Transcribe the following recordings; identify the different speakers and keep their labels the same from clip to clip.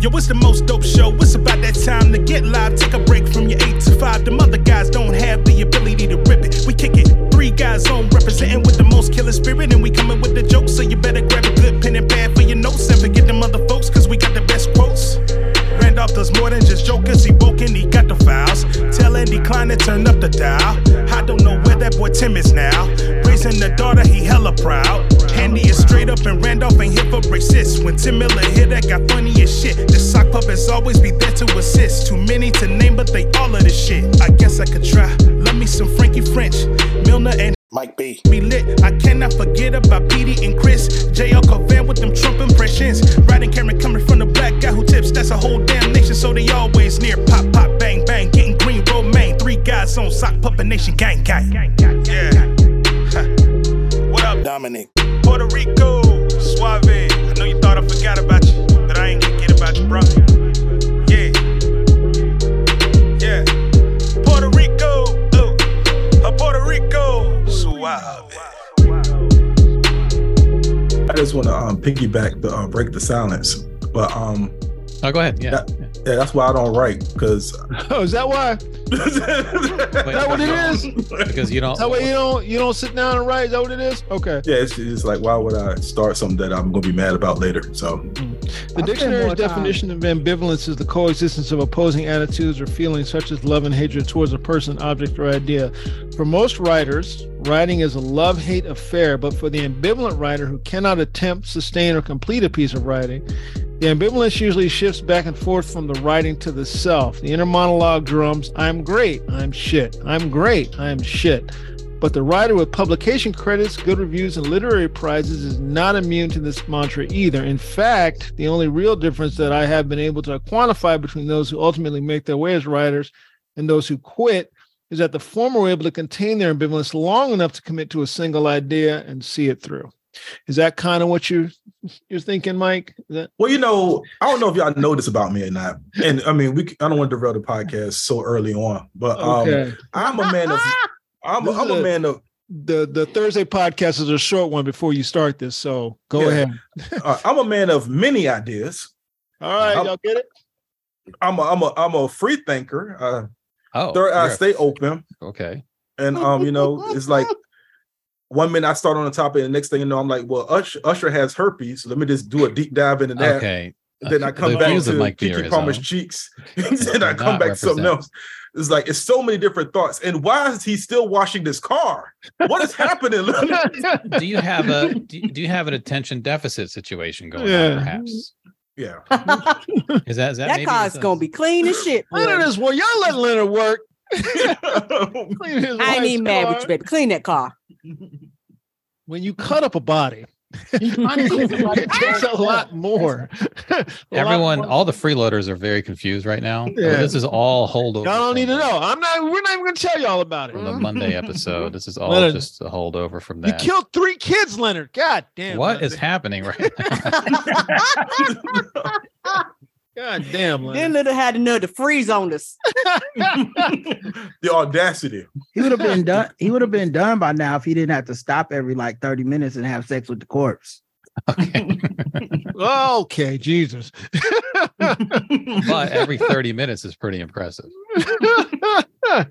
Speaker 1: Yo, it's the most dope show. It's about that time to get live. Take a break from your 8 to 5. Them other guys don't have the ability to rip it. We kick it. Three guys on representing with the most killer spirit. And we coming with the jokes. So you better grab a good pen and pad for your notes. And forget them other folks, cause we got the best quotes. Randolph does more than just jokers. He woke and he got the files. Tell Andy Klein to turn up the dial. I don't know where that boy Tim is now. Raising the daughter, he hella proud. Handy is straight up and Randolph ain't here for racist. When Tim Miller hit, that got funny as shit. The sock puppets always be there to assist. Too many to name, but they all of this shit. I guess I could try. Love me some Frankie French, Milner and Mike B. Be lit. I cannot forget about Petey and Chris. JL Covan with them Trump impressions. Riding camera coming from the black guy who tips. That's a whole damn nation, so they always near. Pop, pop, bang, bang. Getting green, romaine. Three guys on sock puppet nation, gang, gang. Yeah. Huh. What up, Dominic? Puerto Rico, Suave. I know you thought I forgot about you, but I ain't gonna get about you, bro. Yeah. Yeah. Puerto Rico, uh, uh, Puerto Rico, Suave.
Speaker 2: I just want to um, piggyback the uh, break the silence, but um,
Speaker 3: Oh, go ahead. Yeah.
Speaker 2: that, yeah, that's why I don't write because
Speaker 4: Oh, is that why? Is
Speaker 3: Wait,
Speaker 4: that what it is? Is
Speaker 3: Because you don't.
Speaker 4: that way you don't you don't sit down and write? Is that what it is? Okay.
Speaker 2: yeah, it's just like why would I start something that I'm gonna be mad about later? So
Speaker 4: The
Speaker 5: I spend
Speaker 4: dictionary's
Speaker 5: more time-
Speaker 4: definition of ambivalence is the coexistence of opposing attitudes or feelings such as love and hatred towards a person, object, or idea. For most writers, writing is a love hate affair, but for the ambivalent writer who cannot attempt, sustain, or complete a piece of writing, the ambivalence usually shifts back and forth from the writing to the self. The inner monologue drums, I'm great, I'm shit, I'm great, I'm shit. But the writer with publication credits, good reviews, and literary prizes is not immune to this mantra either. In fact, the only real difference that I have been able to quantify between those who ultimately make their way as writers and those who quit is that the former were able to contain their ambivalence long enough to commit to a single idea and see it through. Is that kind of what you you're thinking, Mike? Is that,
Speaker 2: well, you know, I don't know if y'all know this about me or not, and I mean, we c- I don't want to derail the podcast so early on, but um,
Speaker 4: okay.
Speaker 2: I'm a man of I'm,
Speaker 4: This is
Speaker 2: I'm a
Speaker 4: a-
Speaker 2: man of
Speaker 4: the the Thursday podcast is a short one before you start this, so go
Speaker 2: Yeah.
Speaker 4: ahead.
Speaker 2: uh, I'm a man of many ideas.
Speaker 4: All right,
Speaker 2: I'll-
Speaker 4: y'all get it.
Speaker 2: I'm a I'm a I'm a free thinker. Uh,
Speaker 3: Oh,
Speaker 2: third eye
Speaker 3: you're-
Speaker 2: stay open,
Speaker 3: Okay.
Speaker 2: and um, you know, it's like one minute I start on the topic, and the next thing you know, I'm like, well, Usher, Usher has herpes. Let me just do a deep dive into that.
Speaker 3: Okay.
Speaker 2: Then I
Speaker 3: Okay,
Speaker 2: come
Speaker 3: the
Speaker 2: back
Speaker 3: views of
Speaker 2: to
Speaker 3: Mike
Speaker 2: Kiki
Speaker 3: Pierre is
Speaker 2: Palmer's
Speaker 3: on.
Speaker 2: cheeks, and I
Speaker 3: Did
Speaker 2: come
Speaker 3: not
Speaker 2: back to something
Speaker 3: represent.
Speaker 2: else. It's like it's so many different thoughts. And why is he still washing this car? What is happening?
Speaker 3: Do you have a do, do you have an attention deficit situation going
Speaker 4: Yeah.
Speaker 3: on? Perhaps
Speaker 2: yeah,
Speaker 3: is that is that,
Speaker 5: that
Speaker 3: maybe
Speaker 5: car's
Speaker 3: the-
Speaker 5: gonna be clean as shit. boy.
Speaker 4: Leonard is well. Y'all let Leonard work.
Speaker 2: yeah,
Speaker 4: Clean
Speaker 5: I
Speaker 4: his
Speaker 5: ain't
Speaker 4: wife's
Speaker 5: even mad
Speaker 4: car.
Speaker 5: with you, baby. Clean that car.
Speaker 4: When you cut up a body, it takes a lot more. A lot
Speaker 3: Everyone,
Speaker 4: more.
Speaker 3: all the freeloaders are very confused right now. I mean,
Speaker 4: Yeah.
Speaker 3: This is all holdover.
Speaker 4: y'all don't need to
Speaker 3: from-
Speaker 4: know. I'm not. We're not even going to tell y'all about it.
Speaker 3: From the Monday episode, this is all
Speaker 4: Leonard,
Speaker 3: just a holdover from
Speaker 4: You
Speaker 3: that.
Speaker 4: killed three kids, Leonard. God damn.
Speaker 3: what
Speaker 4: Leonard.
Speaker 3: is happening right now?
Speaker 4: God damn,
Speaker 5: Then
Speaker 4: Leonard.
Speaker 5: little had enough to freeze on us.
Speaker 2: the audacity.
Speaker 6: He would have been done. He would have been done by now if he didn't have to stop every like thirty minutes and have sex with the corpse.
Speaker 3: Okay.
Speaker 4: Oh, Okay, Jesus.
Speaker 3: but every 30 minutes is pretty impressive.
Speaker 7: I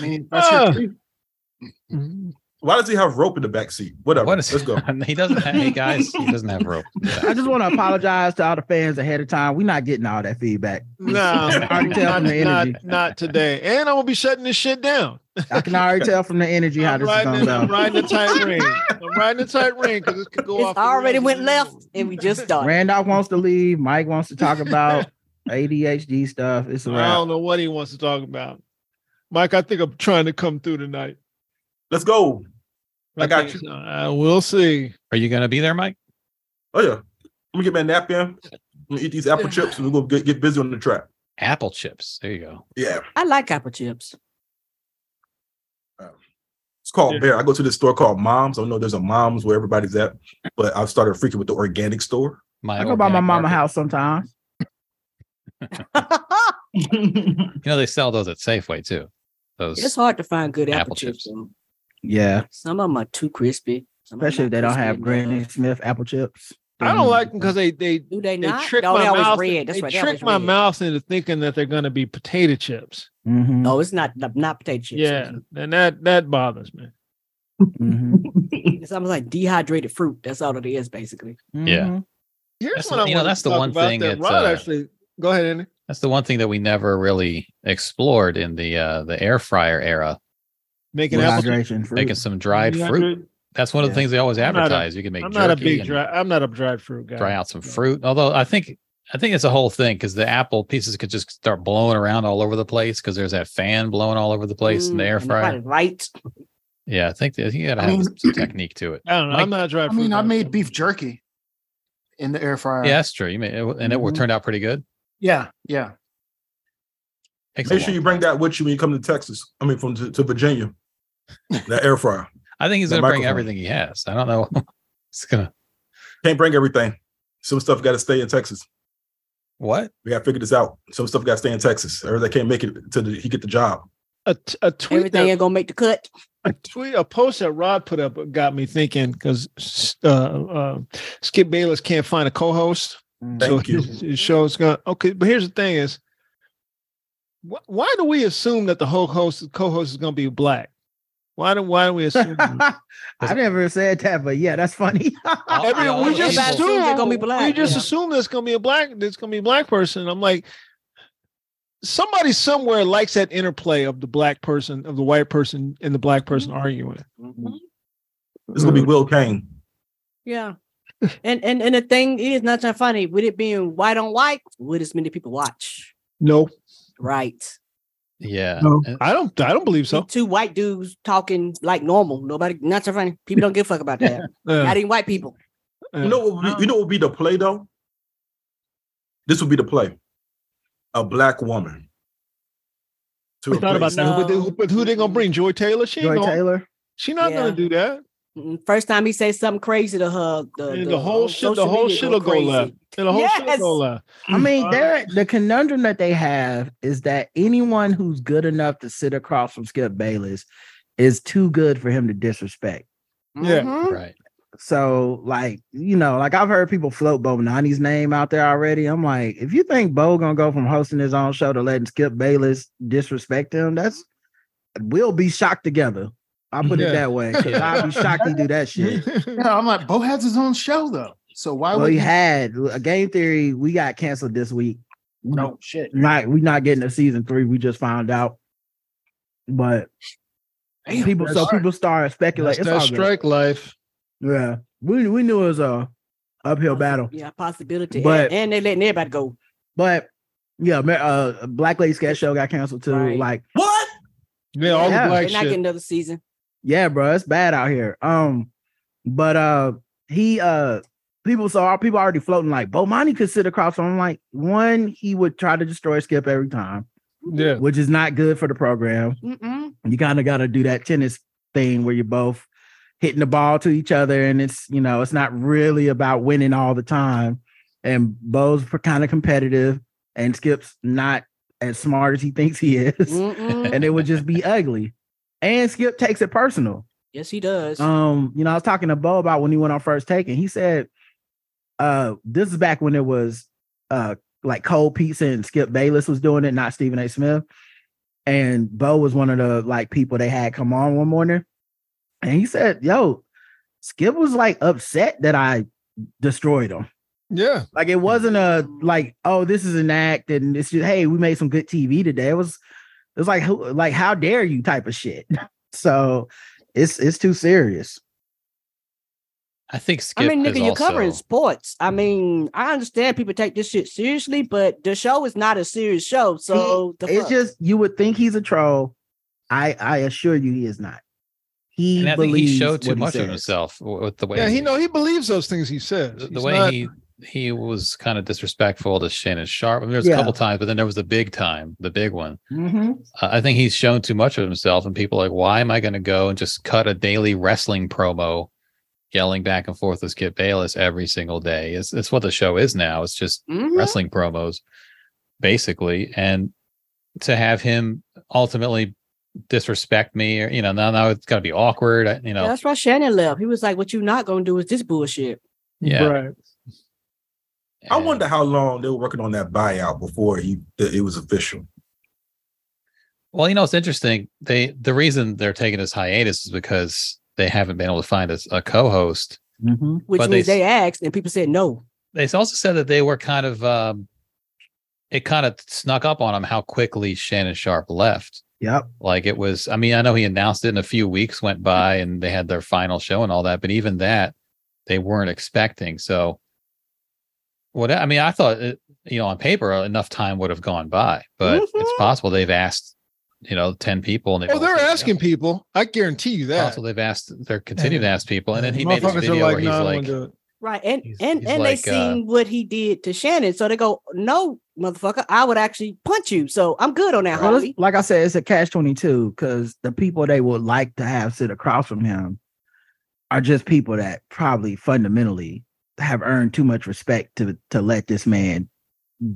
Speaker 7: mean, that's your
Speaker 4: Ah.
Speaker 7: three-
Speaker 2: Why does he have rope in the back seat? Whatever.
Speaker 3: What is
Speaker 2: Let's go.
Speaker 3: he doesn't have hey guys, he doesn't have rope.
Speaker 6: I just want to apologize to all the fans ahead of time. We're not getting all that feedback.
Speaker 4: No,
Speaker 6: I can already tell
Speaker 4: not,
Speaker 6: from the
Speaker 4: not,
Speaker 6: energy.
Speaker 4: not today. And I'm gonna be shutting this shit down.
Speaker 6: I can already tell from the energy how
Speaker 4: I'm
Speaker 6: this is
Speaker 4: riding,
Speaker 6: going
Speaker 4: in- I'm
Speaker 6: to
Speaker 4: riding a tight ring. I'm riding a tight ring because this could go off.
Speaker 5: It's
Speaker 4: the
Speaker 5: already
Speaker 4: rails.
Speaker 5: went left and we just
Speaker 6: go.
Speaker 5: started.
Speaker 6: Randolph wants to leave. Mike wants to talk about ADHD stuff. It's a
Speaker 4: I
Speaker 6: wrap.
Speaker 4: don't know what he wants to talk about. Mike, I think I'm trying to come through tonight.
Speaker 2: Let's go. I got
Speaker 4: think so. Uh, we'll see.
Speaker 3: Are you gonna be there, Mike?
Speaker 2: Oh yeah. Let me get my napkin. I'm gonna eat these apple chips and we're gonna get, get busy on the trap.
Speaker 3: Apple chips. There you go.
Speaker 2: Yeah.
Speaker 5: I like apple chips.
Speaker 2: Um, It's called Bear. I go to this store called Moms. I don't know if there's a Moms where everybody's at, but I've started freaking with the organic store.
Speaker 3: My
Speaker 6: I go by my
Speaker 3: organic
Speaker 6: mama
Speaker 3: market.
Speaker 6: house sometimes.
Speaker 3: You know they sell those at Safeway too. Those
Speaker 5: it's hard to find good apple,
Speaker 3: Apple
Speaker 5: chips.
Speaker 3: chips.
Speaker 5: though.
Speaker 6: Yeah,
Speaker 5: Some of them are too crispy. Some of 'em
Speaker 6: especially if
Speaker 5: not
Speaker 6: they don't
Speaker 5: crispy
Speaker 6: have
Speaker 5: enough.
Speaker 6: Granny Smith apple chips.
Speaker 4: I don't like
Speaker 3: Mm-hmm.
Speaker 4: them because they they
Speaker 5: Do they
Speaker 4: they
Speaker 5: not?
Speaker 4: trick
Speaker 5: no,
Speaker 4: my
Speaker 5: that was
Speaker 4: mouth.
Speaker 5: red. That's
Speaker 4: they
Speaker 5: right. that
Speaker 4: trick
Speaker 5: was
Speaker 4: my
Speaker 5: red.
Speaker 4: mouth into thinking that they're going to be potato chips.
Speaker 6: Mhm,
Speaker 5: No, it's not not- not potato chips.
Speaker 4: Yeah, and that that bothers me.
Speaker 6: mhm,
Speaker 5: It's almost like dehydrated fruit. That's all it is, basically.
Speaker 3: Yeah.
Speaker 6: mhm.
Speaker 4: Here's
Speaker 3: That's
Speaker 4: what
Speaker 3: the-
Speaker 4: I
Speaker 3: you know,
Speaker 4: wanted
Speaker 3: that's
Speaker 4: to
Speaker 3: the
Speaker 4: talk
Speaker 3: one
Speaker 4: about
Speaker 3: thing
Speaker 4: that
Speaker 3: that's,
Speaker 4: Rod
Speaker 3: uh,
Speaker 4: actually. Go ahead, Andy.
Speaker 3: That's the one thing that we never really explored in the uh, the air fryer era.
Speaker 4: Making apple.
Speaker 6: Dehydration. fruit.
Speaker 3: Making some dried
Speaker 4: Yeah,
Speaker 3: fruit. That's one of
Speaker 4: Yeah.
Speaker 3: the things they always
Speaker 4: I'm not a-
Speaker 3: advertise. you can make
Speaker 4: I'm
Speaker 3: jerky
Speaker 4: not a big
Speaker 3: and
Speaker 4: dry. I'm not a dried fruit guy.
Speaker 3: dry out some fruit. Although I think I think it's a whole thing because the apple pieces could just start blowing around all over the place because there's that fan blowing all over the place in the
Speaker 5: Mm,
Speaker 3: air
Speaker 5: and they're
Speaker 3: fryer.
Speaker 5: probably Light.
Speaker 3: Yeah, I think that you gotta
Speaker 7: I
Speaker 3: have
Speaker 7: mean-
Speaker 3: some technique to it.
Speaker 4: I don't know. I'm
Speaker 3: Mike-
Speaker 4: not a dried
Speaker 7: I
Speaker 4: fruit.
Speaker 7: mean, I
Speaker 4: guy.
Speaker 7: made beef jerky in the air fryer.
Speaker 3: Yeah, that's true. You may, it w- and it will
Speaker 4: Mm-hmm.
Speaker 6: Mhm.
Speaker 3: turned out pretty good.
Speaker 7: yeah, yeah.
Speaker 3: Takes a
Speaker 2: Make sure
Speaker 3: long
Speaker 2: you bring
Speaker 3: time.
Speaker 2: that with you when you come to Texas. I mean, from to, to Virginia. That air fryer
Speaker 3: I think he's
Speaker 2: the
Speaker 3: gonna bring
Speaker 2: microphone.
Speaker 3: everything he has. I don't know. it's gonna
Speaker 2: can't bring everything. Some stuff got to stay in Texas.
Speaker 3: what?
Speaker 2: We got to figure this out. Some stuff got to stay in Texas, or they can't make it to the, he get the job.
Speaker 4: a, t- a tweet.
Speaker 5: Everything
Speaker 4: That,
Speaker 5: ain't gonna make the cut.
Speaker 4: a tweet. A post that Rod put up got me thinking because uh, uh, Skip Bayless can't find a co-host.
Speaker 2: Mm. Thank
Speaker 4: so
Speaker 2: you.
Speaker 4: His, his show's gone. Okay, but here's the thing: is wh- why do we assume that the whole host co-host is going to be black? Why do why do we assume?
Speaker 6: I never said that, but yeah, that's funny.
Speaker 3: All-
Speaker 4: Every,
Speaker 3: all
Speaker 4: we
Speaker 3: the
Speaker 4: just
Speaker 5: Everybody
Speaker 3: people-
Speaker 5: assume they're
Speaker 4: assume
Speaker 5: gonna be black,
Speaker 4: We just
Speaker 5: yeah.
Speaker 4: assume there's gonna be a black. There's gonna be a black person. I'm like, somebody somewhere likes that interplay of the black person, of the white person, and the black person
Speaker 5: Mm-hmm.
Speaker 4: arguing.
Speaker 2: This is gonna
Speaker 4: Mm.
Speaker 2: be Will Kane.
Speaker 5: Yeah. and and and the thing is not so funny. With it being white on white, would as many people watch?
Speaker 4: No,
Speaker 5: Right.
Speaker 3: Yeah.
Speaker 4: no,
Speaker 3: And-
Speaker 4: I don't. I don't believe so.
Speaker 5: Two white dudes talking like normal. Nobody not so funny. People don't give a fuck about that.
Speaker 4: Uh,
Speaker 5: not even white people.
Speaker 4: uh,
Speaker 2: You know what? would be- You know what would be the play though. This would be the play. A black woman. To
Speaker 4: we thought about
Speaker 2: replace-
Speaker 4: that, but, they,
Speaker 5: No.
Speaker 4: but who they gonna bring? Joy Taylor? She ain't
Speaker 6: Joy
Speaker 4: gonna-
Speaker 6: Taylor.
Speaker 4: She not
Speaker 5: Yeah.
Speaker 4: gonna do that.
Speaker 5: Mm, First time he says something crazy to her, the,
Speaker 4: And the whole shit, the
Speaker 5: social
Speaker 4: whole
Speaker 5: media
Speaker 4: shit'll go
Speaker 5: crazy.
Speaker 4: left. And the whole shit
Speaker 5: Yes!
Speaker 4: go left.
Speaker 6: I mean,
Speaker 4: Uh,
Speaker 6: they're, the conundrum that they have is that anyone who's good enough to sit across from Skip Bayless is too good for him to disrespect.
Speaker 4: Yeah.
Speaker 7: Mm-hmm.
Speaker 5: Mhm.
Speaker 3: Right.
Speaker 6: So, like, you know, like I've heard people float Bo Nani's name out there already. I'm like, if you think Bo gonna go from hosting his own show to letting Skip Bayless disrespect him, that's we'll be shocked together. I'll put
Speaker 4: Yeah.
Speaker 6: it that way. 'cause
Speaker 3: Yeah.
Speaker 6: I'll be shocked he do that shit.
Speaker 7: Yeah, I'm like, Bo has his own show though. So why
Speaker 6: Well,
Speaker 7: would
Speaker 6: he
Speaker 7: he
Speaker 6: had a game theory. We got canceled this week.
Speaker 7: no shit?
Speaker 6: Not we not getting a season three. We just found out. But
Speaker 7: Damn,
Speaker 6: people, so
Speaker 7: that's-
Speaker 6: people started
Speaker 4: That's
Speaker 6: speculating. It's
Speaker 4: that
Speaker 6: all good.
Speaker 4: strike life.
Speaker 6: Yeah, we we knew it was a uphill battle.
Speaker 5: Yeah, possibility.
Speaker 6: But-
Speaker 5: and, and they letting everybody go.
Speaker 6: But yeah, ma- uh, Black Lady Sketch Show got canceled too.
Speaker 5: Right.
Speaker 6: Like,
Speaker 5: What?
Speaker 4: Yeah, all
Speaker 6: Yeah.
Speaker 4: the black
Speaker 5: They're not getting
Speaker 4: shit.
Speaker 5: another season.
Speaker 6: yeah, bro, it's bad out here. Um, but uh, he uh, people so our people already floating like Bomani could sit across. from him. like, one, he would try to destroy Skip every time,
Speaker 4: Yeah.
Speaker 6: which is not good for the program.
Speaker 7: Mm-hmm.
Speaker 5: Mm-mm.
Speaker 6: you kind of got to do that tennis thing where you're both hitting the ball to each other and it's you know it's not really about winning all the time and bo's kind of competitive and skip's not as smart as he thinks he is
Speaker 5: Mm-mm.
Speaker 6: and it would just be ugly and skip takes it personal
Speaker 5: yes, he does.
Speaker 6: um, you know, I was talking to Bo about when he went on first take, and he said, uh, this is back when it was uh like Cold Pizza and Skip Bayless was doing it, not Stephen A. Smith. And Bo was one of the like people they had come on one morning. And he said, Yo, Skip was like upset that I destroyed him.
Speaker 4: Yeah.
Speaker 6: Like it wasn't a like, oh, this is an act, and it's just hey, we made some good TV today. It was it was like who like how dare you type of shit. So it's it's too serious.
Speaker 3: I think Skip
Speaker 5: I mean,
Speaker 3: is
Speaker 5: nigga, you're covering
Speaker 3: also-
Speaker 5: sports. I mean, I understand people take this shit seriously, but the show is not a serious show. So the
Speaker 6: it's
Speaker 5: fuck?
Speaker 6: just you would think he's a troll. I I assure you he is not. He
Speaker 3: and I think
Speaker 6: believes
Speaker 3: he showed too
Speaker 6: what he
Speaker 3: much of
Speaker 6: says.
Speaker 3: himself w- with the way
Speaker 4: Yeah, he know he believes those things he says.
Speaker 3: the, the
Speaker 4: He's
Speaker 3: way
Speaker 4: not-
Speaker 3: he he was kind of disrespectful to Shannon Sharp. I mean, there's
Speaker 6: Yeah.
Speaker 3: a couple times, but then there was the big time, the big one.
Speaker 6: Mhm.
Speaker 3: Uh, I think he's shown too much of himself, and people are like, why am I going to go and just cut a daily wrestling promo, yelling back and forth with Skip Bayless every single day? It's it's what the show is now. It's just
Speaker 2: Mm-hmm.
Speaker 5: Mhm.
Speaker 3: wrestling promos, basically, and to have him ultimately disrespect me, or you know, now now it's going to be awkward. I- You know,
Speaker 5: That's why Shannon left. He was like, "What you not gonna do is this bullshit."
Speaker 3: yeah.
Speaker 4: Right.
Speaker 2: I
Speaker 3: And
Speaker 2: wonder how long they were working on that buyout before he that it was official.
Speaker 3: Well, you know, it's interesting. They the reason they're taking this hiatus is because they haven't been able to find a, a co-host.
Speaker 6: Mm-hmm.
Speaker 5: Which
Speaker 3: But
Speaker 5: means
Speaker 3: they-
Speaker 5: they asked and people said no.
Speaker 3: They also said that they were kind of um, it kind of snuck up on them how quickly Shannon Sharp left.
Speaker 6: Yep.
Speaker 3: Like it was. I mean, I know he announced it, and a few weeks went
Speaker 4: Hmm.
Speaker 3: by, and they had their final show and all that. But even that, they weren't expecting. So, what I mean, I thought it, you know on paper uh, enough time would have gone by, but it's
Speaker 5: Mhm.
Speaker 3: possible they've asked you know ten people and they've
Speaker 4: Mm-hmm.
Speaker 3: all
Speaker 4: Oh, they're
Speaker 3: said no.
Speaker 4: asking people. I guarantee you that.
Speaker 3: Also, they've asked, they're continuing to ask people, and then he
Speaker 4: Motherfuckers
Speaker 3: made this
Speaker 4: are
Speaker 3: video
Speaker 4: like,
Speaker 3: where he's
Speaker 4: "Nah, I don't wanna
Speaker 3: like,
Speaker 4: do it."
Speaker 5: Right. And
Speaker 3: He's-
Speaker 5: and
Speaker 3: he's
Speaker 5: and
Speaker 3: like, uh,
Speaker 5: they seen what he did to Shannon. So they go, No, motherfucker, I would actually punch you. So I'm good on that,
Speaker 6: Well,
Speaker 5: homie.
Speaker 6: it's- like I said, it's a catch 22 because the people they would like to have sit across from him are just people that probably fundamentally have earned too much respect to, to let this man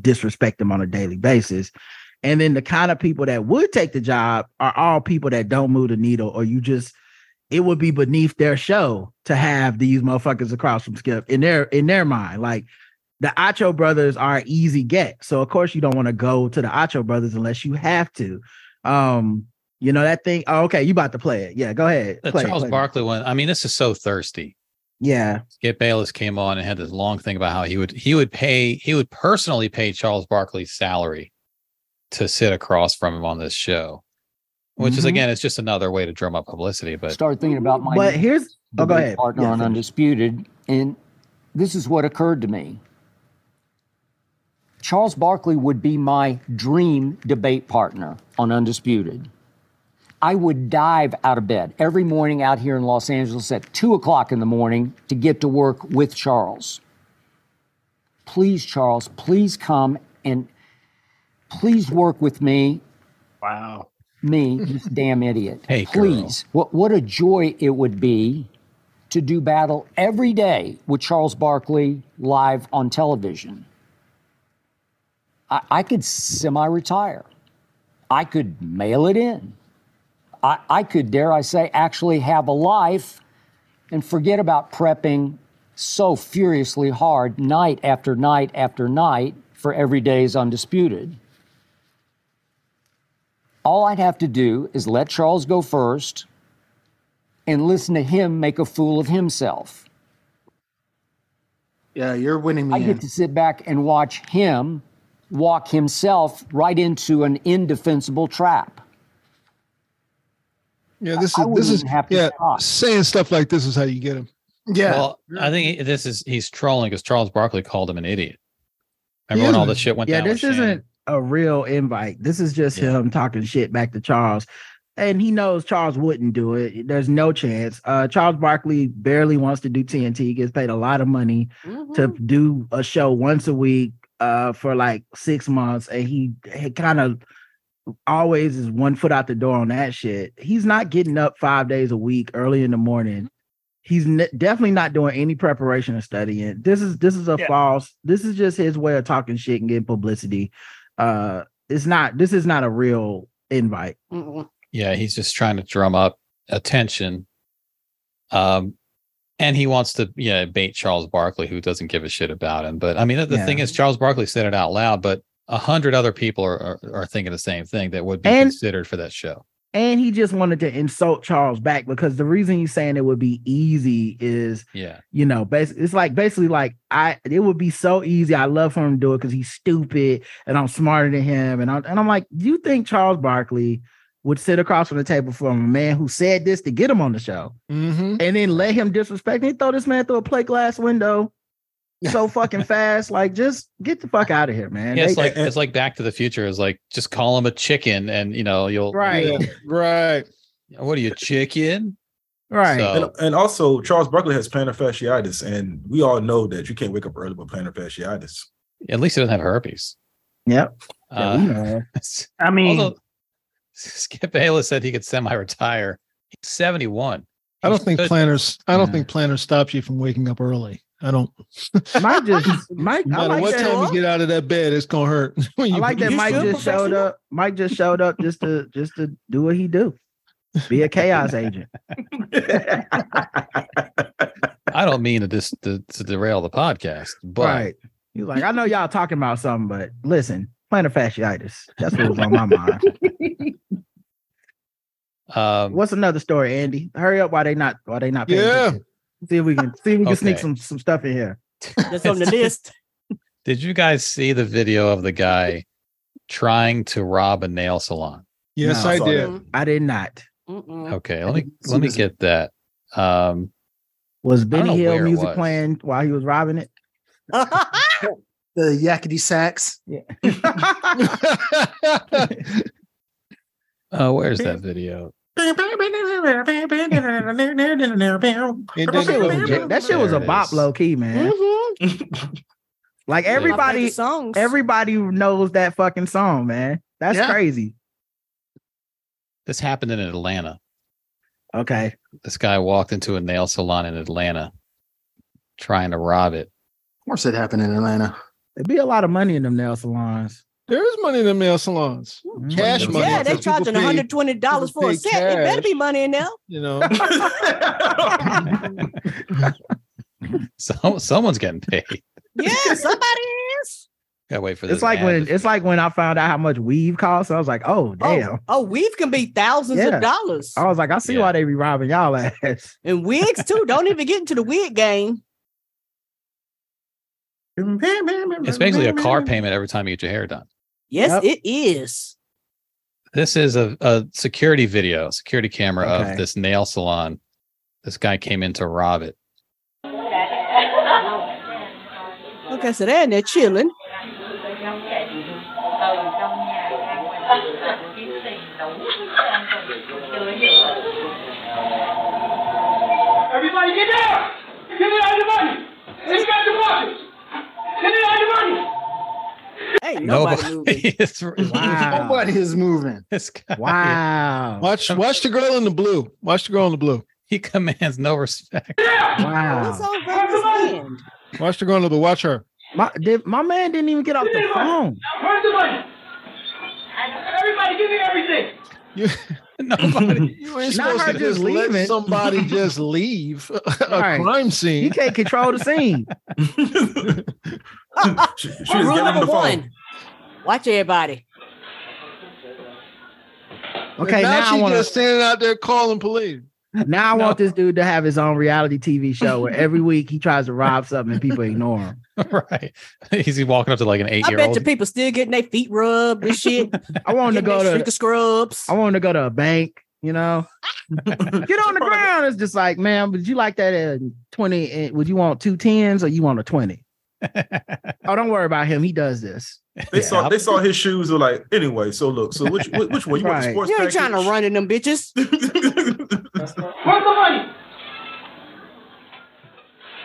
Speaker 6: disrespect them on a daily basis. And then the kind of people that would take the job are all people that don't move the needle, or you just it would be beneath their show to have these motherfuckers across from Skip in their in their mind. Like the Acho brothers are an easy get. So of course you don't want to go to the Acho brothers unless you have to. Um, you know that thing. Oh, okay, you about to play it. Yeah, go ahead.
Speaker 3: the
Speaker 6: play it,
Speaker 3: Charles
Speaker 6: play it.
Speaker 3: Barkley one. I mean, this is so thirsty.
Speaker 6: Yeah.
Speaker 3: Skip Bayless came on and had this long thing about how he would he would pay he would personally pay Charles Barkley's salary to sit across from him on this show, which is
Speaker 6: Mhm.
Speaker 3: again, it's just another way to drum up publicity. But
Speaker 8: start thinking about my
Speaker 6: But here's oh, go
Speaker 8: debate
Speaker 6: ahead.
Speaker 8: partner
Speaker 6: Yeah,
Speaker 8: on
Speaker 6: finish.
Speaker 8: Undisputed, and this is what occurred to me. Charles Barkley would be my dream debate partner on Undisputed. I would dive out of bed every morning out here in Los Angeles at two o'clock in the morning to get to work with Charles. Please, Charles, please come and please work with me
Speaker 7: Wow.
Speaker 8: me, this damn idiot.
Speaker 3: Hey, girl.
Speaker 8: please. What what a joy it would be to do battle every day with Charles Barkley live on television. I, I could semi-retire. I could mail it in. I, I could, dare I say, actually have a life and forget about prepping so furiously hard night after night after night for every day's undisputed. All I'd have to do is let Charles go first and listen to him make a fool of himself.
Speaker 7: Yeah, you're winning
Speaker 8: I
Speaker 7: me. in.
Speaker 8: get to sit back and watch him walk himself right into an indefensible trap.
Speaker 4: Yeah, this
Speaker 8: I
Speaker 4: is this
Speaker 8: wouldn't
Speaker 4: is
Speaker 8: even have to
Speaker 4: yeah.
Speaker 8: stop.
Speaker 4: Saying stuff like this is how you get him.
Speaker 7: Yeah.
Speaker 3: well, I think this is he's trolling because Charles Barkley called him an idiot. Remember when all
Speaker 4: isn't.
Speaker 3: this shit went
Speaker 6: yeah,
Speaker 3: down? with
Speaker 6: this isn't
Speaker 3: Shannon?
Speaker 6: a real invite. This is just
Speaker 3: Yeah.
Speaker 6: him talking shit back to Charles. And he knows Charles wouldn't do it. There's no chance. Uh, Charles Barkley barely wants to do TNT. He gets paid a lot of money
Speaker 5: Mm-hmm.
Speaker 6: to do a show once a week uh, for like six months. And he, he kind of always is one foot out the door on that shit. He's not getting up five days a week early in the morning. He's ne- definitely not doing any preparation or studying. This is this is a
Speaker 7: Yeah.
Speaker 6: false. This is just his way of talking shit and getting publicity. Uh, it's not. This is not a real invite.
Speaker 5: Mm-mm.
Speaker 3: Yeah, he's just trying to drum up attention. Um, and he wants to, yeah, bait Charles Barkley, who doesn't give a shit about him. But I mean, the, the
Speaker 6: Yeah.
Speaker 3: thing is, Charles Barkley said it out loud, but a hundred other people are, are are thinking the same thing that would be
Speaker 6: And-
Speaker 3: considered for that show.
Speaker 6: And he just wanted to insult Charles back because the reason he's saying it would be easy is
Speaker 3: Yeah,
Speaker 6: you know, basically, it's like basically like I it would be so easy. I love for him to do it because he's stupid and I'm smarter than him. And I'm and I'm like, you think Charles Barkley would sit across from the table from a man who said this to get him on the show
Speaker 4: Mm-hmm.
Speaker 6: and then let him disrespect me? Throw this man through a plate glass window so fucking fast. Like, just get the fuck out of here, man.
Speaker 3: yeah. It's
Speaker 6: They-
Speaker 3: like it's like Back to the Future is like just call him a chicken, and you know you'll
Speaker 6: Right.
Speaker 3: you'll-
Speaker 4: Right.
Speaker 3: What are you chicken?
Speaker 6: right.
Speaker 3: So-
Speaker 6: So,
Speaker 3: Oh.
Speaker 2: And, and also, Charles Barkley has plantar fasciitis, and we all know that you can't wake up early with plantar fasciitis.
Speaker 3: At least he doesn't have herpes.
Speaker 6: yep.
Speaker 3: Uh,
Speaker 6: Yeah, we know.
Speaker 7: I mean,
Speaker 3: although Skip Bayless said he could semi-retire. He's seventy-one.
Speaker 4: I don't think
Speaker 3: But-
Speaker 4: planners. I don't
Speaker 3: Yeah.
Speaker 4: think planners stops you from waking up early. I don't.
Speaker 6: Mike just Mike,
Speaker 4: No
Speaker 6: I
Speaker 4: matter
Speaker 6: like
Speaker 4: what
Speaker 6: that.
Speaker 4: time you get out of that bed, it's gonna hurt. When
Speaker 6: I
Speaker 4: you-
Speaker 6: like that
Speaker 7: you
Speaker 6: Mike
Speaker 7: still
Speaker 6: just showed
Speaker 7: professional?
Speaker 6: up. Mike just showed up just to just to do what he do. Be a chaos agent.
Speaker 3: I don't mean to dis- to, to derail the podcast, but
Speaker 6: right. He's like, I know y'all talking about something, but listen, plantar fasciitis. That's what was on my mind.
Speaker 3: Um,
Speaker 6: What's another story, Andy? Hurry up! Why they not? Why they not? Paying
Speaker 4: Yeah.
Speaker 6: attention. See if we can see if we can sneak
Speaker 3: Okay.
Speaker 6: some some stuff in here.
Speaker 5: That's on the list.
Speaker 3: Did you guys see the video of the guy trying to rob a nail salon?
Speaker 4: Yes,
Speaker 6: No,
Speaker 4: I
Speaker 2: saw
Speaker 4: did.
Speaker 2: that.
Speaker 6: I did not.
Speaker 5: Mm-mm.
Speaker 3: Okay,
Speaker 2: I
Speaker 3: let me
Speaker 2: didn't see
Speaker 3: let me
Speaker 2: this.
Speaker 3: get that. Um,
Speaker 6: Was
Speaker 3: don't know
Speaker 6: Benny Hill
Speaker 3: where it
Speaker 6: music
Speaker 3: was.
Speaker 6: playing while he was robbing it?
Speaker 7: The yakety sax.
Speaker 3: oh, where's that video?
Speaker 4: It
Speaker 6: That shit
Speaker 4: didn't-
Speaker 6: was, that shit was a
Speaker 3: There it
Speaker 6: bop
Speaker 3: is.
Speaker 6: low key, man.
Speaker 5: Mhm.
Speaker 6: Like
Speaker 3: Yeah.
Speaker 5: My
Speaker 6: everybody,
Speaker 5: favorite songs.
Speaker 6: everybody knows that fucking song, man. That's
Speaker 7: Yeah.
Speaker 6: crazy.
Speaker 3: This happened in Atlanta.
Speaker 6: Okay.
Speaker 3: This guy walked into a nail salon in Atlanta trying to rob it.
Speaker 7: Of course, it happened in Atlanta.
Speaker 6: There'd be a lot of money in them nail salons.
Speaker 4: There is money in the nail salons.
Speaker 6: Mm.
Speaker 4: Cash money.
Speaker 5: yeah, they
Speaker 4: People
Speaker 5: charging
Speaker 4: pay-
Speaker 5: one hundred twenty dollars
Speaker 4: people
Speaker 5: for a
Speaker 4: pay
Speaker 5: set. There better
Speaker 4: cash.
Speaker 5: be money in there.
Speaker 4: You know,
Speaker 3: So someone's getting paid.
Speaker 5: Yeah, somebody is.
Speaker 3: Gotta wait for this.
Speaker 6: It's like
Speaker 3: ad
Speaker 6: when
Speaker 3: to-
Speaker 6: it's like when I found out how much weave costs. I was like, oh damn.
Speaker 5: Oh, oh, weave can be thousands
Speaker 6: Yeah. Oh.
Speaker 5: of dollars,
Speaker 6: I was like, I see
Speaker 3: Yeah.
Speaker 6: why they be robbing y'all ass.
Speaker 5: and wigs too. Don't even get into the wig game.
Speaker 3: it's basically a car payment every time you get your hair done.
Speaker 5: Yes,
Speaker 6: Yep.
Speaker 5: it is.
Speaker 3: This is a, a security video, security camera
Speaker 6: Okay.
Speaker 3: of this nail salon. This guy came in to rob it.
Speaker 5: Okay, so they're in there chilling.
Speaker 9: Everybody get down! Get it out your money! It's got the pockets! Get it out your money!
Speaker 5: Hey, nobody, moving.
Speaker 3: Nobody is
Speaker 6: Wow.
Speaker 7: Nobody is moving.
Speaker 3: this guy.
Speaker 6: wow.
Speaker 4: watch watch the girl in the blue. Watch the girl in the blue.
Speaker 3: He commands no respect.
Speaker 5: What's
Speaker 6: Wow.
Speaker 5: on Vegas hand?
Speaker 4: Watch the girl in the blue. Watch her.
Speaker 6: My did, my man didn't even get off the phone.
Speaker 9: Where's the money? Everybody give me everything!
Speaker 4: You,
Speaker 3: Nobody.
Speaker 4: you ain't
Speaker 6: Not
Speaker 4: supposed
Speaker 6: her
Speaker 4: to
Speaker 6: just
Speaker 4: just let
Speaker 6: leaving.
Speaker 4: somebody just leave a
Speaker 6: Right.
Speaker 4: crime
Speaker 6: He
Speaker 4: scene.
Speaker 6: can't control the scene.
Speaker 2: she, she was giving
Speaker 5: Rule
Speaker 2: him
Speaker 5: number
Speaker 2: the phone.
Speaker 5: one: watch everybody.
Speaker 6: Okay,
Speaker 4: now,
Speaker 6: now,
Speaker 4: she's
Speaker 6: I want
Speaker 4: just
Speaker 6: to
Speaker 4: standing out there calling police.
Speaker 6: now I
Speaker 3: No.
Speaker 6: want this dude to have his own reality TV show where every week he tries to rob something and people ignore him.
Speaker 3: right. He's walking up to like an eight
Speaker 5: I
Speaker 3: year
Speaker 5: bet you
Speaker 3: old.
Speaker 5: people still getting their feet rubbed and shit.
Speaker 6: I want him to
Speaker 5: getting
Speaker 6: go
Speaker 5: their
Speaker 6: to
Speaker 5: shrink scrubs.
Speaker 6: I want him to go to a bank, you know. Get on the
Speaker 2: Probably-
Speaker 6: ground. It's just like, man, would you like that at 20? and Would you want two tens or you want a 20? Oh, don't worry about him. He does this.
Speaker 2: They
Speaker 3: Yeah.
Speaker 2: saw they saw his shoes. Were like, anyway. So look. So which which, which one? You want the
Speaker 6: Right.
Speaker 2: sports?
Speaker 5: You ain't trying to run in them bitches.
Speaker 2: to run.
Speaker 9: Where's the money?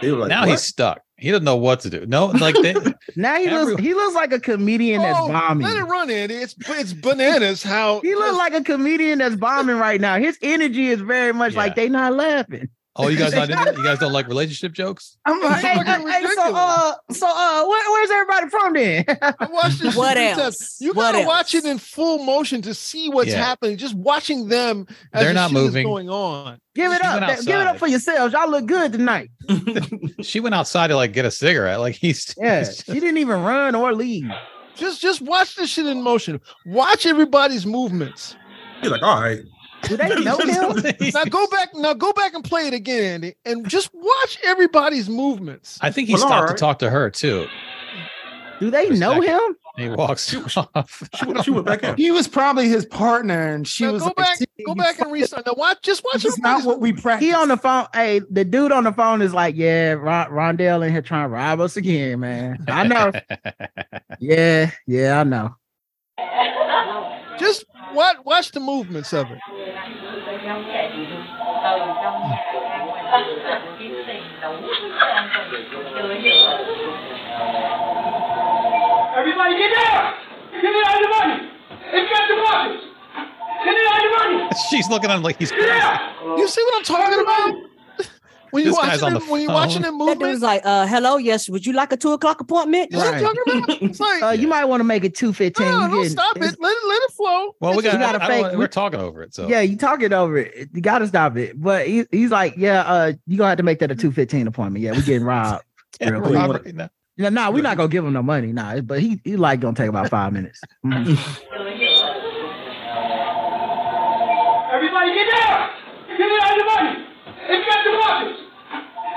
Speaker 2: they were like,
Speaker 3: now
Speaker 2: what?
Speaker 3: he's stuck. He doesn't know what to do. No, like they,
Speaker 6: Now he
Speaker 3: Everyone-
Speaker 6: looks he looks like a comedian that's
Speaker 4: Oh,
Speaker 6: bombing.
Speaker 4: Let it run, Andy. It's it's bananas how
Speaker 6: He looks like a comedian that's bombing right now. His energy is very much
Speaker 3: Yeah.
Speaker 6: like they not laughing.
Speaker 3: oh, you guys, not into, that? you guys don't like relationship jokes?
Speaker 7: I'm
Speaker 6: Hey,
Speaker 7: like,
Speaker 6: hey, hey, so uh so uh where, where's everybody from then?
Speaker 4: I watched this.
Speaker 5: What
Speaker 4: shit three times.
Speaker 5: else?
Speaker 4: You
Speaker 5: What
Speaker 4: gotta watch
Speaker 5: else?
Speaker 4: it in full motion to see what's
Speaker 3: Yeah.
Speaker 4: happening. Just watching them as
Speaker 3: They're
Speaker 4: the
Speaker 3: not
Speaker 4: shit is
Speaker 3: moving.
Speaker 4: going on.
Speaker 6: Give it
Speaker 3: She
Speaker 6: up.
Speaker 3: went
Speaker 6: Th- Give it up
Speaker 3: outside.
Speaker 6: for yourselves. Y'all look good tonight.
Speaker 3: She went outside to like get a cigarette. Like he's
Speaker 6: Yeah.
Speaker 3: he's
Speaker 6: she didn't even run or leave.
Speaker 4: Just just watch this shit in motion. Watch everybody's movements.
Speaker 2: He's like, all right.
Speaker 6: Do they know him?
Speaker 4: Now go back. Now go back and play it again, Andy, and just watch everybody's movements.
Speaker 3: I think he
Speaker 2: Well,
Speaker 3: stopped to
Speaker 2: alright.
Speaker 3: talk to her too.
Speaker 6: Do they
Speaker 3: For a
Speaker 6: know
Speaker 3: second.
Speaker 6: him?
Speaker 3: And he walks off.
Speaker 2: She, went- she went back in.
Speaker 7: he was probably his partner, and she
Speaker 4: Now
Speaker 7: was
Speaker 4: go
Speaker 7: like,
Speaker 4: back.
Speaker 7: "See,
Speaker 4: Go
Speaker 7: you
Speaker 4: back and
Speaker 7: fucking-
Speaker 4: restart. Now watch. Just watch.
Speaker 7: This is not
Speaker 4: everybody's
Speaker 7: what we practice.
Speaker 6: He on the phone. Hey, the dude on the phone is like, yeah, Ron- Rondell in here trying to rob us again, man. I know. yeah, yeah, I know.
Speaker 4: Just watch. Watch the movements of it.
Speaker 9: Everybody get down! Get it out your money! It's got the pockets! Get it out your money!
Speaker 3: She's looking at him like he's
Speaker 9: Get
Speaker 3: crazy.
Speaker 9: out!
Speaker 4: You see what I'm talking about? When you
Speaker 3: Oh. This guy's
Speaker 4: watching
Speaker 3: on
Speaker 4: it,
Speaker 3: the
Speaker 4: when you watching
Speaker 3: phone.
Speaker 4: the
Speaker 5: That dude's
Speaker 4: movements.
Speaker 5: like, uh, hello, yes, would you like a two o'clock appointment?
Speaker 4: You see what I'm
Speaker 6: Right.
Speaker 4: talking about? It's like
Speaker 6: Uh, You might want to make it 215.
Speaker 4: no,
Speaker 6: You
Speaker 4: don't
Speaker 6: getting-
Speaker 4: stop it. Let
Speaker 6: it's-
Speaker 4: it let it flow.
Speaker 3: Well, we
Speaker 4: It's-
Speaker 3: got.
Speaker 6: You gotta
Speaker 3: I don't
Speaker 6: fake-
Speaker 3: wanna- we're talking over it, so
Speaker 6: Yeah, you talking over it. You gotta stop it. But he, he's like, yeah, uh, you gonna have to make that a 215 appointment. Yeah, we getting robbed.
Speaker 3: Can't
Speaker 6: Real
Speaker 3: rob
Speaker 6: quick.
Speaker 3: right now.
Speaker 6: No, nah, we're not gonna give him no money. Nah, but he he like gonna take about five minutes. Mhm.
Speaker 9: Everybody get down! Give me all your money! It's got the watches!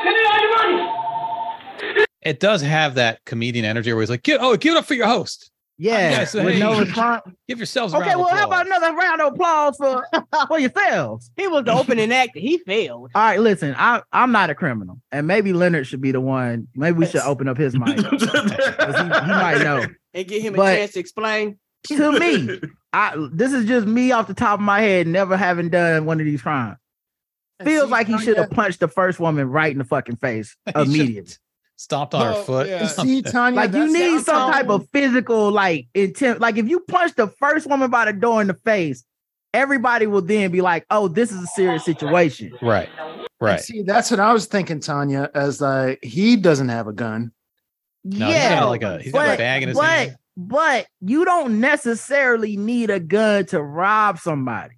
Speaker 9: Give me all your money!
Speaker 3: It does have that comedian energy where he's like, give, oh, give it up for your host.
Speaker 6: Yeah,
Speaker 3: Yeah, so
Speaker 6: with
Speaker 3: hey.
Speaker 6: no response.
Speaker 3: Give yourselves a
Speaker 6: Okay,
Speaker 3: round
Speaker 6: well,
Speaker 3: of
Speaker 6: how about
Speaker 3: applause.
Speaker 6: another round of applause for for yourselves?
Speaker 5: He was the opening act. He failed.
Speaker 6: All right, listen, I I'm not a criminal, and maybe Leonard should be the one. Maybe we should open up his mic. 'cause He, he might know.
Speaker 5: And give him a
Speaker 6: But-
Speaker 5: chance to explain.
Speaker 6: To me, I this is just me off the top of my head, never having done one of these crimes. Feels like he should have punched the first woman right in the fucking face
Speaker 3: He should've
Speaker 6: immediately.
Speaker 3: Stomped on her
Speaker 4: Well,
Speaker 3: foot.
Speaker 4: yeah.
Speaker 7: See, Tanya,
Speaker 6: Like you
Speaker 7: that's it.
Speaker 6: need
Speaker 7: I'm
Speaker 6: some
Speaker 7: telling
Speaker 6: type
Speaker 7: you.
Speaker 6: of physical like intent. Like if you punch the first woman by the door in the face, everybody will then be like, "Oh, this is a serious situation."
Speaker 3: Right.
Speaker 7: And
Speaker 3: Right.
Speaker 7: See, that's what I was thinking, Tanya. As like he doesn't have a gun.
Speaker 3: No, he's
Speaker 6: yeah,
Speaker 3: got like a he's got a
Speaker 6: but-
Speaker 3: bag in his
Speaker 6: but
Speaker 3: hand.
Speaker 6: but you don't necessarily need a gun to rob somebody.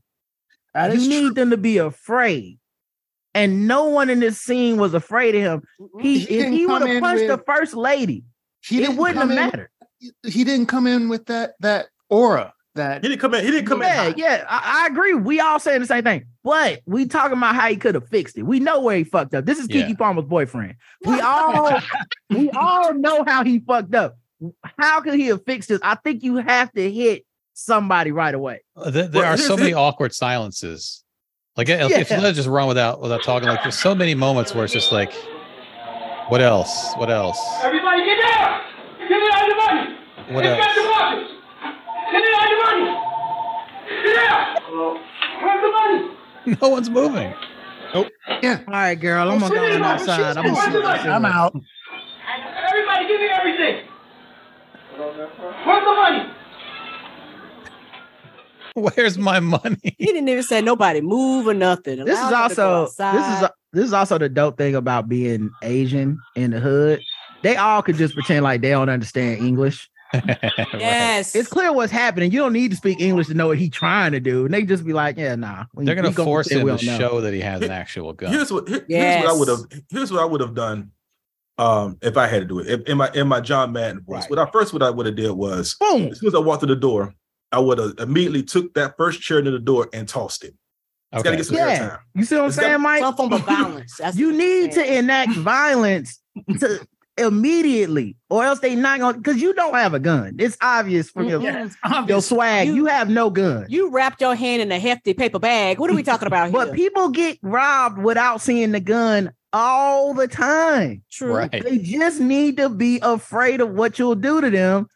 Speaker 7: That
Speaker 6: you
Speaker 7: is
Speaker 6: need
Speaker 7: true.
Speaker 6: them to be afraid. And no one in this scene was afraid of him. He,
Speaker 7: He
Speaker 6: if
Speaker 7: didn't
Speaker 6: he would
Speaker 7: come
Speaker 6: have
Speaker 7: in
Speaker 6: punched the
Speaker 7: with-
Speaker 6: first lady,
Speaker 7: He
Speaker 6: it wouldn't have
Speaker 7: come in-
Speaker 6: mattered.
Speaker 7: He didn't come in with that that aura. That
Speaker 2: He didn't come in. He didn't come in.
Speaker 6: Yeah,
Speaker 2: hot.
Speaker 6: yeah, I, I agree. We all saying the same thing, but we talking about how he could have fixed it. We know where he fucked up. This is
Speaker 3: Yeah.
Speaker 6: Kiki Palmer's boyfriend. We all we all know how he fucked up. How could he have fixed this? I think you have to hit somebody right away.
Speaker 3: Uh, There, there
Speaker 2: Well,
Speaker 3: are so
Speaker 2: here's
Speaker 3: many
Speaker 2: it.
Speaker 3: awkward silences. Like if, if you
Speaker 6: Yeah.
Speaker 3: let it just run without without talking, like there's so many moments where it's just like, what else? What else?
Speaker 9: Everybody get down! Give me all your money!
Speaker 3: What
Speaker 9: It's got
Speaker 3: else?
Speaker 9: the watches! Give me all your money! Get down! Where's the money?
Speaker 3: No one's moving.
Speaker 6: All right, girl, I'm
Speaker 7: Oh,
Speaker 6: gonna
Speaker 7: she
Speaker 6: go on
Speaker 7: didn't know what
Speaker 6: outside.
Speaker 7: she
Speaker 6: I'm
Speaker 7: was
Speaker 6: gonna see
Speaker 7: doing.
Speaker 6: what I see.
Speaker 7: I'm out.
Speaker 9: Everybody give me everything! Where's the money?
Speaker 3: Where's my money?
Speaker 5: He didn't even say nobody move or nothing.
Speaker 6: This is
Speaker 5: Allowed him to go
Speaker 6: also this is
Speaker 5: outside.
Speaker 6: a- this is also the dope thing about being Asian in the hood. They all could just pretend like they don't understand English.
Speaker 3: Right.
Speaker 5: yes.
Speaker 6: It's clear what's happening. You don't need to speak English to know what he's trying to do. And they just be like, yeah, nah. We-
Speaker 3: They're gonna
Speaker 6: we gonna
Speaker 3: force
Speaker 6: pretend
Speaker 3: him
Speaker 6: we
Speaker 3: to
Speaker 6: don't know.
Speaker 3: show that he has an actual gun.
Speaker 2: Here's what here- here's what
Speaker 5: Yes.
Speaker 2: I would have here's what I would have done um if I had to do it. If- in my in my John Madden voice.
Speaker 6: Right.
Speaker 2: What I first what I would have did was
Speaker 6: Boom.
Speaker 2: as soon as I walked through the door, I would have immediately took that first chair to the door and tossed it. It's gotta
Speaker 3: Okay.
Speaker 2: get some
Speaker 6: Yeah.
Speaker 2: airtime.
Speaker 6: You see what I'm
Speaker 2: It's got-
Speaker 6: saying, Mike?
Speaker 5: some form of violence. That's
Speaker 6: You
Speaker 5: what I'm
Speaker 6: need
Speaker 5: saying.
Speaker 6: to enact violence to immediately, or else they not gonna because you don't have a gun. It's obvious from your,
Speaker 5: Mm-mm.
Speaker 6: your swag. You,
Speaker 5: You-
Speaker 6: have no gun.
Speaker 5: You wrapped your hand in a hefty paper bag. What are we talking about
Speaker 6: but
Speaker 5: here?
Speaker 6: people get robbed without seeing the gun all the time.
Speaker 5: True.
Speaker 3: Right.
Speaker 6: They just need to be afraid of what you'll do to them.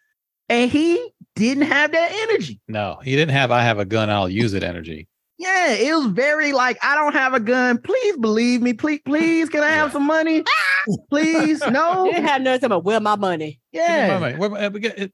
Speaker 6: And he didn't have that energy.
Speaker 3: No, he didn't have. I have a gun. I'll use it. Energy.
Speaker 6: Yeah, it was very like, I don't have a gun. Please believe me. Please, please, can I have some money? please,
Speaker 5: They
Speaker 6: no.
Speaker 5: didn't have nothing about where my money.
Speaker 3: Give me my
Speaker 6: Yeah.
Speaker 3: money. Where- uh, we get it-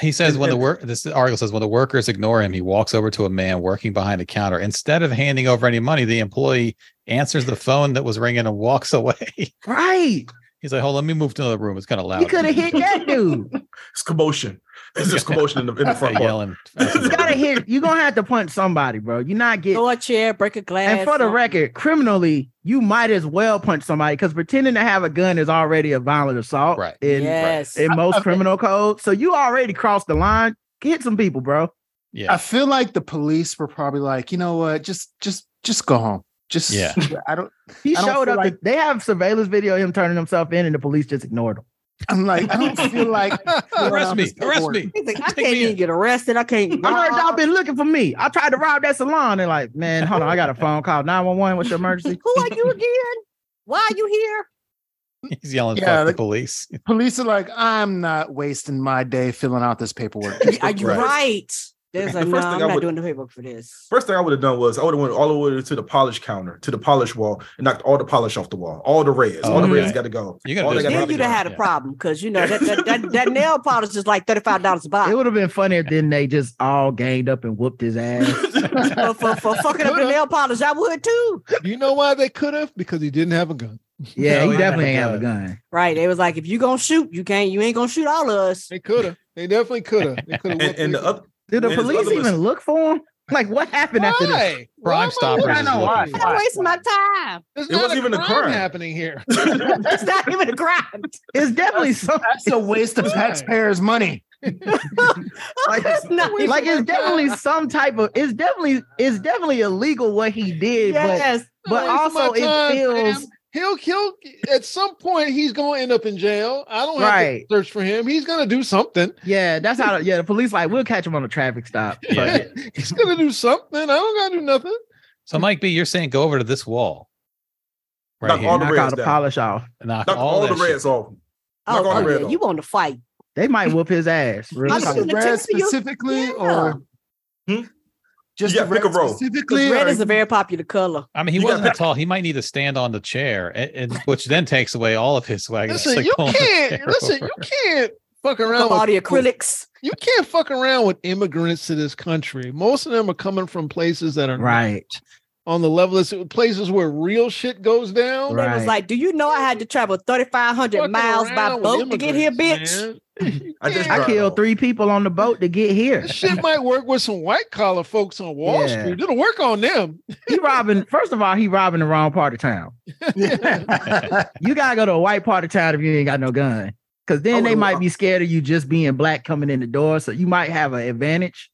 Speaker 3: He says
Speaker 2: And-
Speaker 3: when the
Speaker 2: and-
Speaker 3: work this article says when the workers ignore him, he walks over to a man working behind a counter. Instead of handing over any money, the employee answers the phone that was ringing and walks away.
Speaker 6: Right.
Speaker 3: He's like, "Hold, on, let me move to another room. It's kind of loud."
Speaker 6: You could have hit that dude.
Speaker 2: It's commotion. It's just commotion in the, in the front
Speaker 3: They're
Speaker 2: part.
Speaker 3: yelling.
Speaker 6: You gotta hit. You're gonna have to punch somebody, bro. You're not getting
Speaker 5: Throw a chair, break a glass.
Speaker 6: and for the
Speaker 5: something.
Speaker 6: record, criminally, you might as well punch somebody because pretending to have a gun is already a violent assault
Speaker 3: Right.
Speaker 6: in,
Speaker 5: yes.
Speaker 6: in most
Speaker 7: Okay.
Speaker 6: criminal codes. So you already crossed the line. Hit some people, bro.
Speaker 3: Yeah.
Speaker 7: I feel like the police were probably like, you know what, just just just go home. Just
Speaker 3: Yeah.
Speaker 7: I don't.
Speaker 6: He
Speaker 7: I don't
Speaker 6: showed
Speaker 7: feel
Speaker 6: up.
Speaker 7: like-
Speaker 6: to- they have surveillance video of him turning himself in, and the police just ignored him.
Speaker 7: I'm like, I don't feel like.
Speaker 3: Arrest me! Arrest me!
Speaker 5: He's like, I
Speaker 3: Take
Speaker 5: can't
Speaker 3: me
Speaker 5: even
Speaker 3: in.
Speaker 5: get arrested. I can't.
Speaker 6: I heard y'all been looking for me. I tried to rob that salon. They're like, man, hold on, I got a phone call. 911, what's your emergency?
Speaker 5: Who are you again? Why are you here?
Speaker 3: He's yelling, "Fuck the
Speaker 7: Yeah, like-
Speaker 3: police!"
Speaker 7: Police are like, I'm not wasting my day filling out this paperwork.
Speaker 5: Are you
Speaker 2: Right.
Speaker 5: right? There's
Speaker 2: The
Speaker 5: like, no,
Speaker 2: first
Speaker 5: I'm
Speaker 2: thing I
Speaker 5: not
Speaker 2: would-
Speaker 5: doing the paperwork for this.
Speaker 2: First thing I would have done was I would have went all the way to the polish counter, to the polish wall, and knocked all the polish off the wall, all the reds, all the
Speaker 3: Okay.
Speaker 2: reds got to go.
Speaker 3: You gotta
Speaker 2: all
Speaker 3: do some
Speaker 2: they gotta
Speaker 5: Then
Speaker 2: have
Speaker 5: you'd
Speaker 2: to
Speaker 5: have
Speaker 2: go.
Speaker 5: had a problem because you know that that, that, that nail polish is like thirty five dollars a
Speaker 6: It
Speaker 5: box
Speaker 6: would have been funny if then they just all ganged up and whooped his ass.
Speaker 5: for, for, for fucking up the nail polish. I would too.
Speaker 4: You know why they could have? Because he didn't have a gun.
Speaker 6: Yeah,
Speaker 3: No,
Speaker 6: he
Speaker 3: he
Speaker 6: definitely ain't
Speaker 3: had
Speaker 6: have
Speaker 3: a
Speaker 6: a gun.
Speaker 5: Right? They was like, if you gonna shoot, you can't. You ain't gonna shoot all of us.
Speaker 4: They could have. They definitely could have. They could have.
Speaker 2: And, and the other
Speaker 6: Did the
Speaker 2: And his
Speaker 6: police
Speaker 2: other was-
Speaker 6: even look for him? Like, what happened after this?
Speaker 4: Why?
Speaker 3: Crime Stoppers
Speaker 4: I
Speaker 3: is
Speaker 4: know why.
Speaker 3: looking.
Speaker 5: I'm wasting my time.
Speaker 4: There's
Speaker 2: It
Speaker 4: not
Speaker 2: wasn't
Speaker 4: a
Speaker 2: even a
Speaker 4: crime
Speaker 2: crime.
Speaker 4: happening here.
Speaker 5: That's not even a crime.
Speaker 6: It's definitely something.
Speaker 7: That's a waste of taxpayers' money.
Speaker 6: like,
Speaker 5: That's not even
Speaker 6: like
Speaker 5: a
Speaker 6: it's
Speaker 5: crime.
Speaker 6: definitely some type of it's definitely it's definitely illegal what he did
Speaker 5: Yes.
Speaker 6: but
Speaker 4: Waste
Speaker 6: also
Speaker 4: my
Speaker 6: it feels-
Speaker 4: fam. He'll kill at some point. He's gonna end up in jail. I don't have
Speaker 6: Right.
Speaker 4: to search for him. He's gonna do something.
Speaker 6: but yeah that's how yeah the police like we'll catch him on a traffic stop but
Speaker 3: Yeah.
Speaker 4: he's gonna do something. I don't gotta do nothing.
Speaker 3: So Mike B, you're saying go over to this wall. Right
Speaker 2: Knock
Speaker 3: here.
Speaker 2: all the
Speaker 6: knock
Speaker 2: reds
Speaker 6: out the
Speaker 2: down.
Speaker 6: polish off
Speaker 3: knock,
Speaker 2: Knock all, the
Speaker 3: that shit.
Speaker 2: reds off.
Speaker 5: Oh,
Speaker 2: Knock all the
Speaker 5: yeah,
Speaker 2: red off.
Speaker 5: you want to fight?
Speaker 6: they might whoop his ass real
Speaker 5: I'm
Speaker 7: Just
Speaker 6: talk.
Speaker 5: shooting
Speaker 7: the
Speaker 5: a
Speaker 7: red
Speaker 5: ticket for you.
Speaker 7: specifically,
Speaker 5: Yeah.
Speaker 7: or
Speaker 2: Hmm?
Speaker 7: just
Speaker 2: You
Speaker 7: the
Speaker 2: gotta pick
Speaker 7: red
Speaker 2: a roll.
Speaker 7: specifically?
Speaker 5: Because red
Speaker 7: or-
Speaker 5: is a very popular color.
Speaker 3: I mean, he
Speaker 2: You
Speaker 3: wasn't
Speaker 2: got-
Speaker 3: that tall. He might need to stand on the chair, and, and- which then takes away all of his swag. It's
Speaker 4: Listen,
Speaker 3: like oh
Speaker 4: you
Speaker 3: pulling the
Speaker 4: can't.
Speaker 3: chair
Speaker 4: Listen,
Speaker 3: over.
Speaker 4: you can't fuck around
Speaker 5: Come
Speaker 4: with
Speaker 5: all the acrylics.
Speaker 4: you can't fuck around with immigrants to this country. Most of them are coming from places that are not
Speaker 6: right
Speaker 4: on the level of places where real shit goes down.
Speaker 6: Right.
Speaker 5: They was like, "Do you know I had to travel 3,500
Speaker 4: Fucking
Speaker 5: miles by
Speaker 4: around with
Speaker 5: boat to get here,
Speaker 4: immigrants,
Speaker 5: bitch?"
Speaker 4: man. You
Speaker 2: I just
Speaker 4: can't.
Speaker 6: i killed three people on the boat to get here
Speaker 4: This shit might work with some white collar folks on Wall
Speaker 6: Yeah.
Speaker 4: Street. It'll work on them.
Speaker 6: he robbing first of all he robbing the wrong part of town you gotta go to a white part of town if you ain't got no gun because then they might be scared of you just being black coming in the door so you might have an advantage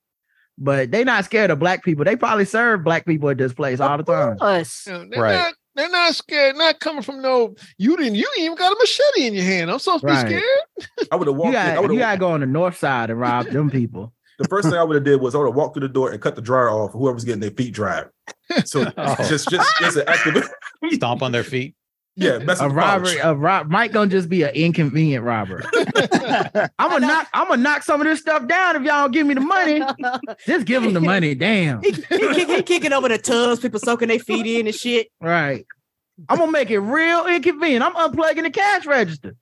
Speaker 6: but they not scared of black people they probably serve black people at this place all the time
Speaker 5: Us.
Speaker 4: You know, they're
Speaker 3: Right.
Speaker 4: not they're not scared, not coming from no you didn't you ain't even got a machete in your hand. I'm supposed to
Speaker 6: Right.
Speaker 4: be scared.
Speaker 2: I would have
Speaker 6: you
Speaker 2: walked. in- I
Speaker 6: gotta,
Speaker 2: would've-
Speaker 6: you gotta go on the north side and rob them people.
Speaker 2: the first thing I would have did was I would have walked through the door and cut the dryer off. Whoever's getting their feet dried. So
Speaker 3: Oh.
Speaker 2: just, just, just an active.
Speaker 3: stomp on their feet.
Speaker 2: Yeah, mess
Speaker 6: A
Speaker 2: with the polish.
Speaker 6: robbery, a rob Mike gonna just be an inconvenient robber. I'm gonna knock, I'm gonna knock some of this stuff down if y'all don't give me the money. Just give them the money, damn.
Speaker 5: he, he, kick- he kicking over the tubs, people soaking their feet in and shit.
Speaker 6: Right. I'm gonna make it real inconvenient. I'm unplugging the cash register.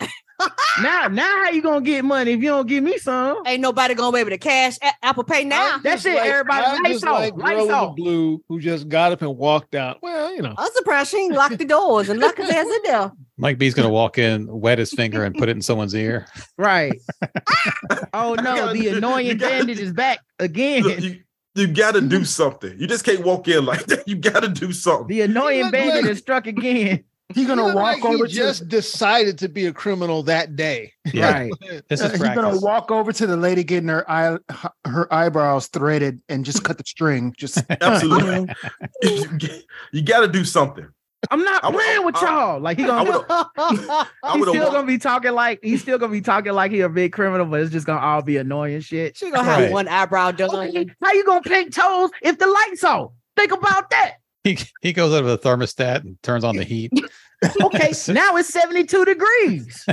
Speaker 6: now, now how you gonna get money if you don't give me some?
Speaker 5: Ain't nobody gonna be able to cash a- Apple Pay now.
Speaker 4: I'm
Speaker 6: that
Speaker 4: just
Speaker 6: shit, everybody,
Speaker 4: I'm
Speaker 6: lights
Speaker 4: just
Speaker 6: off,
Speaker 4: like
Speaker 6: lights
Speaker 4: girl in the
Speaker 6: off.
Speaker 4: blue who just got up and walked out. Well, you know.
Speaker 5: I'm surprised she ain't locked the doors and locked his ass in there.
Speaker 3: Mike B's gonna walk in, wet his finger, and put it in someone's ear.
Speaker 6: Right. oh no,
Speaker 2: gotta
Speaker 6: the
Speaker 2: do- you
Speaker 6: annoying
Speaker 2: gotta
Speaker 6: bandit
Speaker 2: do-
Speaker 6: is back
Speaker 2: Look,
Speaker 6: again.
Speaker 2: you, you gotta do something. You just can't walk in like that. You gotta do something.
Speaker 6: The annoying
Speaker 4: look like-
Speaker 6: bandit is struck again.
Speaker 7: He gonna
Speaker 4: He looked
Speaker 7: walk
Speaker 4: like
Speaker 7: over
Speaker 4: he
Speaker 7: to
Speaker 4: just decided to be a criminal that day.
Speaker 3: Yeah,
Speaker 6: Right.
Speaker 3: this
Speaker 7: Uh,
Speaker 3: is
Speaker 7: he's gonna
Speaker 3: practice.
Speaker 7: walk over to the lady getting her eye her eyebrows threaded and just cut the string. Just
Speaker 2: Absolutely.
Speaker 6: Oh.
Speaker 2: you, you gotta do something.
Speaker 6: I'm not
Speaker 2: I would-
Speaker 6: playing with
Speaker 2: I-
Speaker 6: y'all. Like he
Speaker 5: Oh,
Speaker 2: I
Speaker 6: gonna,
Speaker 2: would have I
Speaker 6: he's
Speaker 2: would
Speaker 6: still
Speaker 2: have
Speaker 6: gonna be talking like he's still gonna be talking like he a big criminal, but it's just gonna all be annoying shit.
Speaker 5: She gonna have
Speaker 3: Right.
Speaker 5: one eyebrow done.
Speaker 6: Okay, how you gonna paint toes if the lights on? Think about that.
Speaker 3: He, he goes over the thermostat and turns on the heat.
Speaker 6: Okay, now it's 72 degrees.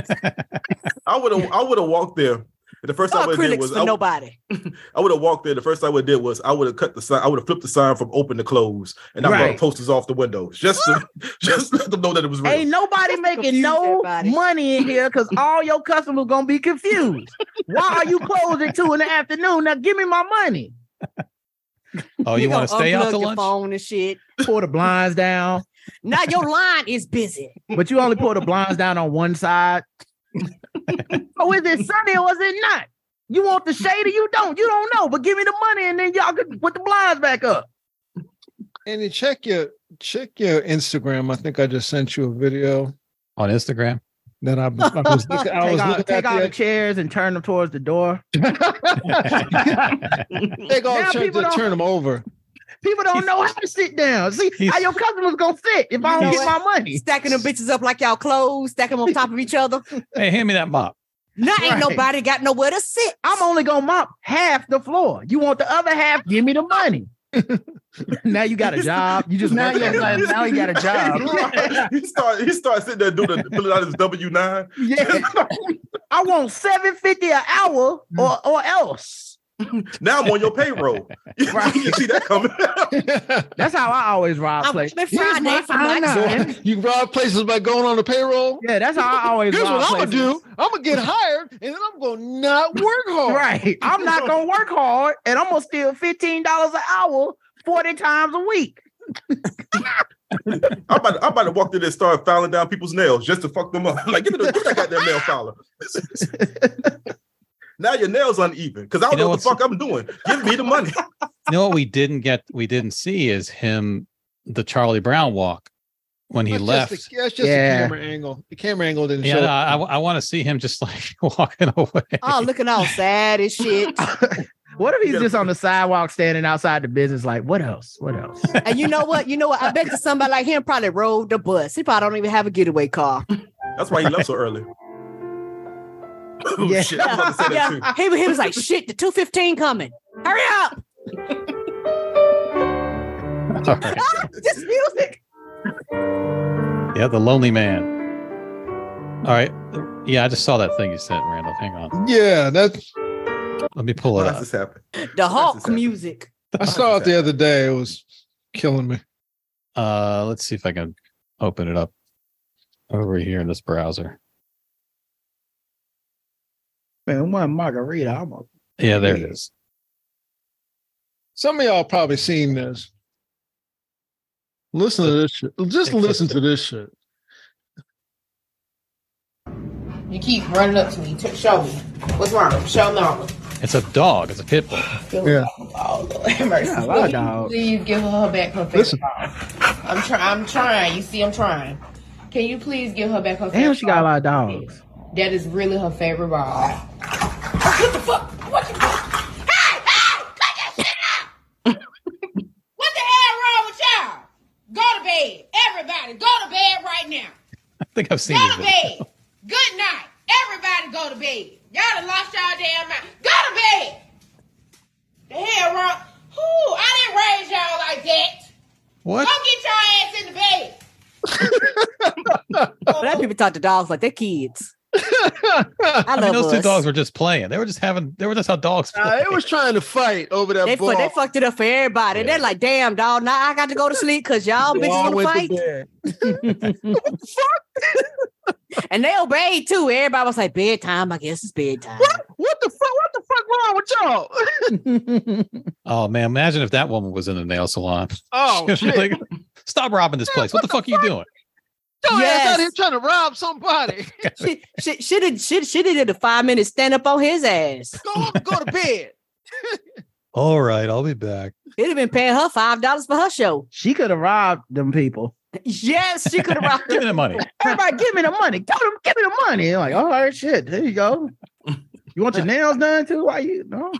Speaker 2: I would have I would have walked there. And the first
Speaker 5: No
Speaker 2: thing I would have did
Speaker 5: acrylics
Speaker 2: was
Speaker 5: for
Speaker 2: I,
Speaker 5: nobody.
Speaker 2: would have walked there. The first thing I would have did was I would have cut the sign. I would have flipped the sign from open to close, and I would
Speaker 6: Right.
Speaker 2: have posters off the windows just to, just let them know that it was real.
Speaker 6: Ain't nobody
Speaker 5: Just
Speaker 6: making
Speaker 5: confuse
Speaker 6: no
Speaker 5: everybody.
Speaker 6: money in here because all your customers gonna be confused. Why are you closed at two in the afternoon? Now give me my money.
Speaker 3: Oh, you
Speaker 5: He
Speaker 3: want to
Speaker 5: gonna
Speaker 3: stay out to
Speaker 5: unplug your
Speaker 3: lunch?
Speaker 5: Phone and shit.
Speaker 6: Pull the blinds down,
Speaker 5: Now your line is busy.
Speaker 6: but you only pull the blinds down on one side. oh, is it sunny or is it not? You want the shade or you don't? You don't know, but give me the money and then y'all can put the blinds back up.
Speaker 4: And you check your check your Instagram. I think I just sent you a video
Speaker 3: on Instagram.
Speaker 4: that I, I was looking, I
Speaker 6: Take,
Speaker 4: was
Speaker 6: all,
Speaker 4: looking
Speaker 6: take
Speaker 4: at
Speaker 6: all
Speaker 4: the-
Speaker 6: the chairs and turn them towards the door.
Speaker 4: Take all
Speaker 6: Now
Speaker 4: the
Speaker 6: people
Speaker 4: chairs
Speaker 6: don't-
Speaker 4: and turn them over.
Speaker 6: People don't know how to sit down. See how
Speaker 3: He's-
Speaker 6: your customers gonna sit if I don't
Speaker 5: He's-
Speaker 6: get my money.
Speaker 5: Stacking them bitches up like y'all clothes, stacking them on top of each other.
Speaker 3: Hey, hand me that mop.
Speaker 5: Now ain't
Speaker 6: Right.
Speaker 5: nobody got nowhere to sit.
Speaker 6: I'm only gonna mop half the floor. You want the other half? Give me the money. now you got a job. You just
Speaker 7: now,
Speaker 6: work
Speaker 7: you
Speaker 6: at
Speaker 7: got,
Speaker 6: it.
Speaker 7: now he got a job.
Speaker 2: he started he started sitting there doing the filling out his W nine.
Speaker 6: Yeah. I want seven fifty an hour or or else.
Speaker 2: Now I'm on your payroll.
Speaker 6: Right.
Speaker 2: you see that coming?
Speaker 6: That's how I always rob
Speaker 5: I'm
Speaker 6: places.
Speaker 5: coming
Speaker 6: Here's
Speaker 5: Friday
Speaker 6: my
Speaker 5: from Black
Speaker 6: timeline.
Speaker 5: Friday.
Speaker 4: you rob places by going on the payroll.
Speaker 6: Yeah, that's how I always
Speaker 4: Here's
Speaker 6: rob
Speaker 4: what I'm gonna
Speaker 6: places.
Speaker 4: do. I'm gonna get hired, and then I'm gonna not work hard.
Speaker 6: Right. I'm not gonna work hard and I'm gonna steal fifteen dollars an hour 40 times a week.
Speaker 2: I'm about, to, I'm about to walk through there and start filing down people's nails just to fuck them up. Like, give me the give me that goddamn nail filer. now your nails uneven because I don't
Speaker 3: You know
Speaker 2: know what the fuck I'm doing. Give me the money.
Speaker 3: you know what we didn't get we didn't see is him the Charlie Brown walk when he
Speaker 4: That's
Speaker 3: left.
Speaker 4: Just the, yeah, it's just
Speaker 6: Yeah.
Speaker 4: the camera angle. The camera angle didn't
Speaker 3: yeah,
Speaker 4: show.
Speaker 3: no, I, want to see him just like walking away.
Speaker 5: Oh, looking all sad as shit.
Speaker 6: What if
Speaker 2: You
Speaker 6: he's
Speaker 2: gotta
Speaker 6: just on the sidewalk standing outside the business? Like, what else? What else?
Speaker 5: And you know what? You know what? I bet you somebody like him probably rode the bus. He probably don't even have a getaway car.
Speaker 2: That's why he left so early. Oh,
Speaker 6: Yeah.
Speaker 2: shit. I was about to say that too.
Speaker 5: Yeah, he, he was like, shit, the 215 coming. Hurry up.
Speaker 3: All right.
Speaker 5: Ah, this music.
Speaker 3: Yeah, the lonely man. All right. Yeah, I just saw that thing you sent, Randall. Hang on.
Speaker 4: yeah, that's
Speaker 3: Let me pull
Speaker 2: What
Speaker 3: it
Speaker 2: else
Speaker 3: up.
Speaker 2: has happened?
Speaker 5: The Hulk
Speaker 2: exactly-
Speaker 5: music.
Speaker 4: I saw it the other day. It was killing me.
Speaker 3: Uh, let's see if I can open it up over here in this browser.
Speaker 6: Man, one margarita. I'm a-
Speaker 3: Yeah, there it is.
Speaker 4: Some of y'all probably seen this. Listen to this shit. Just listen to this shit.
Speaker 10: You keep running up to me. T- show me. What's wrong? Show normal.
Speaker 3: It's a dog. It's a pit bull.
Speaker 4: Yeah.
Speaker 10: Oh, Lord have mercy.
Speaker 6: Yeah, a lot of dogs.
Speaker 10: Please give her her back her favorite
Speaker 4: Listen.
Speaker 10: ball. I'm trying. I'm trying. You see, I'm trying. Can you please give her back her favorite
Speaker 6: Damn, she got a
Speaker 10: ball?
Speaker 6: lot of dogs.
Speaker 10: That is really her favorite ball. What the fuck? What the fuck? Hey, hey! Cut that shit out! what the hell wrong with y'all? Go to bed. Everybody, go to bed right now.
Speaker 3: I think I've seen
Speaker 10: Go
Speaker 3: this.
Speaker 10: to
Speaker 3: video.
Speaker 10: bed. Good night. Everybody go to bed. Y'all done lost y'all damn mind. Go to bed. The hell wrong? Who? I didn't raise y'all like that.
Speaker 3: What?
Speaker 10: Go get your ass in the bed.
Speaker 5: Black people talk to dogs like they're kids. I
Speaker 3: I
Speaker 5: love
Speaker 3: mean, those two
Speaker 5: us.
Speaker 3: dogs were just playing. They were just having. They were just how dogs play.
Speaker 4: Nah, it was trying to fight over that
Speaker 5: They, fu-
Speaker 4: ball.
Speaker 5: they fucked it up for everybody.
Speaker 3: Yeah.
Speaker 5: They're like, damn, dog, now I got to go to sleep because y'all bitches
Speaker 4: Ball
Speaker 5: want to
Speaker 4: went to
Speaker 5: fight.
Speaker 4: bed.
Speaker 5: And they obeyed too. Everybody was like, bedtime. I guess it's bedtime.
Speaker 4: What the fuck? What the fuck wrong with y'all?
Speaker 3: oh man, imagine if that woman was in a nail salon.
Speaker 4: Oh,
Speaker 3: She was
Speaker 4: shit.
Speaker 3: like, Stop robbing this place. What, the fuck are you doing?
Speaker 4: Your ass out
Speaker 5: Yes.
Speaker 4: here trying to rob somebody.
Speaker 5: She she should have should should have did a five minute stand up on his ass.
Speaker 4: go up, go to bed.
Speaker 3: All right, I'll be back.
Speaker 5: It'd have been paying her five dollars for her show.
Speaker 6: She could have robbed them people.
Speaker 5: Yes, she could have rocked
Speaker 3: Give
Speaker 5: it.
Speaker 3: me the money.
Speaker 6: Everybody, give me the money. Give them, give me the money. like, all right, shit. There you go. You want your nails done too? Why you no?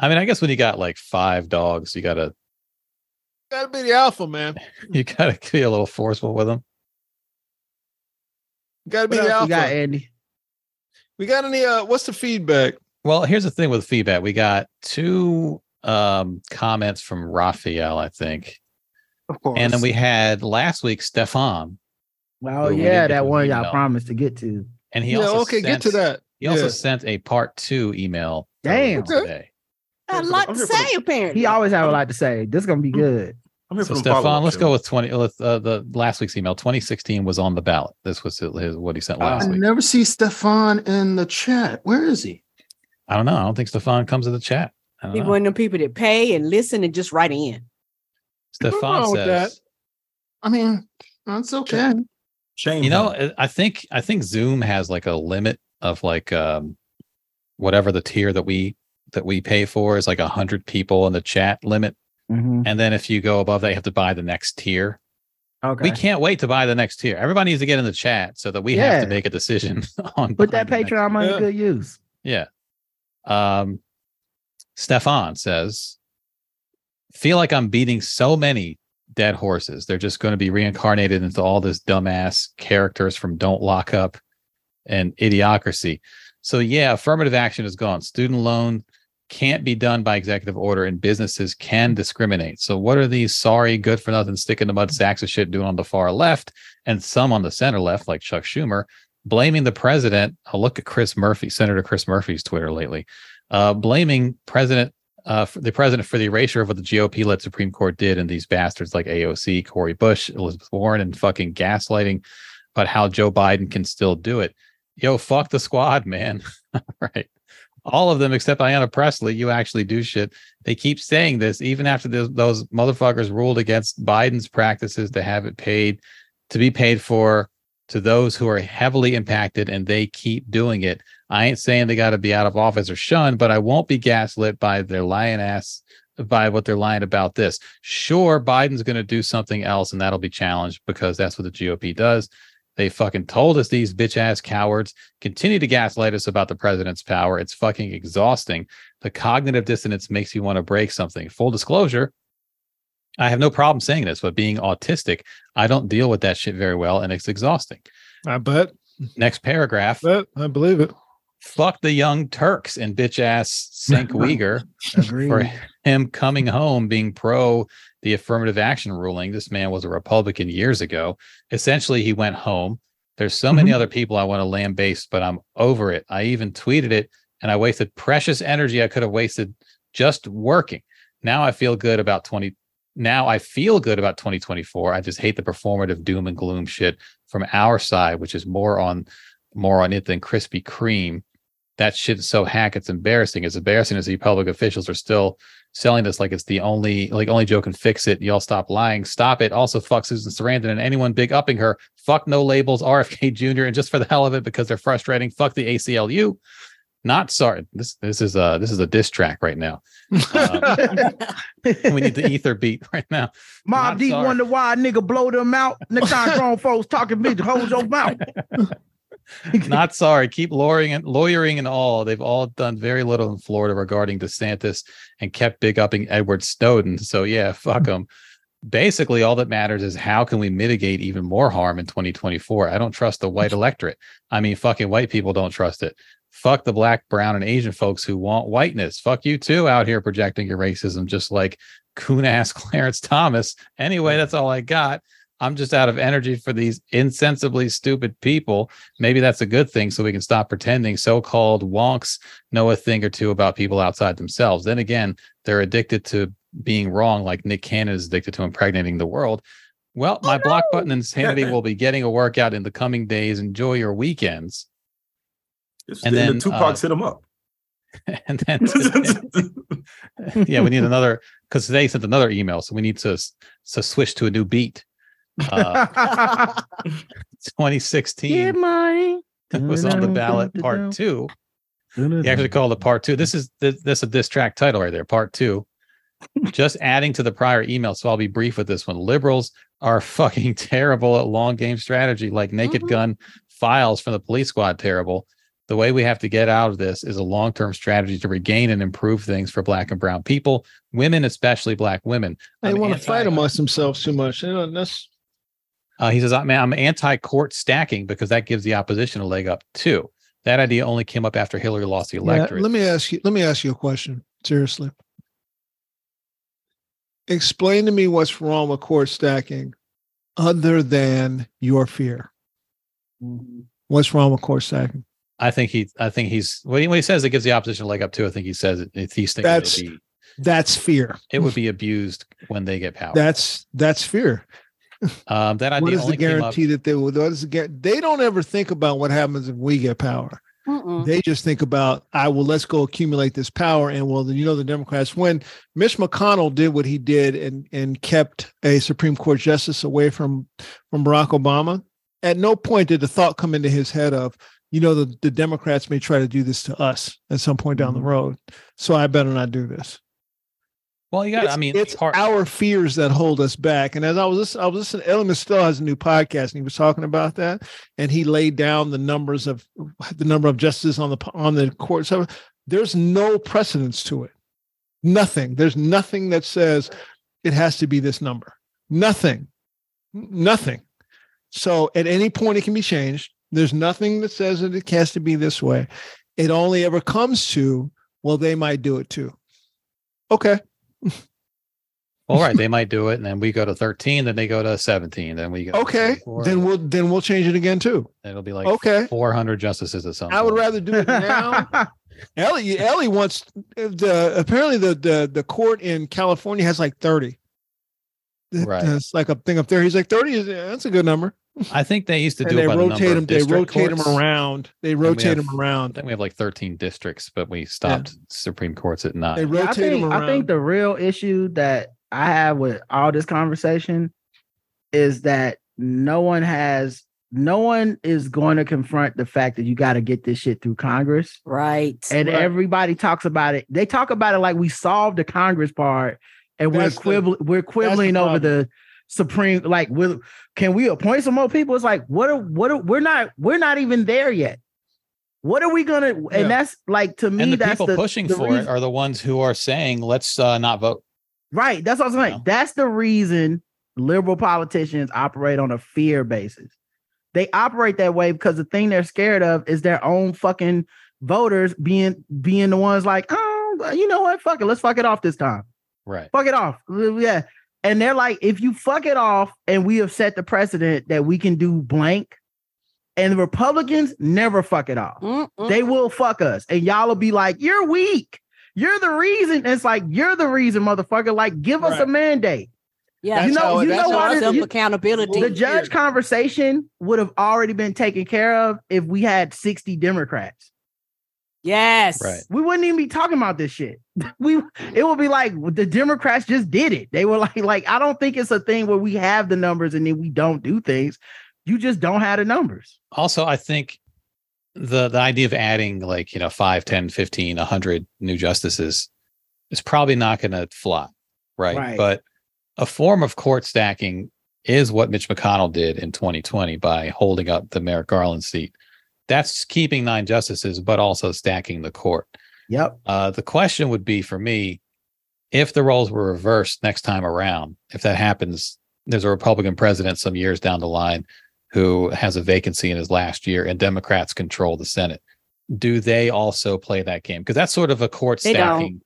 Speaker 3: I mean, I guess when you got like five dogs, you gotta
Speaker 4: Gotta be the alpha, man.
Speaker 3: you gotta be a little forceful with them.
Speaker 4: Gotta be
Speaker 6: What
Speaker 4: the
Speaker 6: else
Speaker 4: alpha.
Speaker 6: you got, Andy?
Speaker 4: we got any uh what's the feedback?
Speaker 3: Well, here's the thing with feedback. We got two um comments from Raphael, I think.
Speaker 7: Of course.
Speaker 3: And then we had last week Stefan.
Speaker 6: Well,
Speaker 3: Oh, we didn't
Speaker 6: yeah,
Speaker 3: get to
Speaker 6: that one
Speaker 3: the
Speaker 6: y'all
Speaker 3: email.
Speaker 6: promised to get to.
Speaker 3: And he
Speaker 4: Yeah,
Speaker 3: also
Speaker 4: okay,
Speaker 3: sent,
Speaker 4: get to that.
Speaker 3: He also
Speaker 4: Yeah.
Speaker 3: sent a part two email.
Speaker 6: Damn.
Speaker 3: earlier Today.
Speaker 5: A lot to say apparently.
Speaker 6: He always had a lot to say. This gonna be good.
Speaker 2: I'm here
Speaker 3: So
Speaker 2: for the follow-up
Speaker 3: Stefan, let's
Speaker 2: show.
Speaker 3: go with 20 let's, uh, the last week's email. 2016 was on the ballot. This was his, what he sent
Speaker 7: I
Speaker 3: last week.
Speaker 7: never see Stefan in the chat. Where is he?
Speaker 3: I don't know. I don't think Stefan comes to the chat. I don't
Speaker 5: He
Speaker 3: know.
Speaker 5: one of them people that pay and listen and just write in.
Speaker 4: Nothing
Speaker 3: Stefan
Speaker 4: wrong with
Speaker 3: says,
Speaker 7: I mean, that's okay.
Speaker 2: Shame.
Speaker 3: you know
Speaker 2: him.
Speaker 3: i I think i think zoom has like a limit of like um whatever the tier that we that we pay for is like a hundred people in the chat limit
Speaker 6: Mhm.
Speaker 3: and then if you go above that you have to buy the next tier
Speaker 6: Okay.
Speaker 3: we can't wait to buy the next tier everybody needs to get in the chat so that we have to
Speaker 6: Yeah.
Speaker 3: make a decision on
Speaker 6: Put that
Speaker 3: buying the next-
Speaker 6: Patreon money
Speaker 4: Yeah.
Speaker 6: to good use.
Speaker 3: yeah um stefan says feel like i'm beating so many dead horses they're just going to be reincarnated into all this dumbass characters from don't lock up and idiocracy. So yeah, affirmative action is gone. Student loan can't be done by executive order, and businesses can discriminate. So what are these sorry, good for nothing, stick in the mud sacks of shit doing on the far left and some on the center left, like Chuck Schumer, blaming the president? A look at Chris Murphy, Senator Chris Murphy's Twitter lately, uh, blaming President. Uh, f- the president for the erasure of what the GOP led Supreme Court did, and these bastards like AOC, Corey Bush, Elizabeth Warren, and fucking gaslighting about how Joe Biden can still do it yo, fuck the squad, man. right. All of them except Ayanna Presley, you actually do shit. They keep saying this even after those, those motherfuckers ruled against Biden's practices to have it paid, to be paid for to those who are heavily impacted and they keep doing it. I ain't saying they got to be out of office or shunned, but I won't be gaslit by their lying ass by what they're lying about this. Sure, Biden's going to do something else and that'll be challenged because that's what the GOP does. They fucking told us these bitch ass cowards continue to gaslight us about the president's power. It's fucking exhausting. The cognitive dissonance makes you want to break something. Full disclosure, I have no problem saying this, but being autistic, I don't deal with that shit very well and it's exhausting.
Speaker 4: I bet.
Speaker 3: Next paragraph.
Speaker 4: I, bet. I believe it.
Speaker 3: Fuck the young Turks and bitch ass Sank Uyghur for him coming home being pro the affirmative action ruling. This man was a Republican years ago. Essentially, he went home. There's so many other people I want to land base, but I'm over it. I even tweeted it and I wasted precious energy I could have wasted just working. Now I feel good about 20. Now I feel good about 2024. I just hate the performative doom and gloom shit from our side, which is more on more on it than Krispy Kreme. That shit's so hack, it's embarrassing. It's embarrassing to see public officials are still selling this like it's the only like only Joe can fix it. Y'all stop lying. Stop it. Also fuck Susan Sarandon and anyone big upping her. Fuck no labels, RFK Jr. And just for the hell of it, because they're frustrating, fuck the ACLU. Not sorry. This this is a this is a diss track right now. Um, we need the ether beat right now.
Speaker 6: Mob
Speaker 3: Not
Speaker 6: D
Speaker 3: sorry.
Speaker 6: wonder why a nigga blow them out. Next time grown folks talking bitch, hold your mouth.
Speaker 3: Not sorry. Keep lawyering and lawyering and all. They've all done very little in Florida regarding DeSantis and kept big upping Edward Snowden. So yeah, fuck them. Basically, all that matters is how can we mitigate even more harm in 2024. I don't trust the white electorate. I mean, fucking white people don't trust it. Fuck the black, brown, and Asian folks who want whiteness. Fuck you too out here projecting your racism, just like coon ass Clarence Thomas. Anyway, that's all I got. I'm just out of energy for these insensibly stupid people. Maybe that's a good thing so we can stop pretending so called wonks know a thing or two about people outside themselves. Then again, they're addicted to being wrong, like Nick Cannon is addicted to impregnating the world. Well, my block button insanity will be getting a workout in the coming days. Enjoy your weekends.
Speaker 2: It's
Speaker 3: And
Speaker 2: and then,
Speaker 3: then,
Speaker 2: the Tupac's
Speaker 3: uh,
Speaker 2: hit him up.
Speaker 3: And then today- yeah, we need another because today sent another email, so we need to s- to switch to a new beat. Uh, 2016
Speaker 6: Get mine.
Speaker 3: was on the ballot, part two. He actually called it part two. This is th- this a diss track title right there, part two. Just adding to the prior email, so I'll be brief with this one. Liberals are fucking terrible at long game strategy, like Naked Gun files from the police squad. Terrible. The way we have to get out of this is a long term strategy to regain and improve things for Black and Brown people, women, especially Black women.
Speaker 4: They
Speaker 3: I'm
Speaker 4: want to
Speaker 3: anti-
Speaker 4: fight amongst themselves too much. They don't- that's
Speaker 3: uh, he says, I'm, I'm anti court stacking because that gives the opposition a leg up too. That idea only came up after Hillary lost the
Speaker 4: Yeah,
Speaker 3: electorate.
Speaker 4: let me ask you. Let me ask you a question. Seriously, explain to me what's wrong with court stacking, other than your fear. Mm-hmm. What's wrong with court stacking?
Speaker 3: I think he, I think he's when he, when he says it gives the opposition a leg up too. I think he says it. He thinks
Speaker 4: That's-
Speaker 3: it'll be,
Speaker 4: That's fear.
Speaker 3: it would be abused when they get power.
Speaker 4: That's that's fear.
Speaker 3: um, that
Speaker 4: What
Speaker 3: idea
Speaker 4: is the
Speaker 3: only came up.
Speaker 4: guarantee that they will? What is the guar- They don't ever think about what happens if we get power.
Speaker 5: Mm-hmm.
Speaker 4: They just think about, I will let's go accumulate this power, and well, you know, the Democrats. When Mitch McConnell did what he did and and kept a Supreme Court justice away from from Barack Obama, at no point did the thought come into his head of, you know, the, the Democrats may try to do this to us at some point down the road, so I better not do this.
Speaker 3: Well, you got.
Speaker 4: It's,
Speaker 3: I mean,
Speaker 4: it's
Speaker 3: part,
Speaker 4: our fears that hold us back. And as I was listening, I was listening. Ellen Still has a new podcast, and he was talking about that. And he laid down the numbers of the number of justices on the on the court. So there's no precedence to it. Nothing. There's nothing that says it has to be this number. Nothing. N- Nothing. So at any point it can be changed. There's nothing that says that it has to be this way. It only ever comes to, well, they might do it too. Okay.
Speaker 3: well, right. They might do it, and then we go to thirteen. Then they go to seventeen. Then we go. to
Speaker 4: Okay,
Speaker 3: 24,
Speaker 4: then we'll then we'll change it again too.
Speaker 3: and it'll be like
Speaker 4: okay.
Speaker 3: four hundred justices or something.
Speaker 4: I would rather do it now. Ellie Ellie wants the apparently the the the court in California has like thirty.
Speaker 3: Right.
Speaker 4: It's like a thing up there. He's like thirty is that's a good number.
Speaker 3: I think they used to do
Speaker 4: and
Speaker 3: it
Speaker 4: they
Speaker 3: by the number
Speaker 4: rotate
Speaker 3: of
Speaker 4: them. They
Speaker 3: district
Speaker 4: rotate
Speaker 3: courts.
Speaker 4: them around. They rotate
Speaker 3: have-
Speaker 4: them
Speaker 3: I
Speaker 4: around.
Speaker 3: think we have like 13 districts, but we stopped Supreme Courts at
Speaker 4: They
Speaker 3: nine.
Speaker 6: I
Speaker 4: rotate
Speaker 6: think,
Speaker 4: them around.
Speaker 6: I think the real issue that I have with all this conversation is that no one has no one is going to confront the fact that you got to get this shit through Congress.
Speaker 5: Right.
Speaker 6: And
Speaker 5: Right.
Speaker 6: everybody talks about it. They talk about it like we solved the Congress part and we're
Speaker 4: That's the-
Speaker 6: quibble- we're quibbling over the Supreme like will can we appoint some more people? It's like what are what are, we're not we're not even there yet. What are we gonna
Speaker 4: Yeah.
Speaker 6: and that's like to me
Speaker 3: and the
Speaker 6: that's
Speaker 3: people
Speaker 6: the,
Speaker 3: pushing
Speaker 6: the
Speaker 3: for
Speaker 6: reason-
Speaker 3: it are the ones who are saying, "Let's uh, not vote."
Speaker 6: Right. That's what I'm saying.
Speaker 3: know?
Speaker 6: That's the reason liberal politicians operate on a fear basis. They operate that way because the thing they're scared of is their own fucking voters being being the ones like, oh, you know what? Fuck it. Let's fuck it off this time.
Speaker 3: Right.
Speaker 6: Fuck it off. Yeah. And they're like, if you fuck it off and we have set the precedent that we can do blank, and the Republicans never fuck it off
Speaker 5: Mm-mm.
Speaker 6: they will fuck us and y'all will be like you're weak you're the reason it's like you're the reason motherfucker like give us a
Speaker 4: Right.
Speaker 6: mandate
Speaker 5: yeah.
Speaker 6: you know
Speaker 4: how-
Speaker 6: you
Speaker 4: that's
Speaker 6: know
Speaker 4: how
Speaker 6: why
Speaker 4: I
Speaker 6: this,
Speaker 5: self
Speaker 6: you-
Speaker 5: accountability.
Speaker 6: the judge conversation would have already been taken care of if we had 60 democrats
Speaker 5: yes.
Speaker 3: Right.
Speaker 6: we wouldn't even be talking about this shit we it would be like the democrats just did it they were like like i don't think it's a thing where we have the numbers and then we don't do things you just don't have the numbers
Speaker 3: Also, I think the the idea of adding like you know 5, 10, 15, 100 new justices is probably not going to fly, right?
Speaker 6: Right.
Speaker 3: But a form of court stacking is what Mitch McConnell did in 2020 by holding up the Merrick Garland seat. That's keeping nine justices, but also stacking the court.
Speaker 6: yep
Speaker 3: Uh, the question would be for me if the roles were reversed next time around, if that happens, there's a Republican president some years down the line who has a vacancy in his last year and Democrats control the Senate. Do they also play that game? Because that's sort of a court
Speaker 5: They don't.
Speaker 3: stacking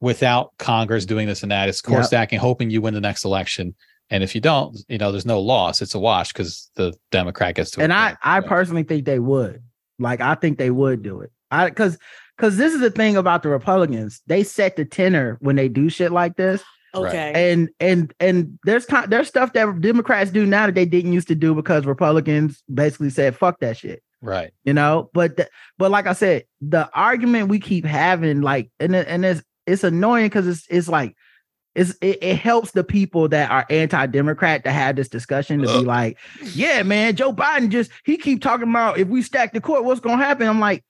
Speaker 3: without Congress doing this and that. It's court
Speaker 6: Yep.
Speaker 3: stacking, hoping you win the next election. And if you don't, you know, there's no loss. It's a wash because the Democrat gets to
Speaker 6: and I,
Speaker 3: appoint,
Speaker 6: I
Speaker 3: so.
Speaker 6: personally think they would. Like, I think they would do it. I because because this is the thing about the Republicans. They set the tenor when they do shit like this.
Speaker 5: Okay.
Speaker 6: And and and there's time there's stuff that Democrats do now that they didn't used to do because Republicans basically said fuck that shit
Speaker 3: right.
Speaker 6: you know but th- but like i said the argument we keep having like and it- and it's it's annoying because it's it's like it's it, it helps the people that are anti-democrat to have this discussion to be like yeah man joe biden just he keep talking about if we stack the court what's gonna happen i'm like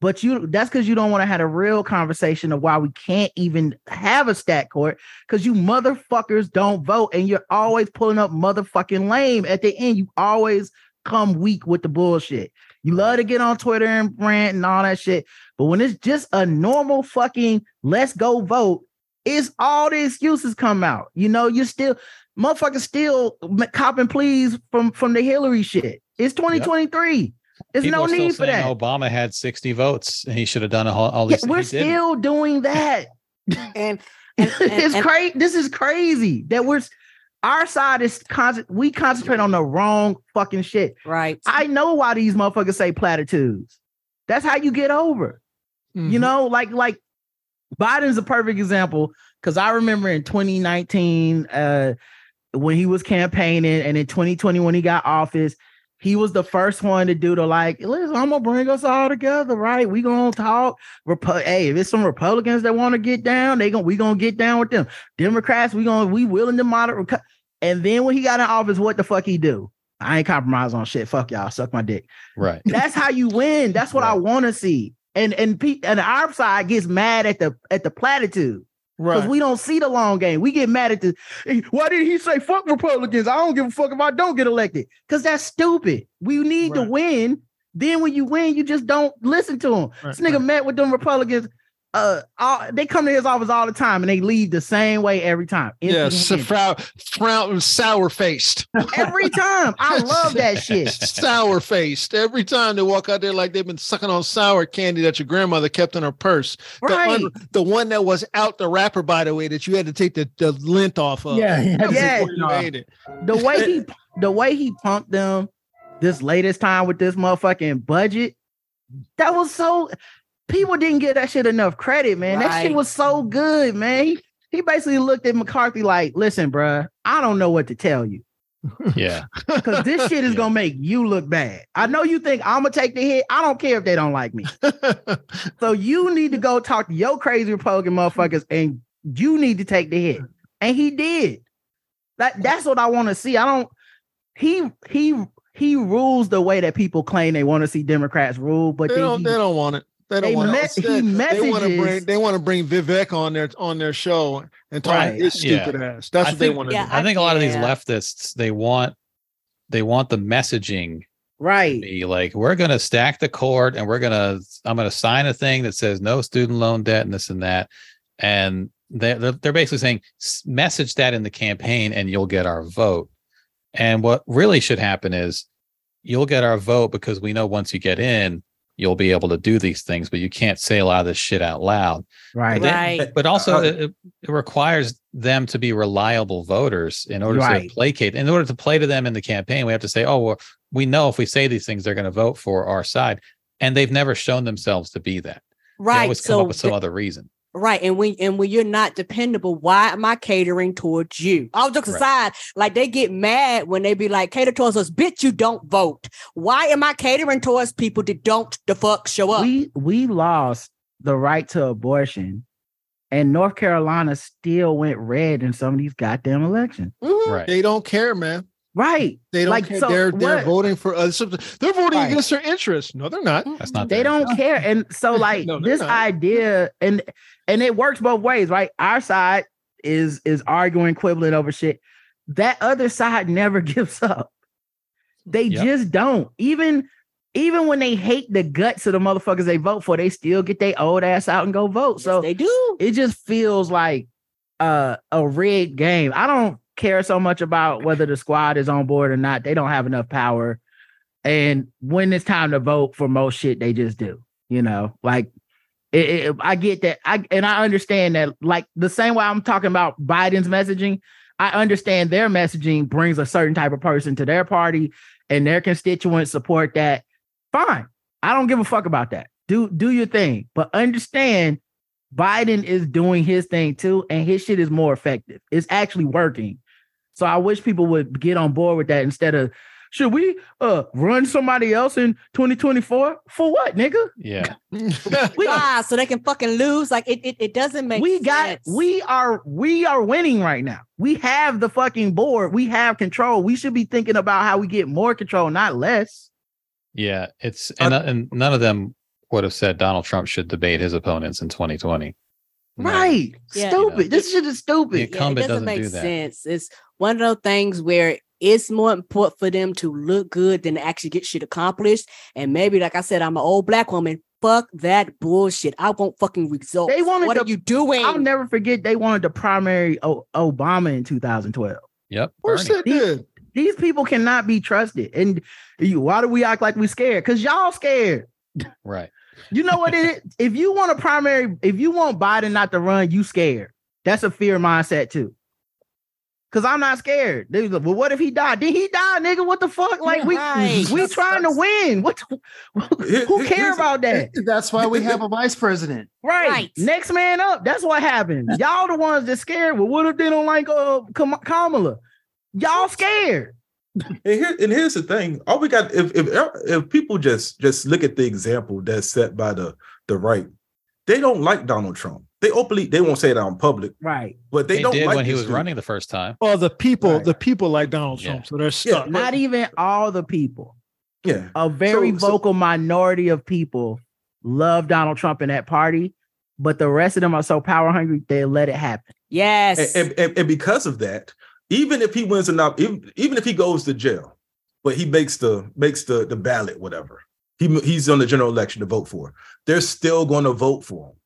Speaker 6: but you that's because you don't want to have a real conversation of why we can't even have a stat court because you motherfuckers don't vote and you're always pulling up motherfucking lame at the end you always come weak with the bullshit you love to get on Twitter and rant and all that shit. But when it's just a normal fucking let's go vote, it's all the excuses come out. You know, you still motherfuckers still m- copping pleas from from the Hillary shit. It's 2023. There's
Speaker 3: People
Speaker 6: no
Speaker 3: are still
Speaker 6: need for
Speaker 3: saying
Speaker 6: that.
Speaker 3: Obama had 60 votes and he should have done all, all
Speaker 6: Yeah,
Speaker 3: these.
Speaker 6: we're
Speaker 3: he didn't.
Speaker 6: still doing that.
Speaker 5: And and, and,
Speaker 6: it's
Speaker 5: and-
Speaker 6: crazy. This is crazy that we're s- our side is con- we concentrate on the wrong fucking shit.
Speaker 5: right.
Speaker 6: I know why these motherfuckers say platitudes. That's how you get over.
Speaker 4: Mm-hmm.
Speaker 6: You know, like like Biden's a perfect example because I remember in 2019 uh, when he was campaigning, and in 2020 when he got office, he was the first one to do the like, listen, I'm gonna bring us all together, right? We gonna talk. Repu- hey, if it's some Republicans that want to get down, they gonna we gonna get down with them. Democrats, we gonna we willing to moderate. And then when he got in office, what the fuck he do? I ain't compromise on shit. Fuck y'all, suck my dick.
Speaker 3: Right.
Speaker 6: That's how you win. That's what I
Speaker 3: Right.
Speaker 6: want to see. And and pe- and our side gets mad at the at the platitude because
Speaker 4: Right.
Speaker 6: we don't see the long game. We get mad at the why did he say fuck Republicans? I don't give a fuck if I don't get elected because that's stupid. We need to
Speaker 4: Right.
Speaker 6: win. Then when you win, you just don't listen to them.
Speaker 4: Right,
Speaker 6: this nigga
Speaker 4: right.
Speaker 6: met with them Republicans. Uh, all, they come to his office all the time and they leave the same way every time.
Speaker 4: yeah, so
Speaker 6: Empty-handed.
Speaker 4: frou- frown, sour faced,
Speaker 6: every time. I love that shit.
Speaker 4: sour faced. Every time they walk out there like they've been sucking on sour candy that your grandmother kept in her purse. The,
Speaker 6: Right.
Speaker 4: un- the one that was out the wrapper, by the way, that you had to take the, the lint off of.
Speaker 8: Yeah, yeah.
Speaker 4: That was
Speaker 6: Yeah.
Speaker 4: before you ate it.
Speaker 6: the way he the way he punked them this latest time with this motherfucking budget that was so people didn't get that shit enough credit man that shit
Speaker 5: Right.
Speaker 6: was so good man he, he basically looked at mccarthy like listen bruh i don't know what to tell you
Speaker 3: Yeah.
Speaker 6: because this shit is
Speaker 3: Yeah.
Speaker 6: gonna make you look bad i know you think i'm gonna take the hit i don't care if they don't like me so you need to go talk to your crazy Republican motherfuckers, and you need to take the hit. And he did. That that's what I want to see. I don't. He he He rules the way that people claim they want to see Democrats rule, but
Speaker 4: They
Speaker 6: then
Speaker 4: don't.
Speaker 6: he-
Speaker 4: They don't want it. They don't
Speaker 6: They
Speaker 4: want
Speaker 6: met-
Speaker 4: it. Instead,
Speaker 6: he
Speaker 4: they want to bring.
Speaker 6: messages-
Speaker 4: They want to bring Vivek on their on their show and talk
Speaker 3: Right.
Speaker 4: his
Speaker 3: Yeah.
Speaker 4: stupid ass. That's
Speaker 3: I
Speaker 4: what they
Speaker 3: think-
Speaker 4: want to
Speaker 5: yeah,
Speaker 4: do.
Speaker 3: I think a lot of these
Speaker 5: Yeah.
Speaker 3: leftists they want they want the messaging to
Speaker 6: right.
Speaker 3: be like we're going to stack the court and we're going to I'm going to sign a thing that says no student loan debt and this and that and they they're, they're basically saying "S- message that in the campaign and you'll get our vote. And what really should happen is you'll get our vote because we know once you get in you'll be able to do these things but you can't say a lot of this shit out loud.
Speaker 6: Right.
Speaker 3: They-
Speaker 5: Right.
Speaker 3: but also
Speaker 2: Uh,
Speaker 3: it, it- it requires them to be reliable voters in order
Speaker 6: Right.
Speaker 3: to placate in order to play to them in the campaign we have to say oh well we know if we say these things they're going to vote for our side and they've never shown themselves to be that they
Speaker 5: Right.
Speaker 3: always come
Speaker 5: So
Speaker 3: up with some
Speaker 5: th-
Speaker 3: other reason
Speaker 5: Right. And when and when you're not dependable, why am I catering towards you? All jokes
Speaker 3: Right.
Speaker 5: aside, like they get mad when they be like, cater towards us, bitch, you don't vote. Why am I catering towards people that don't the fuck show up?
Speaker 6: We we lost the right to abortion, and North Carolina still went red in some of these goddamn elections.
Speaker 5: Mhm.
Speaker 3: right
Speaker 4: They don't care, man.
Speaker 6: Right.
Speaker 4: They don't
Speaker 6: Like,
Speaker 4: care.
Speaker 6: so
Speaker 4: they're they're
Speaker 6: what-
Speaker 4: voting for us. They're voting
Speaker 6: Right.
Speaker 4: against their interests. No, they're not.
Speaker 3: that's not
Speaker 6: They
Speaker 3: their-
Speaker 6: don't care. And so like
Speaker 4: No, they're
Speaker 6: this
Speaker 4: not.
Speaker 6: idea and and it works both ways, right? Our side is is arguing, quibbling over shit. That other side never gives up. They
Speaker 3: Yep.
Speaker 6: just don't. Even even when they hate the guts of the motherfuckers they vote for, they still get their old ass out and go vote.
Speaker 5: Yes,
Speaker 6: So
Speaker 5: they do.
Speaker 6: it just feels like uh, a rigged game. I don't care so much about whether the squad is on board or not. They don't have enough power. And when it's time to vote for most shit, they just do. You know, like it, it- I get that. I and I understand that. Like the same way I'm talking about Biden's messaging, I understand their messaging brings a certain type of person to their party, and their constituents support that. Fine, I don't give a fuck about that. Do do your thing, but understand Biden is doing his thing too, and his shit is more effective. It's actually working. So I wish people would get on board with that instead of should we uh run somebody else in 2024 for what, nigga?
Speaker 3: yeah
Speaker 6: We
Speaker 5: Why? So they can fucking lose. Like it it, it doesn't make
Speaker 6: we got
Speaker 5: sense.
Speaker 6: we are we are winning right now. We have the fucking board. We have control. We should be thinking about how we get more control, not less.
Speaker 3: yeah it's
Speaker 2: Uh,
Speaker 3: and, and none of them would have said donald trump should debate his opponents in 2020 No.
Speaker 6: Right?
Speaker 5: Yeah.
Speaker 6: Stupid. This shit is
Speaker 3: Yeah,
Speaker 6: stupid.
Speaker 5: Yeah,
Speaker 3: incumbent
Speaker 5: it
Speaker 3: doesn't
Speaker 5: doesn't, make
Speaker 3: do that.
Speaker 5: sense. It's one of those things where it's more important for them to look good than to actually get shit accomplished. And maybe, like I said, I'm an old black woman. Fuck that bullshit. I want fucking results.
Speaker 6: They wanted
Speaker 5: what
Speaker 6: to-
Speaker 5: are you doing?
Speaker 6: I'll never forget they wanted to primary O- Obama in 2012.
Speaker 3: yep
Speaker 4: Of course
Speaker 3: Bernie.
Speaker 4: they did.
Speaker 6: These people cannot be trusted. And you, why do we act like we scared? Because y'all scared.
Speaker 3: right
Speaker 6: You know what it is? If you want a primary, if you want Biden not to run, you scared. That's a fear mindset too. Cause I'm not scared. They was like, well, what if he died? Did he die, nigga? What the fuck? Like we
Speaker 5: Right.
Speaker 6: we trying to win. What?
Speaker 2: Here-
Speaker 6: The, who care
Speaker 2: here's-
Speaker 6: about that?
Speaker 7: That's why we have a vice president.
Speaker 6: Right.
Speaker 5: Right.
Speaker 6: Next man up. That's what happened. Y'all the ones that scared. Well, what if they don't like uh Kam- Kamala? Y'all scared.
Speaker 2: And here and here's the thing. All we got if if if people just just look at the example that's set by the the right, they don't like Donald Trump. They openly they won't say it out in public,
Speaker 6: Right.
Speaker 2: but they,
Speaker 3: they,
Speaker 2: don't
Speaker 3: did
Speaker 2: like
Speaker 3: when he
Speaker 2: this
Speaker 3: was
Speaker 2: dude.
Speaker 3: running the first time
Speaker 4: Well, the people,
Speaker 6: Right.
Speaker 4: the people like Donald
Speaker 3: Yeah.
Speaker 4: Trump, so they're stuck.
Speaker 6: Not even all the people.
Speaker 2: Yeah,
Speaker 6: a very
Speaker 2: So- so-
Speaker 6: vocal minority of people love Donald Trump in that party, but the rest of them are so power hungry they let it happen.
Speaker 5: yes.
Speaker 2: and, and, and because of that, even if he wins or not, even, even if he goes to jail, but he makes the makes the the ballot, whatever. He he's on the general election to vote for. They're still going to vote for him.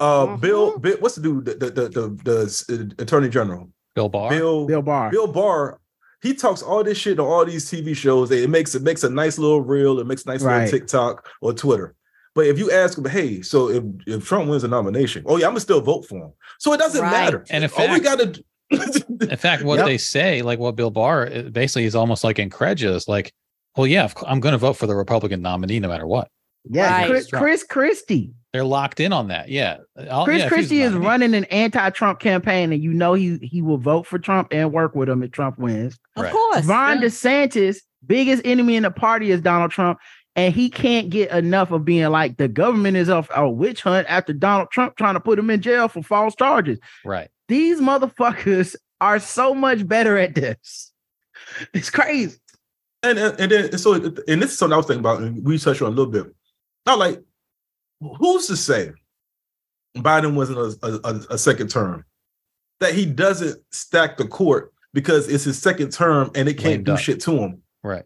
Speaker 2: Uh, Bill, Bill, what's the dude? The the the, the, the attorney general,
Speaker 3: bill barr
Speaker 2: Bill,
Speaker 6: Bill Barr.
Speaker 2: Bill Barr, he talks all this shit on all these TV shows. It makes it makes a nice little reel. It makes a nice
Speaker 6: Right.
Speaker 2: little TikTok or Twitter. But if you ask him, hey, so if, if Trump wins the nomination, oh yeah, I'm gonna still vote for him. So it doesn't
Speaker 5: Right.
Speaker 2: matter.
Speaker 3: And in
Speaker 2: all we
Speaker 3: fact-
Speaker 2: gotta.
Speaker 3: in fact, what
Speaker 6: Yep.
Speaker 3: they say, like what Bill Barr uh, basically is almost like incredulous, like, well, yeah, of cou- I'm going to vote for the Republican nominee no matter what.
Speaker 6: yeah,
Speaker 5: Right.
Speaker 6: Chris, Chris Christie.
Speaker 3: They're locked in on that. Yeah. I'll-
Speaker 6: Chris
Speaker 3: Oh, yeah, if he's
Speaker 6: Christie is
Speaker 3: nominee.
Speaker 6: running an anti-Trump campaign, and you know he he will vote for Trump and work with him if Trump wins.
Speaker 5: of
Speaker 3: Right.
Speaker 5: course.
Speaker 6: Ron DeSantis, biggest enemy in the party is Donald Trump, and he can't get enough of being like the government is off a witch hunt after Donald Trump trying to put him in jail for false charges.
Speaker 3: Right.
Speaker 6: these motherfuckers are so much better at this. It's crazy.
Speaker 2: and and, and then and so and this is something I was thinking about, and we touched on a little bit. Now, like, who's to say Biden wasn't a, a, a- a second term that he doesn't stack the court because it's his second term and it can't
Speaker 3: Lame
Speaker 2: do
Speaker 3: duck.
Speaker 2: shit to him.
Speaker 3: Right.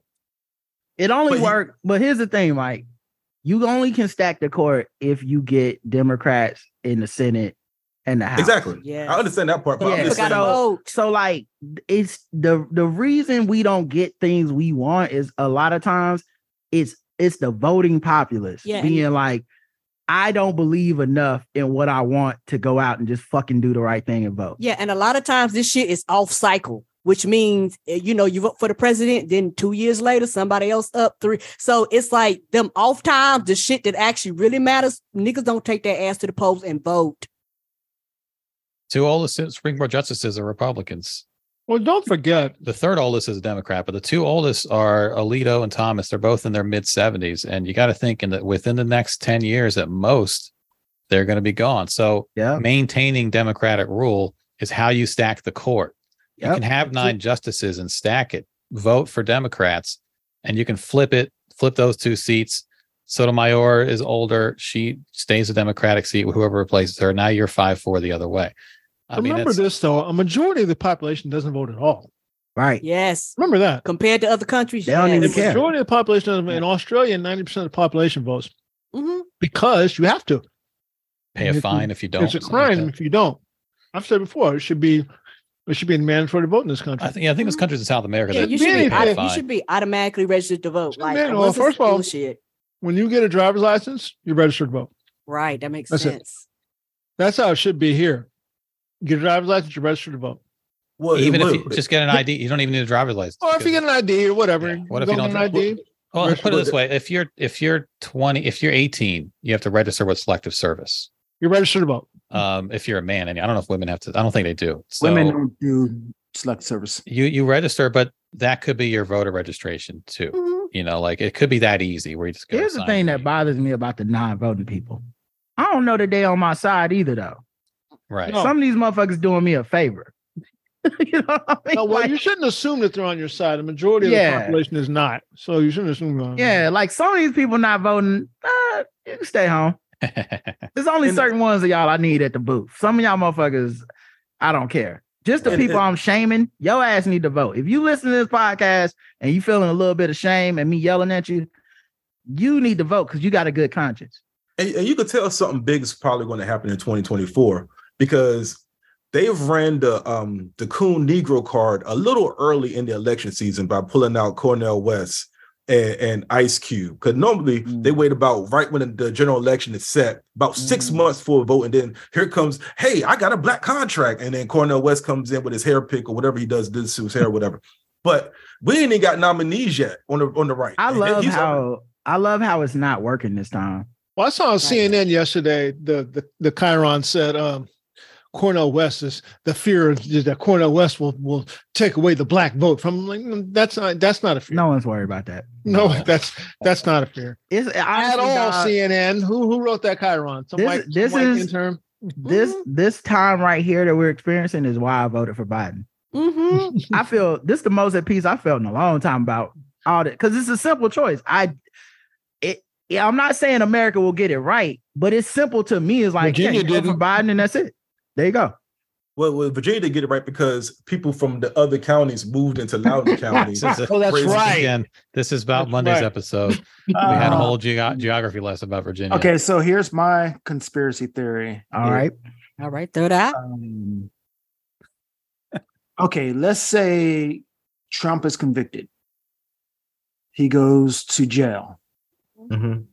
Speaker 6: It only
Speaker 2: But he-
Speaker 6: worked, but here's the thing, Mike. You only can stack the court if you get Democrats in the Senate and the House.
Speaker 2: Exactly.
Speaker 5: Yes.
Speaker 2: I understand that part, but
Speaker 6: Yeah,
Speaker 2: I'm just
Speaker 6: forgot
Speaker 2: saying,
Speaker 6: about-
Speaker 2: like,
Speaker 5: Oh,
Speaker 6: So like it's the the reason we don't get things we want is a lot of times it's it's the voting populace
Speaker 5: Yeah, and-
Speaker 6: being like I don't believe enough in what I want to go out and just fucking do the right thing and vote.
Speaker 5: yeah, and a lot of times this shit is off cycle, which means eh, you know you vote for the president, then two years later somebody else up three. So it's like them off times, the shit that actually really matters. Niggas don't take their ass to the polls and vote.
Speaker 3: Two oldest Supreme Court justices are Republicans.
Speaker 4: Well, don't forget,
Speaker 3: the third oldest is a Democrat, but the two oldest are Alito and Thomas. They're both in their mid 70s. And you got to think in that within the next 10 years at most, they're going to be gone. So
Speaker 6: Yeah.
Speaker 3: maintaining Democratic rule is how you stack the court. You
Speaker 6: Yep.
Speaker 3: can have nine justices and stack it, vote for Democrats, and you can flip it, flip those two seats. Sotomayor is older. She stays a Democratic seat, whoever replaces her. Now you're 5 4 the other way. I mean,
Speaker 4: remember
Speaker 3: it's-
Speaker 4: this though: a majority of the population doesn't vote at all.
Speaker 6: Right.
Speaker 5: Yes,
Speaker 4: Remember that.
Speaker 5: compared to other countries,
Speaker 6: They don't
Speaker 5: yes.
Speaker 6: even
Speaker 4: The
Speaker 6: care.
Speaker 4: majority of the population doesn't- in Australia, ninety percent of the population votes
Speaker 5: Mhm.
Speaker 4: because you have to.
Speaker 3: pay a
Speaker 4: It's-
Speaker 3: fine if you don't.
Speaker 4: it's a
Speaker 3: something like
Speaker 4: crime
Speaker 3: that.
Speaker 4: if you don't. I've said before, it should be it should be a mandatory vote in this country.
Speaker 3: I think, yeah, I think there's countries in South America
Speaker 5: Yeah,
Speaker 3: that
Speaker 5: you should,
Speaker 4: Many
Speaker 5: be,
Speaker 3: pay a
Speaker 5: auto- you
Speaker 3: fine.
Speaker 5: should be automatically registered to vote.
Speaker 4: Shit,
Speaker 5: Like,
Speaker 4: man, well,
Speaker 5: unless it's
Speaker 4: first of all-
Speaker 5: bullshit.
Speaker 4: when you get a driver's license, you're registered to vote.
Speaker 5: right? That makes
Speaker 4: That's it.
Speaker 5: sense.
Speaker 4: That's how it should be here. Get a driver's license, you're registered to vote.
Speaker 2: well, it
Speaker 3: even if you
Speaker 2: would.
Speaker 3: just get an ID, you don't even need a driver's license.
Speaker 4: Or if
Speaker 3: because-
Speaker 4: you get an ID or whatever,
Speaker 3: Yeah, what
Speaker 4: you
Speaker 3: if you
Speaker 4: go
Speaker 3: don't
Speaker 4: get an
Speaker 3: do-
Speaker 4: ID?
Speaker 3: well, put it
Speaker 2: Well,
Speaker 3: this way: if you're if you're 20, if you're 18, you have to register with Selective Service.
Speaker 4: You're registered to vote.
Speaker 3: Um, if you're a man, and I don't know if women have to. I don't think they do. So
Speaker 7: Women don't do select service.
Speaker 3: you you register, but that could be your voter registration too. You know, like it could be that easy where you just go
Speaker 6: Here's the
Speaker 3: sign
Speaker 6: thing
Speaker 3: your
Speaker 6: that
Speaker 3: name.
Speaker 6: bothers me about the non-voting people. I don't know that they on my side either though.
Speaker 3: right.
Speaker 4: No.
Speaker 6: Some of these motherfuckers doing me a favor. you know what I mean?
Speaker 4: No, well,
Speaker 6: Like-
Speaker 4: you shouldn't assume that they're on your side. The majority of
Speaker 6: Yeah.
Speaker 4: the population is not. So you shouldn't assume. they're on your
Speaker 6: Yeah, like some of these people not voting, uh, you can stay home. There's only
Speaker 2: And-
Speaker 6: certain ones of y'all I need at the booth. Some of y'all motherfuckers, I don't care. Just the
Speaker 2: And-
Speaker 6: people
Speaker 2: and-
Speaker 6: I'm shaming, your ass need to vote. If you listen to this podcast and you feeling a little bit of shame and me yelling at you, you need to vote because you got a good conscience.
Speaker 2: And, and you could tell something big is probably going to happen in 2024 because they've ran the um the Coon Negro card a little early in the election season by pulling out Cornell West and, and Ice Cube. Because normally
Speaker 7: Mm.
Speaker 2: they wait about right when the, the general election is set, about six
Speaker 6: Mm.
Speaker 2: months for a vote, and then here comes, hey, I got a black contract, and then Cornell West comes in with his hair pick or whatever he does, this to his hair, whatever. But we ain't even got nominees yet on the on the right.
Speaker 6: I
Speaker 2: And
Speaker 6: love
Speaker 2: he's
Speaker 6: how
Speaker 2: already-
Speaker 6: I love how it's not working this time.
Speaker 4: Well, I saw on CNN yesterday the the the Chiron said um, Cornell West is the fear is that Cornell West will will take away the black vote from him. like mm, that's not that's not a fear.
Speaker 6: No one's worried about that.
Speaker 4: no, that's that's not a fear
Speaker 6: It's
Speaker 4: at
Speaker 6: honestly,
Speaker 4: all.
Speaker 6: dog,
Speaker 4: CNN who who wrote that Chiron? Some
Speaker 6: This-
Speaker 4: white, some
Speaker 6: this
Speaker 4: white
Speaker 6: is-
Speaker 4: intern.
Speaker 6: this
Speaker 4: mm-hmm.
Speaker 6: this time right here that we're experiencing is why I voted for Biden.
Speaker 5: Mm-hmm.
Speaker 6: I feel this the most at peace I felt in a long time about all that because it's a simple choice. I it yeah, I'm not saying America will get it right, but it's simple to me. It's like yeah,
Speaker 4: Virginia
Speaker 6: you vote for
Speaker 4: didn't.
Speaker 6: Biden and that's it. There you go.
Speaker 2: Well, well, Virginia did get it right because people from the other counties moved into Loudoun County.
Speaker 4: Oh, that's
Speaker 2: Crazy.
Speaker 4: right.
Speaker 3: Again, this is about
Speaker 4: That's
Speaker 3: Monday's
Speaker 4: right.
Speaker 3: episode. we had a
Speaker 7: Uh,
Speaker 3: whole geog geography lesson about Virginia.
Speaker 7: Okay, so here's my conspiracy theory.
Speaker 6: All right.
Speaker 5: All right, throw that.
Speaker 7: Um, okay, let's say Trump is convicted. He goes to jail.
Speaker 2: Mhm.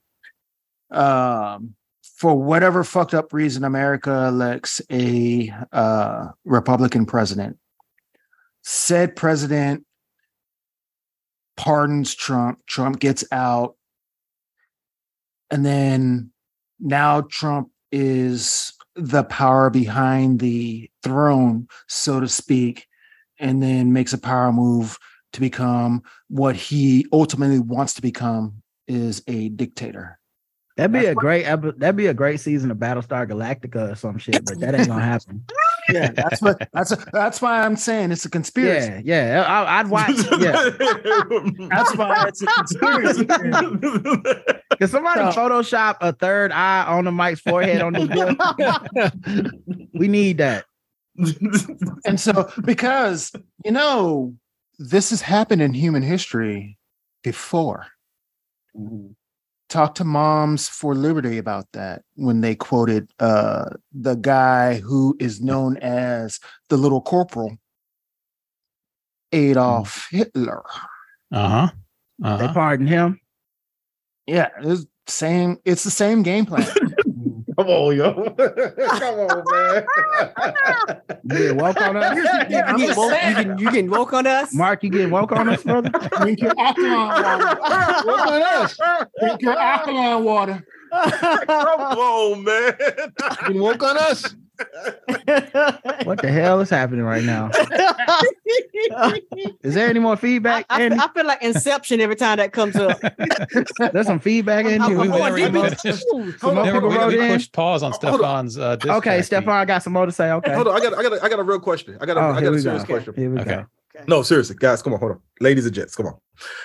Speaker 7: Um, for whatever fucked up reason, America elects a uh, Republican president. Said president pardons Trump. Trump gets out. And then now Trump is the power behind the throne, so to speak, and then makes a power move to become what he ultimately wants to become is a dictator.
Speaker 6: That'd be
Speaker 7: That's
Speaker 6: a great epi- that'd be a great season of Battlestar Galactica or some shit, but that ain't gonna happen.
Speaker 7: yeah, that's what that's that's why I'm saying it's a conspiracy.
Speaker 6: Yeah, yeah. I, I'd watch. Yeah,
Speaker 7: That's why it's a conspiracy.
Speaker 6: can somebody
Speaker 7: So-
Speaker 6: Photoshop a third eye on the Mike's forehead on this bill? we need that.
Speaker 7: and so because you know this has happened in human history before talk to moms for liberty about that when they quoted uh the guy who is known as the little corporal adolf hitler
Speaker 3: Uh huh.
Speaker 6: They
Speaker 3: Uh-huh.
Speaker 6: pardon him.
Speaker 7: yeah it's same it's the same game plan
Speaker 2: Come on, yo. Come on,
Speaker 6: You get woke on us,
Speaker 5: You
Speaker 7: I'm
Speaker 5: getting woke,
Speaker 7: saying.
Speaker 5: you getting, you getting woke on us?
Speaker 6: Mark. You getting woke on us, brother?
Speaker 7: drink your alkaline water
Speaker 2: Look at us.
Speaker 7: drink your alkaline water
Speaker 2: Come on, man.
Speaker 4: You woke on us.
Speaker 6: What the hell is happening right now? Is there any more
Speaker 5: I,
Speaker 6: feedback?
Speaker 5: I,
Speaker 6: Andy?
Speaker 5: I feel like Inception every time that comes up.
Speaker 6: There's some feedback in
Speaker 5: I'm
Speaker 6: here.
Speaker 3: we
Speaker 5: going
Speaker 3: went
Speaker 5: deep
Speaker 3: remote.
Speaker 5: into- Ooh.
Speaker 2: Hold on,
Speaker 3: Never-
Speaker 2: hold
Speaker 3: we,
Speaker 2: on,
Speaker 6: wrote
Speaker 3: we
Speaker 6: in.
Speaker 3: pushed pause on
Speaker 2: Hold on.
Speaker 3: Stefan's. Uh, diss
Speaker 6: Okay,
Speaker 3: track.
Speaker 6: Stefan got some more to say. Okay.
Speaker 2: hold on. I got, I got, a, I got a real question. I got a,
Speaker 6: Oh, here
Speaker 2: I got a
Speaker 6: we
Speaker 2: serious
Speaker 6: go.
Speaker 2: question.
Speaker 6: Here we
Speaker 3: Okay.
Speaker 6: go.
Speaker 2: No, seriously, guys, come on, hold on, ladies and gents, come on.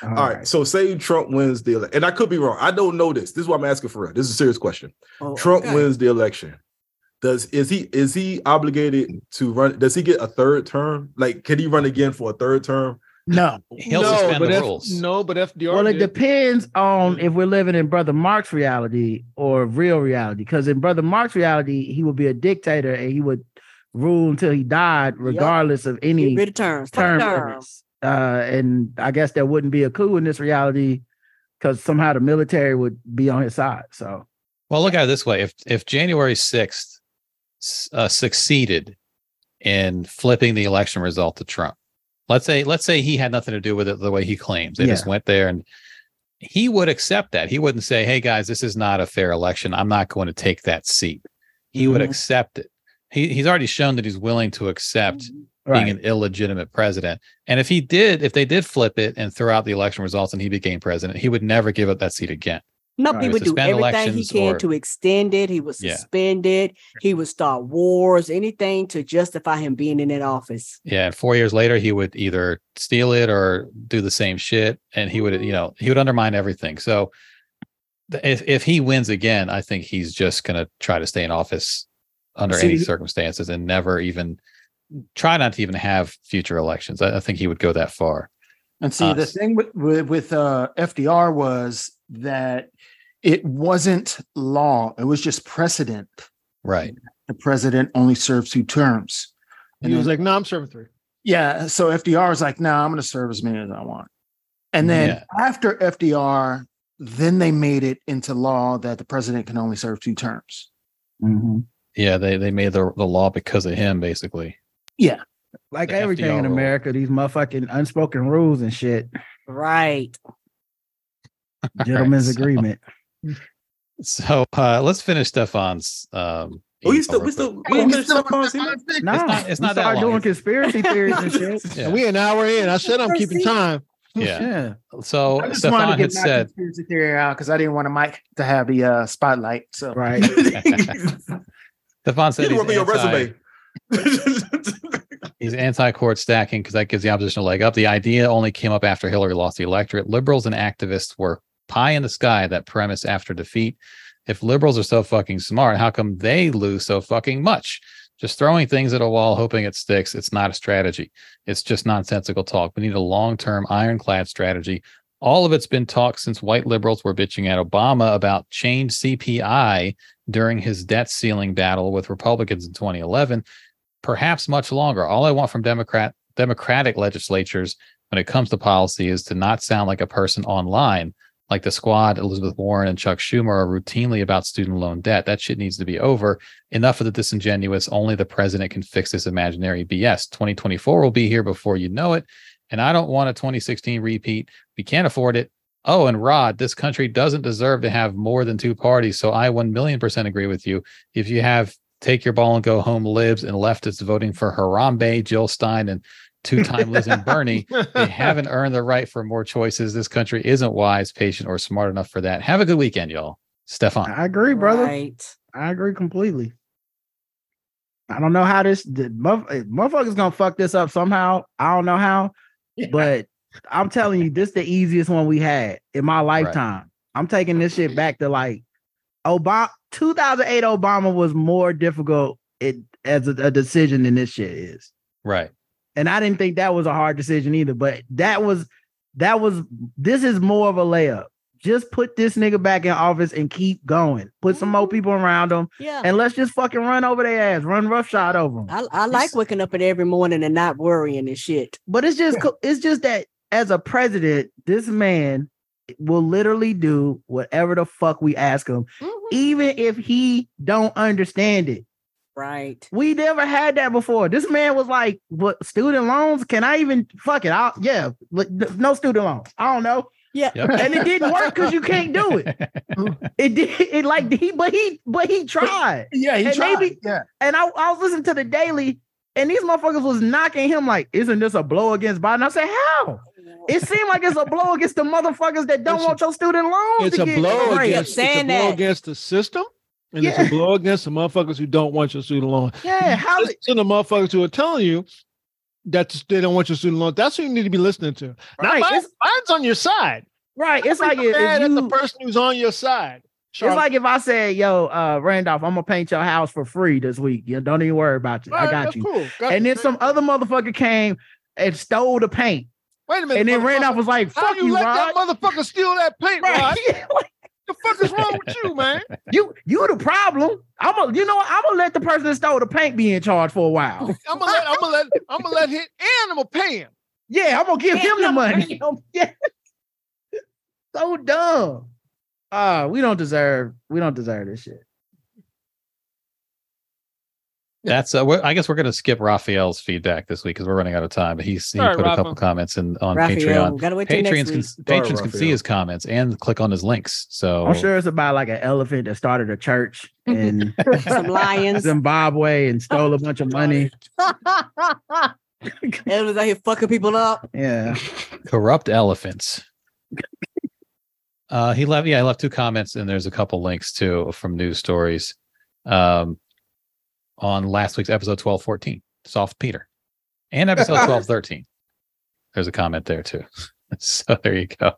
Speaker 2: All right. So say Trump wins the election, and I could be wrong. I don't know this. This is why I'm asking for real. This is a serious question.
Speaker 5: Oh,
Speaker 2: Trump
Speaker 5: okay.
Speaker 2: wins the election. Does is he is he obligated to run? Does he get a third term? Like, can he run again for a third term?
Speaker 7: no
Speaker 3: He'll suspend
Speaker 4: but
Speaker 3: the
Speaker 4: F-
Speaker 3: rules.
Speaker 4: No, but FDR.
Speaker 6: Well, it
Speaker 4: did.
Speaker 6: depends on if we're living in Brother Mark's reality or real reality. Because in Brother Mark's reality, he would be a dictator and he would rule until he died, regardless of
Speaker 5: Get
Speaker 6: any
Speaker 5: rid of terms. Fuck
Speaker 6: term
Speaker 5: terms.
Speaker 6: limits. Uh, and I guess there wouldn't be a coup in this reality because somehow the military would be on his side. So
Speaker 3: Well, look at it this way: if if January sixth uh, succeeded in flipping the election result to Trump, let's say let's say he had nothing to do with it the way he claims, they just went there and he would accept that. He wouldn't say, "Hey guys, this is not a fair election. I'm not going to take that seat." He would
Speaker 6: Mhm.
Speaker 3: accept it. He he's already shown that he's willing to accept
Speaker 6: right,
Speaker 3: being an illegitimate president. And if he did, if they did flip it and throw out the election results and he became president, he would never give up that seat again.
Speaker 5: No,
Speaker 6: Right.
Speaker 5: he would do
Speaker 3: Suspend
Speaker 5: everything he
Speaker 3: elections
Speaker 5: can
Speaker 3: or-
Speaker 5: to extend it. He would
Speaker 3: Yeah.
Speaker 5: suspend it. He would start wars, anything to justify him being in that office.
Speaker 3: Yeah, and four years later, he would either steal it or do the same shit, and he would, you know, he would undermine everything. So, th- if if he wins again, I think he's just gonna try to stay in office under
Speaker 5: See,
Speaker 3: any
Speaker 5: he-
Speaker 3: circumstances and never even try not to even have future elections. I, I think he would go that far.
Speaker 7: And see, the
Speaker 3: us.
Speaker 7: thing with with, with uh, FDR was that it wasn't law; it was just precedent.
Speaker 3: Right.
Speaker 7: The president only serves two terms.
Speaker 4: He
Speaker 3: Mm-hmm.
Speaker 4: was like, "No, I'm serving three.
Speaker 7: Yeah, so FDR was like, "No, I'm going to serve as many as I want." And then
Speaker 3: Yeah.
Speaker 7: after FDR, then they made it into law that the president can only serve two terms.
Speaker 3: Mm-hmm.
Speaker 6: Mhm.
Speaker 3: Yeah. They they made the the law because of him, basically.
Speaker 7: Yeah,
Speaker 6: like
Speaker 3: The
Speaker 6: everything
Speaker 3: FDR
Speaker 6: in
Speaker 3: rule.
Speaker 6: America, these motherfucking unspoken rules and shit,
Speaker 5: Right.
Speaker 6: gentlemen's
Speaker 3: so-
Speaker 6: agreement.
Speaker 3: So uh, let's finish Stefan's. Um,
Speaker 2: Oh,
Speaker 3: email
Speaker 2: he's still,
Speaker 3: real quick.
Speaker 2: we still, we ain't finished up on his email?
Speaker 6: No,
Speaker 3: It's not- it's
Speaker 6: we
Speaker 3: not that
Speaker 6: start
Speaker 3: long.
Speaker 6: doing conspiracy theories and shit.
Speaker 3: Yeah.
Speaker 4: We an hour in. I said I'm keeping time.
Speaker 3: Yeah.
Speaker 6: yeah.
Speaker 3: So
Speaker 7: I just wanted to
Speaker 3: Stefan had
Speaker 7: get my
Speaker 3: said,
Speaker 7: conspiracy theory out because I didn't want Mike to have the uh, spotlight. So
Speaker 6: Right.
Speaker 3: Stefan said
Speaker 2: you
Speaker 3: he's
Speaker 2: work on your
Speaker 3: anti,
Speaker 2: resume.
Speaker 3: he's anti-court stacking because that gives the opposition a leg up. The idea only came up after Hillary lost the electorate. Liberals and activists were pie in the sky that premise after defeat. If liberals are so fucking smart, how come they lose so fucking much? Just throwing things at a wall, hoping it sticks. It's not a strategy. It's just nonsensical talk. We need a long-term, ironclad strategy. All of it's been talked since white liberals were bitching at Obama about change CPI during his debt ceiling battle with Republicans in 2011 perhaps much longer. All I want from Democrat Democratic legislatures when it comes to policy is to not sound like a person online, like the squad Elizabeth Warren and Chuck Schumer are routinely about student loan debt. That shit needs to be over. Enough of the disingenuous. Only the president can fix this imaginary BS. 2024 will be here before you know it, and I don't want a 2016 repeat. We can't afford it. Oh, and Rod, this country doesn't deserve to have more than two parties. So I 1 million percent agree with you. If you have take your ball and go home libs and leftists voting for Harambe, Jill Stein, and two time Liz and Bernie, they haven't earned the right for more choices. This country isn't wise, patient, or smart enough for that. Have a good
Speaker 6: Uh,
Speaker 3: weekend, y'all. Stefan.
Speaker 6: I agree, brother.
Speaker 5: Right.
Speaker 6: I agree completely. I don't know how this the motherf- eh, motherfucker's gonna fuck this up somehow. I don't know how, but I'm telling you, this the easiest one we had in my lifetime. I'm taking this shit back to like Obama 2008 Obama was more difficult it, as a, a decision than this shit is.
Speaker 3: Right.
Speaker 6: And I didn't think that was a hard decision either, but that was that was this is more of a layup. Just put this nigga back in office and keep going. Put some more people around him
Speaker 5: Yeah.
Speaker 6: and let's just fucking run over their ass, run roughshod over them.
Speaker 5: I, I like waking up at every morning and not worrying and shit.
Speaker 6: But it's just co- it's just that as a president, this man will literally do whatever the fuck we ask him,
Speaker 3: Mm-hmm.
Speaker 6: even if he don't understand it.
Speaker 5: Right.
Speaker 6: We never had that before. This man was like, "What student loans? Can I even fuck it? I'll, yeah, like, n- no student loans. I don't know."
Speaker 5: Yeah.
Speaker 3: Yep.
Speaker 6: and it didn't work because you can't do it. It did. It like he, but he, but he tried.
Speaker 7: Yeah, he
Speaker 6: And
Speaker 7: tried.
Speaker 6: maybe-
Speaker 7: yeah,
Speaker 6: And I, I was listening to the daily, and these motherfuckers was knocking him like, isn't this a blow against Biden? I said, how? It seemed like it's a blow against the motherfuckers that don't
Speaker 4: It's a-
Speaker 6: want your student loans.
Speaker 4: It's
Speaker 6: to
Speaker 4: a
Speaker 6: get
Speaker 4: blow
Speaker 6: free.
Speaker 4: against it's a
Speaker 5: saying
Speaker 4: blow
Speaker 5: that.
Speaker 4: against the system, and
Speaker 6: Yeah.
Speaker 4: it's a blow against the motherfuckers who don't want your student loan.
Speaker 6: Yeah, how?
Speaker 4: Listen to the motherfuckers who are telling you that they don't want your student loan. That's who you need to be listening to.
Speaker 6: Right,
Speaker 4: Not mine,
Speaker 6: it's-
Speaker 4: mine's on your side.
Speaker 6: Right, it's like if,
Speaker 4: Mad
Speaker 6: if
Speaker 4: at
Speaker 6: you,
Speaker 4: the person who's on your side.
Speaker 6: it's
Speaker 4: Charlotte.
Speaker 6: like if I said, "Yo, uh, Randolph, I'm gonna paint your house for free this week. You don't even worry about it. I
Speaker 4: Alright,
Speaker 6: got
Speaker 4: that's
Speaker 6: you."
Speaker 4: cool. Got
Speaker 6: And
Speaker 4: you.
Speaker 6: then some other motherfucker came and stole the paint,
Speaker 4: Wait a minute.
Speaker 6: and then Randolph
Speaker 4: motherfucker.
Speaker 6: was like,
Speaker 4: How
Speaker 6: "Fuck
Speaker 4: you,
Speaker 6: you,
Speaker 4: let
Speaker 6: Rod."
Speaker 4: that motherfucker steal that paint, Rod?
Speaker 6: Right.
Speaker 4: The fuck is wrong with you, man?
Speaker 6: You you the problem. I'm a you know what? I'm gonna let the person that stole the paint be in charge for a while.
Speaker 4: I'm gonna let I'm gonna let I'm gonna let him and I'm gonna pay him.
Speaker 6: Yeah, I'm gonna give him the money. Yeah. so dumb. Ah, we don't deserve we don't deserve this shit.
Speaker 3: That's uh, we're, I guess we're going to skip Raphael's feedback this week because we're running out of time. But he's he
Speaker 4: All right,
Speaker 3: put a couple
Speaker 4: Raphael.
Speaker 3: comments in on
Speaker 5: Raphael,
Speaker 3: Patreon.
Speaker 5: gotta wait till next
Speaker 3: Patrons
Speaker 5: week.
Speaker 3: can patrons can see
Speaker 2: Raphael.
Speaker 3: his comments and click on his links. So
Speaker 6: I'm sure it's about like an elephant that started a church in
Speaker 5: Some lions.
Speaker 6: Zimbabwe and stole a bunch of money.
Speaker 5: Edward's out here fucking people up.
Speaker 6: Yeah.
Speaker 3: corrupt elephants. uh, he left. Yeah, I left two comments, and there's a couple links too from news stories um, on last week's episode twelve fourteen, soft Peter, and episode twelve thirteen. There's a comment there too. so there you go.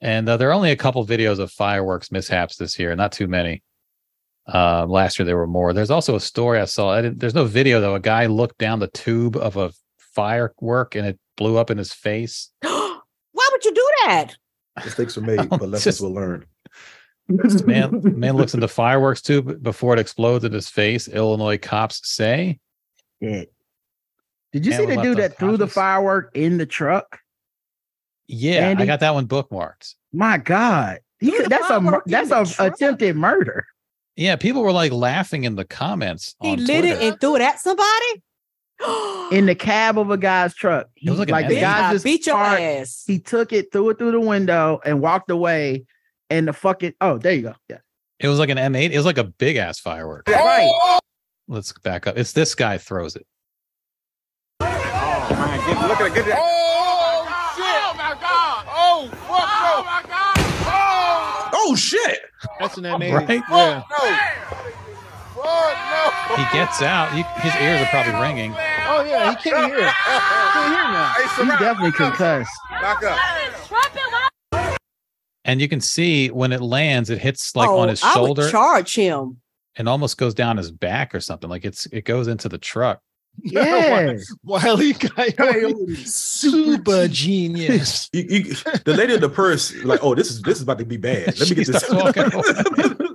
Speaker 3: And uh, there are only a couple videos of fireworks mishaps this year, not too many. Uh, last year there were more. There's also a story I saw. I didn't, there's no video though. A guy looked down the tube of a firework and it blew up in his face.
Speaker 5: Why would you do that?
Speaker 2: Mistakes were made, but lessons
Speaker 3: Just-
Speaker 2: were learned.
Speaker 3: Man, man looks into fireworks tube before it explodes in his face. Illinois cops say
Speaker 6: Shit. Did you
Speaker 3: Man
Speaker 6: see
Speaker 3: was
Speaker 6: the
Speaker 3: left
Speaker 6: dude that threw the
Speaker 3: unconscious.
Speaker 6: firework in the truck?
Speaker 3: Yeah,
Speaker 6: Andy?
Speaker 3: I got that one bookmarked.
Speaker 6: My God. He
Speaker 5: Threw
Speaker 6: could,
Speaker 5: the
Speaker 6: that's a mur-
Speaker 5: firework in
Speaker 6: that's
Speaker 5: the
Speaker 6: a
Speaker 5: truck?
Speaker 6: attempted murder.
Speaker 3: Yeah, people were like laughing in the comments.
Speaker 5: He
Speaker 3: on
Speaker 5: lit
Speaker 3: Twitter.
Speaker 5: it and threw it at somebody.
Speaker 6: in the cab of a guy's truck. He,
Speaker 3: It was
Speaker 6: like
Speaker 3: like an
Speaker 6: the
Speaker 5: Bitch, I
Speaker 6: guy just
Speaker 5: beat your
Speaker 6: parked,
Speaker 5: ass.
Speaker 6: He took it, threw it through the window, and walked away. And the fucking oh, there you go. Yeah,
Speaker 3: It was like an M8. It was like a big ass firework.
Speaker 6: right.
Speaker 4: Oh,
Speaker 3: Let's back up. It's this guy throws it.
Speaker 2: Oh shit!
Speaker 4: That's an M80.
Speaker 3: Right?
Speaker 4: Yeah.
Speaker 3: He gets out. He, his ears are probably ringing.
Speaker 4: Oh yeah, he can't hear. He can't hear now.
Speaker 6: He's definitely concussed.
Speaker 3: And you can see when it lands, it hits like on his
Speaker 5: Oh, I would
Speaker 3: shoulder
Speaker 5: charge him.
Speaker 3: and almost goes down his back or something. Like it's it goes into the truck.
Speaker 6: Yes.
Speaker 4: Wiley Coyote, super genius.
Speaker 2: You, you, the lady of the purse, like, oh, this is this is about to be bad. Let me get
Speaker 3: She
Speaker 2: this.
Speaker 3: starts walking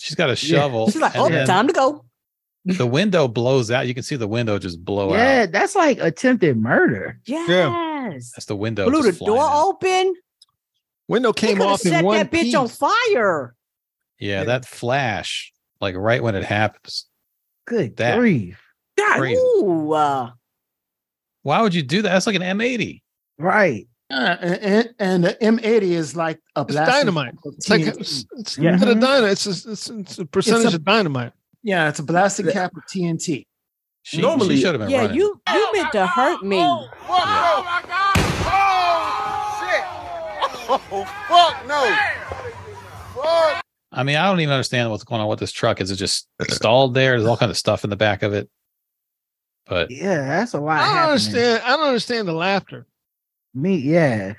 Speaker 3: She's got a shovel.
Speaker 5: She's like,
Speaker 3: and
Speaker 5: oh,
Speaker 3: then
Speaker 5: time to go.
Speaker 3: the window blows out. You can see the window just blow
Speaker 6: yeah,
Speaker 3: out.
Speaker 6: that's like attempted murder.
Speaker 5: Yes.
Speaker 3: That's the window.
Speaker 5: Blew the
Speaker 3: just flying
Speaker 5: door
Speaker 3: out.
Speaker 5: open.
Speaker 4: Window
Speaker 5: He
Speaker 4: came
Speaker 5: could have
Speaker 4: off
Speaker 5: set
Speaker 4: in one
Speaker 5: that bitch
Speaker 4: piece.
Speaker 5: on fire.
Speaker 3: Yeah, that flash, like right when it happens.
Speaker 6: Good
Speaker 3: That-
Speaker 6: grief.
Speaker 5: God,
Speaker 3: Crazy.
Speaker 5: ooh, uh,
Speaker 3: Why would you do that? That's like an M80.
Speaker 6: Right.
Speaker 7: Uh, and, and the M80 is like a
Speaker 4: It's
Speaker 7: blast of-
Speaker 4: dynamite.
Speaker 7: of
Speaker 4: It's like
Speaker 7: TNT.
Speaker 4: it's, it's
Speaker 6: Yeah.
Speaker 4: not a dynamite. It's a, it's, Mm-hmm. it's a percentage
Speaker 7: It's a-
Speaker 4: of dynamite.
Speaker 7: yeah, it's a blasting cap of TNT.
Speaker 3: She,
Speaker 2: Normally-
Speaker 3: she should have been
Speaker 5: yeah,
Speaker 3: running.
Speaker 5: you you meant to hurt me.
Speaker 3: I I mean, I don't even understand what's going on with this truck. Is it just stalled there? There's all kind of stuff in the back of it. But
Speaker 6: Yeah, that's a lot.
Speaker 4: I don't
Speaker 6: happening.
Speaker 4: understand. I don't understand the laughter.
Speaker 6: Me, yeah.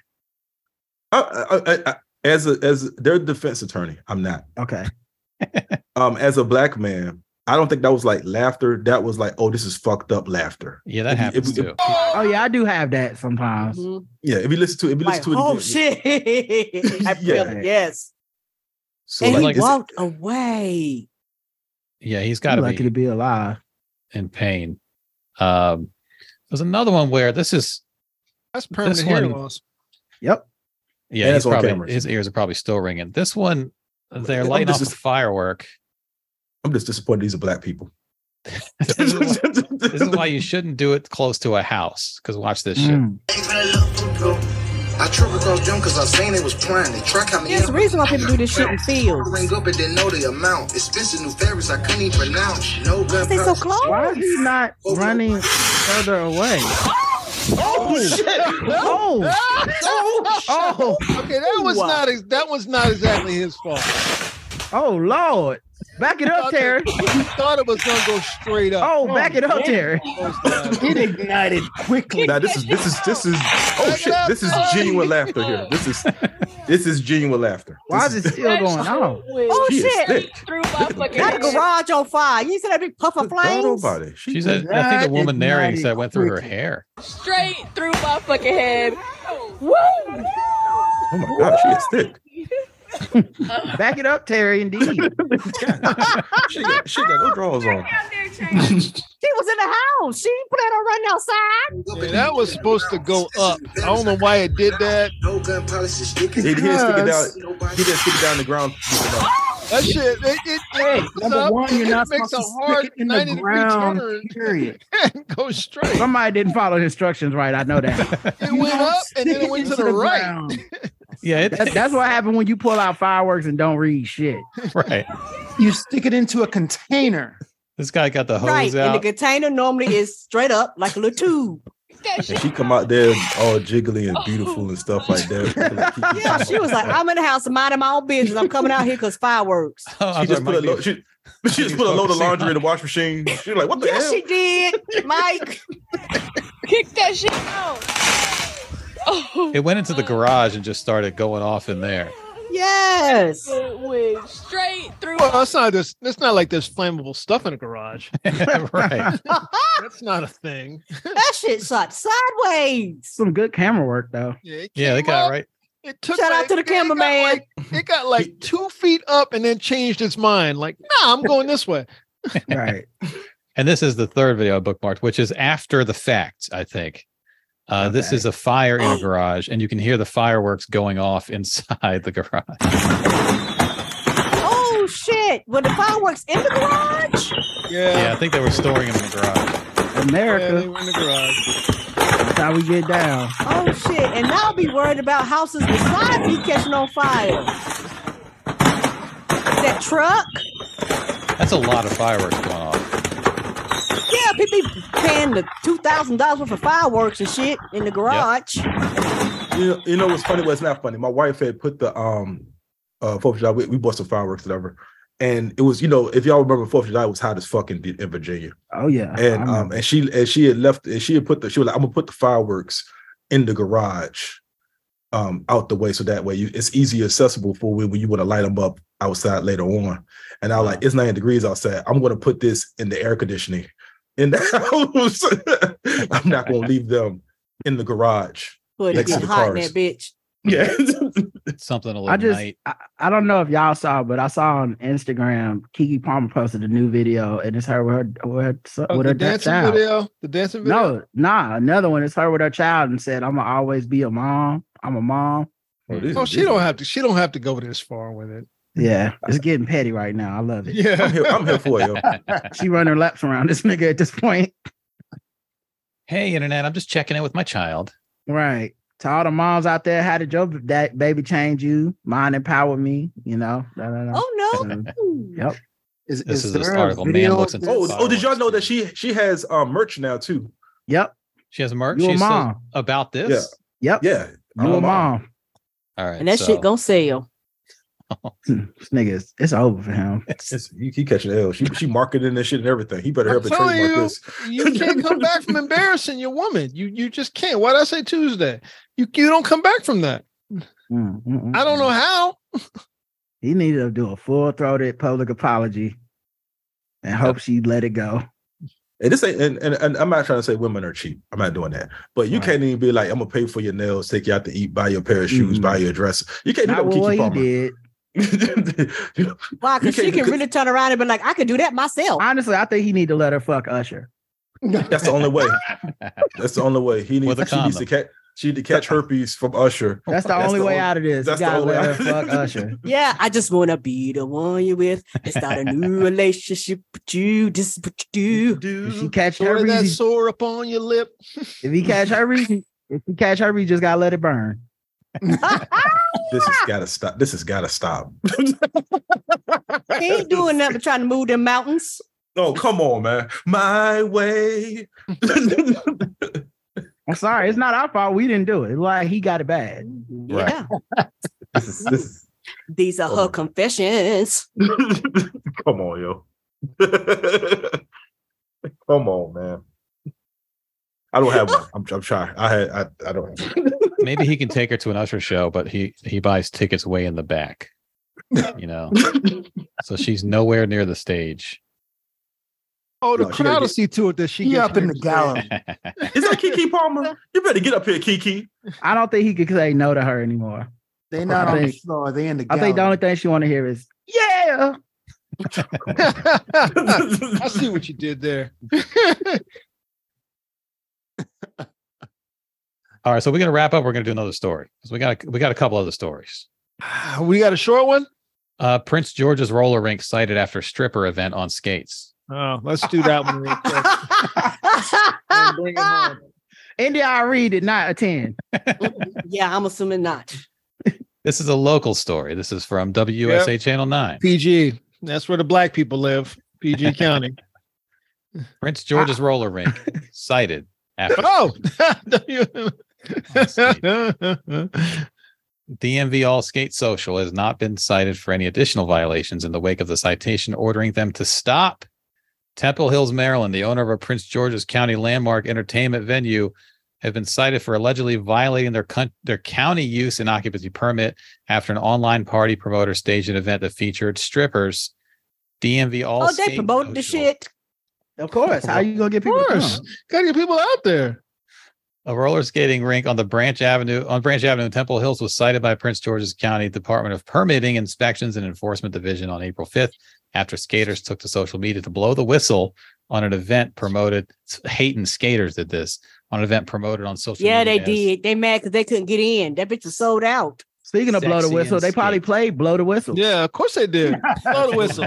Speaker 2: I, I, I, I, as a, as their defense attorney, I'm not.
Speaker 6: Okay.
Speaker 2: Um, as a black man, I don't think that was like laughter. That was like, oh, this is fucked up laughter.
Speaker 3: yeah,
Speaker 2: If
Speaker 3: that
Speaker 2: you-
Speaker 3: happens
Speaker 2: if you-
Speaker 3: too.
Speaker 6: Oh yeah, I do have that sometimes.
Speaker 5: Mhm.
Speaker 2: Yeah, if you listen to, if you listen
Speaker 5: Like,
Speaker 2: to it,
Speaker 5: oh
Speaker 2: again,
Speaker 5: shit! I feel
Speaker 2: Yeah.
Speaker 5: it. Yes,
Speaker 3: So
Speaker 5: and he
Speaker 3: like, it's-
Speaker 5: walked away.
Speaker 3: yeah, he's
Speaker 6: I'm
Speaker 3: got to
Speaker 6: lucky
Speaker 3: be
Speaker 6: to be alive.
Speaker 3: in pain. Um, there's another one where this is
Speaker 4: That's permanent
Speaker 3: This
Speaker 4: hearing
Speaker 3: one-
Speaker 4: loss.
Speaker 6: Yep.
Speaker 3: yeah,
Speaker 2: And
Speaker 3: he's
Speaker 2: it's on
Speaker 3: probably
Speaker 2: cameras.
Speaker 3: his ears are probably still ringing. This one, they're
Speaker 2: I'm
Speaker 3: lighting off
Speaker 2: just-
Speaker 3: a firework.
Speaker 2: I'm just disappointed these are black people.
Speaker 3: this, is why, this is why you shouldn't do it close to a house. Because watch this shit.
Speaker 7: Mm.
Speaker 11: I trip across them because I seen it was prime. They track how many
Speaker 5: There's a reason why people do this shit in fields.
Speaker 11: ring up and didn't know the amount. Expensive new fabrics I couldn't even pronounce. No gun.
Speaker 5: They so
Speaker 11: pouch.
Speaker 5: close.
Speaker 6: Why is he not running further away?
Speaker 2: Oh shit!
Speaker 6: Oh,
Speaker 4: Oh, okay. That was
Speaker 5: Wow.
Speaker 4: not. ex- That was not exactly his fault.
Speaker 6: oh Lord. Back it up,
Speaker 4: Okay.
Speaker 6: Terry.
Speaker 4: He thought it was gonna go straight up.
Speaker 6: Oh, back it up, Terry.
Speaker 7: Oh.
Speaker 4: Most times.
Speaker 7: It ignited quickly.
Speaker 2: Now this is this is this is oh shit! This is genuine laughter here. This is this is genuine laughter.
Speaker 6: Why
Speaker 2: This
Speaker 6: is it still going on?
Speaker 10: Oh,
Speaker 5: Oh
Speaker 2: She is
Speaker 5: shit!
Speaker 2: thick.
Speaker 10: through my fucking
Speaker 5: Got a garage on fire. You see that big puff of
Speaker 2: Good God
Speaker 5: flames?
Speaker 2: Almighty. She
Speaker 3: She said, I think
Speaker 7: that
Speaker 3: the woman
Speaker 7: is
Speaker 3: narrating
Speaker 7: not
Speaker 3: said it went through her
Speaker 7: quickly.
Speaker 3: hair.
Speaker 10: straight through my fucking head. Woo!
Speaker 2: oh my god, she is thick.
Speaker 6: Back it up, Terry. Indeed.
Speaker 2: She got, she got no drawers on.
Speaker 5: She was in the house. She ain't plan on running outside.
Speaker 4: Yeah, that was supposed to go up. I don't know why it did that.
Speaker 11: No gun policy sticking.
Speaker 2: He he didn't stick it down.
Speaker 11: Nobody.
Speaker 2: He didn't stick it down the ground.
Speaker 4: That shit. It, it, it
Speaker 7: Hey,
Speaker 4: goes
Speaker 7: number
Speaker 4: up,
Speaker 7: one, you're
Speaker 4: it
Speaker 7: not
Speaker 4: makes a
Speaker 7: supposed to stick
Speaker 4: hard
Speaker 7: it in the
Speaker 4: 90 degree
Speaker 7: ground.
Speaker 4: turn
Speaker 7: Period.
Speaker 4: and go straight.
Speaker 6: Somebody didn't follow instructions right. I know that.
Speaker 4: It
Speaker 7: You
Speaker 4: went
Speaker 7: don't
Speaker 4: up and then
Speaker 7: stick
Speaker 4: it went to
Speaker 7: into
Speaker 4: the right.
Speaker 7: ground.
Speaker 3: Yeah, it,
Speaker 6: That- that's what happened when you pull out fireworks and don't read shit.
Speaker 3: right.
Speaker 7: You stick it into a container.
Speaker 3: This guy got the hose
Speaker 5: Right, and the
Speaker 3: out.
Speaker 5: container normally is straight up like a little tube.
Speaker 2: And she come out there all jiggly and beautiful and stuff like that.
Speaker 5: Yeah, she was like, "I'm in the house minding my own business. I'm coming out here because fireworks."
Speaker 3: Oh, I'm
Speaker 2: She just
Speaker 3: sorry,
Speaker 2: put a
Speaker 3: Mike,
Speaker 2: load. She, she just put a load of laundry in the washing machine. She was like, what the
Speaker 5: Yes,
Speaker 2: hell?
Speaker 5: she did, Mike.
Speaker 10: Kick that shit out. Oh,
Speaker 3: it went into the garage and just started going off in there.
Speaker 5: Yes.
Speaker 10: it went straight through.
Speaker 4: Well, that's not this. That's not like there's flammable stuff in a garage.
Speaker 3: right.
Speaker 4: That's not a thing.
Speaker 5: That shit shot sideways.
Speaker 6: Some good camera work though.
Speaker 4: Yeah, it
Speaker 3: Yeah, they
Speaker 4: came
Speaker 3: got
Speaker 4: up,
Speaker 3: it right.
Speaker 4: It took
Speaker 5: Shout out
Speaker 4: like-
Speaker 5: to the
Speaker 4: it got
Speaker 5: cameraman.
Speaker 4: like- it got like two feet up and then changed its mind. Like, nah, I'm going this way.
Speaker 6: Right.
Speaker 3: And this is the third video I bookmarked, which is after the fact, I think. Uh, This
Speaker 6: Okay.
Speaker 3: is a fire in a garage, and you can hear the fireworks going off inside the garage.
Speaker 5: Oh shit! Were the fireworks in the garage?
Speaker 3: Yeah,
Speaker 4: Yeah,
Speaker 3: I think they were storing them in the garage.
Speaker 4: yeah they
Speaker 6: America.
Speaker 4: were in the garage.
Speaker 6: That's how we get down.
Speaker 5: Oh shit! And now I'll be worried about houses beside me catching on fire. That truck?
Speaker 3: That's a lot of fireworks going off.
Speaker 5: Yeah, people be paying the two thousand dollars worth of fireworks and shit in the garage.
Speaker 2: You know, you know what's funny? What's not funny? My wife had put the um uh Fourth of July. We, we bought some fireworks, whatever. And it was, you know, if y'all remember, Fourth of July was hot as fucking in in Virginia.
Speaker 6: Oh yeah.
Speaker 2: And
Speaker 6: I'm-
Speaker 2: um and she and she had left and she had put the she was like, I'm gonna put the fireworks in the garage, um, out the way so that way you it's easy accessible for when, when you want to light them up outside later on. And I was like, it's 90 degrees outside. I'm gonna put this in the air conditioning in the house. I'm not gonna leave them in the garage.
Speaker 5: But it
Speaker 2: Next to
Speaker 5: get
Speaker 2: the
Speaker 5: hot in
Speaker 2: cars.
Speaker 5: that bitch.
Speaker 2: Yeah.
Speaker 3: Something to
Speaker 6: I just
Speaker 3: ignite.
Speaker 6: I, I don't know if y'all saw, but I saw on Instagram Kiki Palmer posted a new video and it's her with her with her, son-
Speaker 4: Oh,
Speaker 6: with
Speaker 4: the
Speaker 6: her da-
Speaker 4: dancing
Speaker 6: child.
Speaker 4: video. The dancing video.
Speaker 6: No, nah, another one. It's her with her child and said, I'm gonna always be a mom. I'm a mom.
Speaker 4: Oh, she don't have to. She don't have to go this far with it.
Speaker 6: Yeah, it's getting petty right now. I love it.
Speaker 4: Yeah.
Speaker 2: I'm here, I'm here for you.
Speaker 6: She run her laps around this nigga at this point.
Speaker 3: Hey, internet, I'm just checking in with my child.
Speaker 6: Right. To all the moms out there, how did your that baby change you? Mine empowered me, you know. da, da, da.
Speaker 5: Oh no!
Speaker 6: Yep.
Speaker 7: Is,
Speaker 3: This is this
Speaker 7: there a
Speaker 3: article. Man
Speaker 7: video
Speaker 3: looks into
Speaker 2: Oh,
Speaker 3: the
Speaker 2: oh, did y'all know that
Speaker 3: fireworks.
Speaker 2: she she has um merch now too?
Speaker 6: Yep.
Speaker 3: She has merch.
Speaker 6: You a
Speaker 3: She's so-
Speaker 6: mom.
Speaker 3: about this.
Speaker 6: Yep.
Speaker 2: Yeah.
Speaker 6: You a
Speaker 2: Um,
Speaker 6: mom.
Speaker 3: All right.
Speaker 5: And that
Speaker 3: so-
Speaker 5: shit gonna sell.
Speaker 6: this nigga, is- it's over for him.
Speaker 2: It's- he, he catching L. She she marketing this shit and everything. He better
Speaker 4: I'm
Speaker 2: help her
Speaker 4: telling
Speaker 2: trademark
Speaker 4: you,
Speaker 2: this.
Speaker 4: You can't come back from embarrassing your woman. You you just can't. Why'd I say Tuesday? You you don't come back from that.
Speaker 6: Mm, mm, mm.
Speaker 4: I don't know how.
Speaker 6: He needed to do a full throated public apology and hope she let it go.
Speaker 2: And this ain't and, and, and I'm not trying to say women are cheap. I'm not doing that. But you
Speaker 6: Right.
Speaker 2: can't even be like, I'm gonna pay for your nails, take you out to eat, buy your pair of shoes,
Speaker 6: Mhm.
Speaker 2: buy your dress. You can't do that
Speaker 6: Not
Speaker 2: with
Speaker 6: with what
Speaker 2: Kiki
Speaker 6: he did.
Speaker 2: Palmer.
Speaker 5: Why? Because
Speaker 2: You
Speaker 5: she
Speaker 2: can't-
Speaker 5: can really turn around and be like, I can do that myself.
Speaker 6: Honestly, I think he need to let her fuck Usher.
Speaker 2: That's the only way. That's the only way. He needs
Speaker 3: With a
Speaker 2: she needs to catch she need to catch herpes from Usher.
Speaker 6: That's the
Speaker 2: Oh, That's
Speaker 6: only
Speaker 2: the
Speaker 6: way
Speaker 2: only-
Speaker 6: out of this. You
Speaker 2: that's the
Speaker 6: gotta
Speaker 2: only
Speaker 6: let her
Speaker 2: way out.
Speaker 6: fuck Usher.
Speaker 5: Yeah, I just wanna be the one you with and start a new relationship with you. This is what you do.
Speaker 6: If she catch
Speaker 4: Throw
Speaker 6: her,
Speaker 4: that
Speaker 6: if
Speaker 4: sore up on your lip.
Speaker 6: he catch her, if he catch her, you just gotta let it burn.
Speaker 2: This has gotta stop. This has gotta stop.
Speaker 5: He ain't doing nothing but trying to move them mountains.
Speaker 2: Oh, come on, man. My way.
Speaker 6: I'm sorry, it's not our fault. We didn't do it. Like he got it bad.
Speaker 3: Right.
Speaker 5: Yeah.
Speaker 2: this is this is
Speaker 5: These are her
Speaker 2: Oh.
Speaker 5: confessions.
Speaker 2: Come on, yo. Come on, man. I don't have one. I'm, I'm trying. I had. I, I don't. Have one.
Speaker 3: Maybe he can take her to an Usher show, but he he buys tickets way in the back. You know, so she's nowhere near the stage.
Speaker 4: Oh, the
Speaker 2: No, she gotta
Speaker 4: crowd will
Speaker 2: get-
Speaker 4: see to it that she
Speaker 7: He
Speaker 4: gets
Speaker 7: up in the gallery.
Speaker 2: Is that Kiki Palmer? You better get up here, Kiki.
Speaker 6: I don't think he could say no to her anymore.
Speaker 7: They not on the
Speaker 6: think-
Speaker 7: floor. They in the
Speaker 6: I
Speaker 7: gallery.
Speaker 6: think the only thing she want to hear is yeah.
Speaker 4: I see
Speaker 2: That's
Speaker 4: what you did there.
Speaker 3: All right, so we're gonna wrap up. We're gonna do another story 'Cause we got a, we got a couple other stories.
Speaker 4: we got a short one.
Speaker 3: Uh, Prince George's roller rink cited after stripper event on skates.
Speaker 4: Oh, let's do that one real quick. And bring it home.
Speaker 6: NDIRE did not attend.
Speaker 5: yeah, I'm assuming not.
Speaker 3: This is a local story. This is from WSA Channel Nine.
Speaker 4: PG. That's where the black people live. PG County.
Speaker 3: Prince George's roller rink cited after
Speaker 4: Oh,
Speaker 3: on skates.
Speaker 4: That's
Speaker 3: DMV All Skate Social has not been cited for any additional violations in the wake of the citation ordering them to stop. Temple Hills, Maryland, the owner of a Prince George's County landmark entertainment venue, have been cited for allegedly violating their coun- their county use and occupancy permit after an online party promoter staged an event that featured strippers. DMV All
Speaker 5: Oh,
Speaker 3: Skate
Speaker 5: they promoted the
Speaker 3: Social,
Speaker 5: shit.
Speaker 6: Of course. How you gonna get people? to come?
Speaker 4: course. Gotta get people out there.
Speaker 3: A roller skating rink on the Branch Avenue on Branch Avenue in Temple Hills was cited by Prince George's County Department of Permitting, Inspections, and Enforcement Division on April 5th after skaters took to social media to blow the whistle on an event promoted. Hayden skaters did this on an event promoted on social.
Speaker 5: Yeah, they
Speaker 3: media as-
Speaker 5: did. They mad because they couldn't get in. That bitch was sold out.
Speaker 6: Speaking of blow the
Speaker 3: Sexy
Speaker 6: whistle,
Speaker 3: and
Speaker 6: they probably
Speaker 3: skate.
Speaker 6: played blow the whistle.
Speaker 4: Yeah, of course they did. Blow the whistle.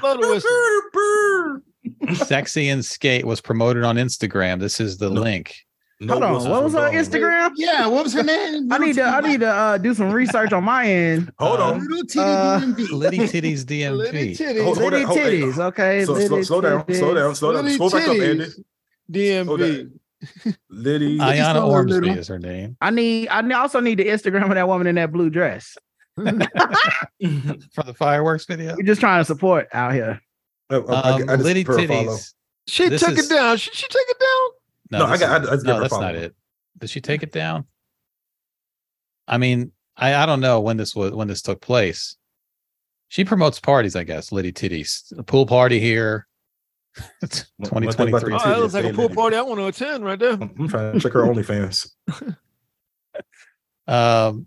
Speaker 4: Blow the whistle.
Speaker 3: Sexy and Skate was promoted on Instagram. This is the
Speaker 2: No.
Speaker 3: link.
Speaker 2: No
Speaker 6: Hold on.
Speaker 2: whistles
Speaker 6: What was
Speaker 2: were
Speaker 6: her
Speaker 2: blown.
Speaker 6: Instagram?
Speaker 7: Yeah, what was her name?
Speaker 6: I need to I need to uh, do some research on my end.
Speaker 2: Hold
Speaker 3: Uh,
Speaker 2: on.
Speaker 7: Little
Speaker 6: Uh,
Speaker 7: TDDMV.
Speaker 3: Liddy Titties
Speaker 4: Litty
Speaker 3: DMV.
Speaker 4: titties.
Speaker 2: Hold- hold
Speaker 6: Litty
Speaker 2: that- hold- hey,
Speaker 6: titties, okay.
Speaker 2: So, slow,
Speaker 6: litty
Speaker 2: slow down. Slow down.
Speaker 6: titties.
Speaker 2: Slow down.
Speaker 4: Litty
Speaker 2: Slow back up, Andy.
Speaker 4: titties.
Speaker 2: Hold
Speaker 4: DMV.
Speaker 2: that. Liddy.
Speaker 3: Ayana
Speaker 7: Little-
Speaker 3: Ormsby is her name
Speaker 6: I need I ne- also need the Instagram of that woman in that blue dress.
Speaker 3: for the fireworks video.
Speaker 6: We're just trying to support out here.
Speaker 2: I, uh, Oh, I, I, I
Speaker 3: Um,
Speaker 2: just
Speaker 3: Liddy
Speaker 2: prefer a follow.
Speaker 3: Titties.
Speaker 4: She
Speaker 3: This
Speaker 4: took
Speaker 3: is-
Speaker 4: it down. Should she take it down?
Speaker 3: No,
Speaker 2: No, I
Speaker 3: this
Speaker 2: got-
Speaker 3: is-
Speaker 2: I- I just
Speaker 3: no,
Speaker 2: never
Speaker 3: that's not
Speaker 2: followed.
Speaker 3: it. Did she take it down? I mean, I, I don't know when this was when this took place. She promotes parties, I guess. Liddy titties, a pool party here.
Speaker 2: One- one thing about the
Speaker 3: 2023.
Speaker 2: titties,
Speaker 4: Oh, that looks like
Speaker 2: they
Speaker 4: a pool
Speaker 2: litty.
Speaker 4: party I want to attend right there.
Speaker 2: I'm, I'm trying to check her OnlyFans.
Speaker 3: Um,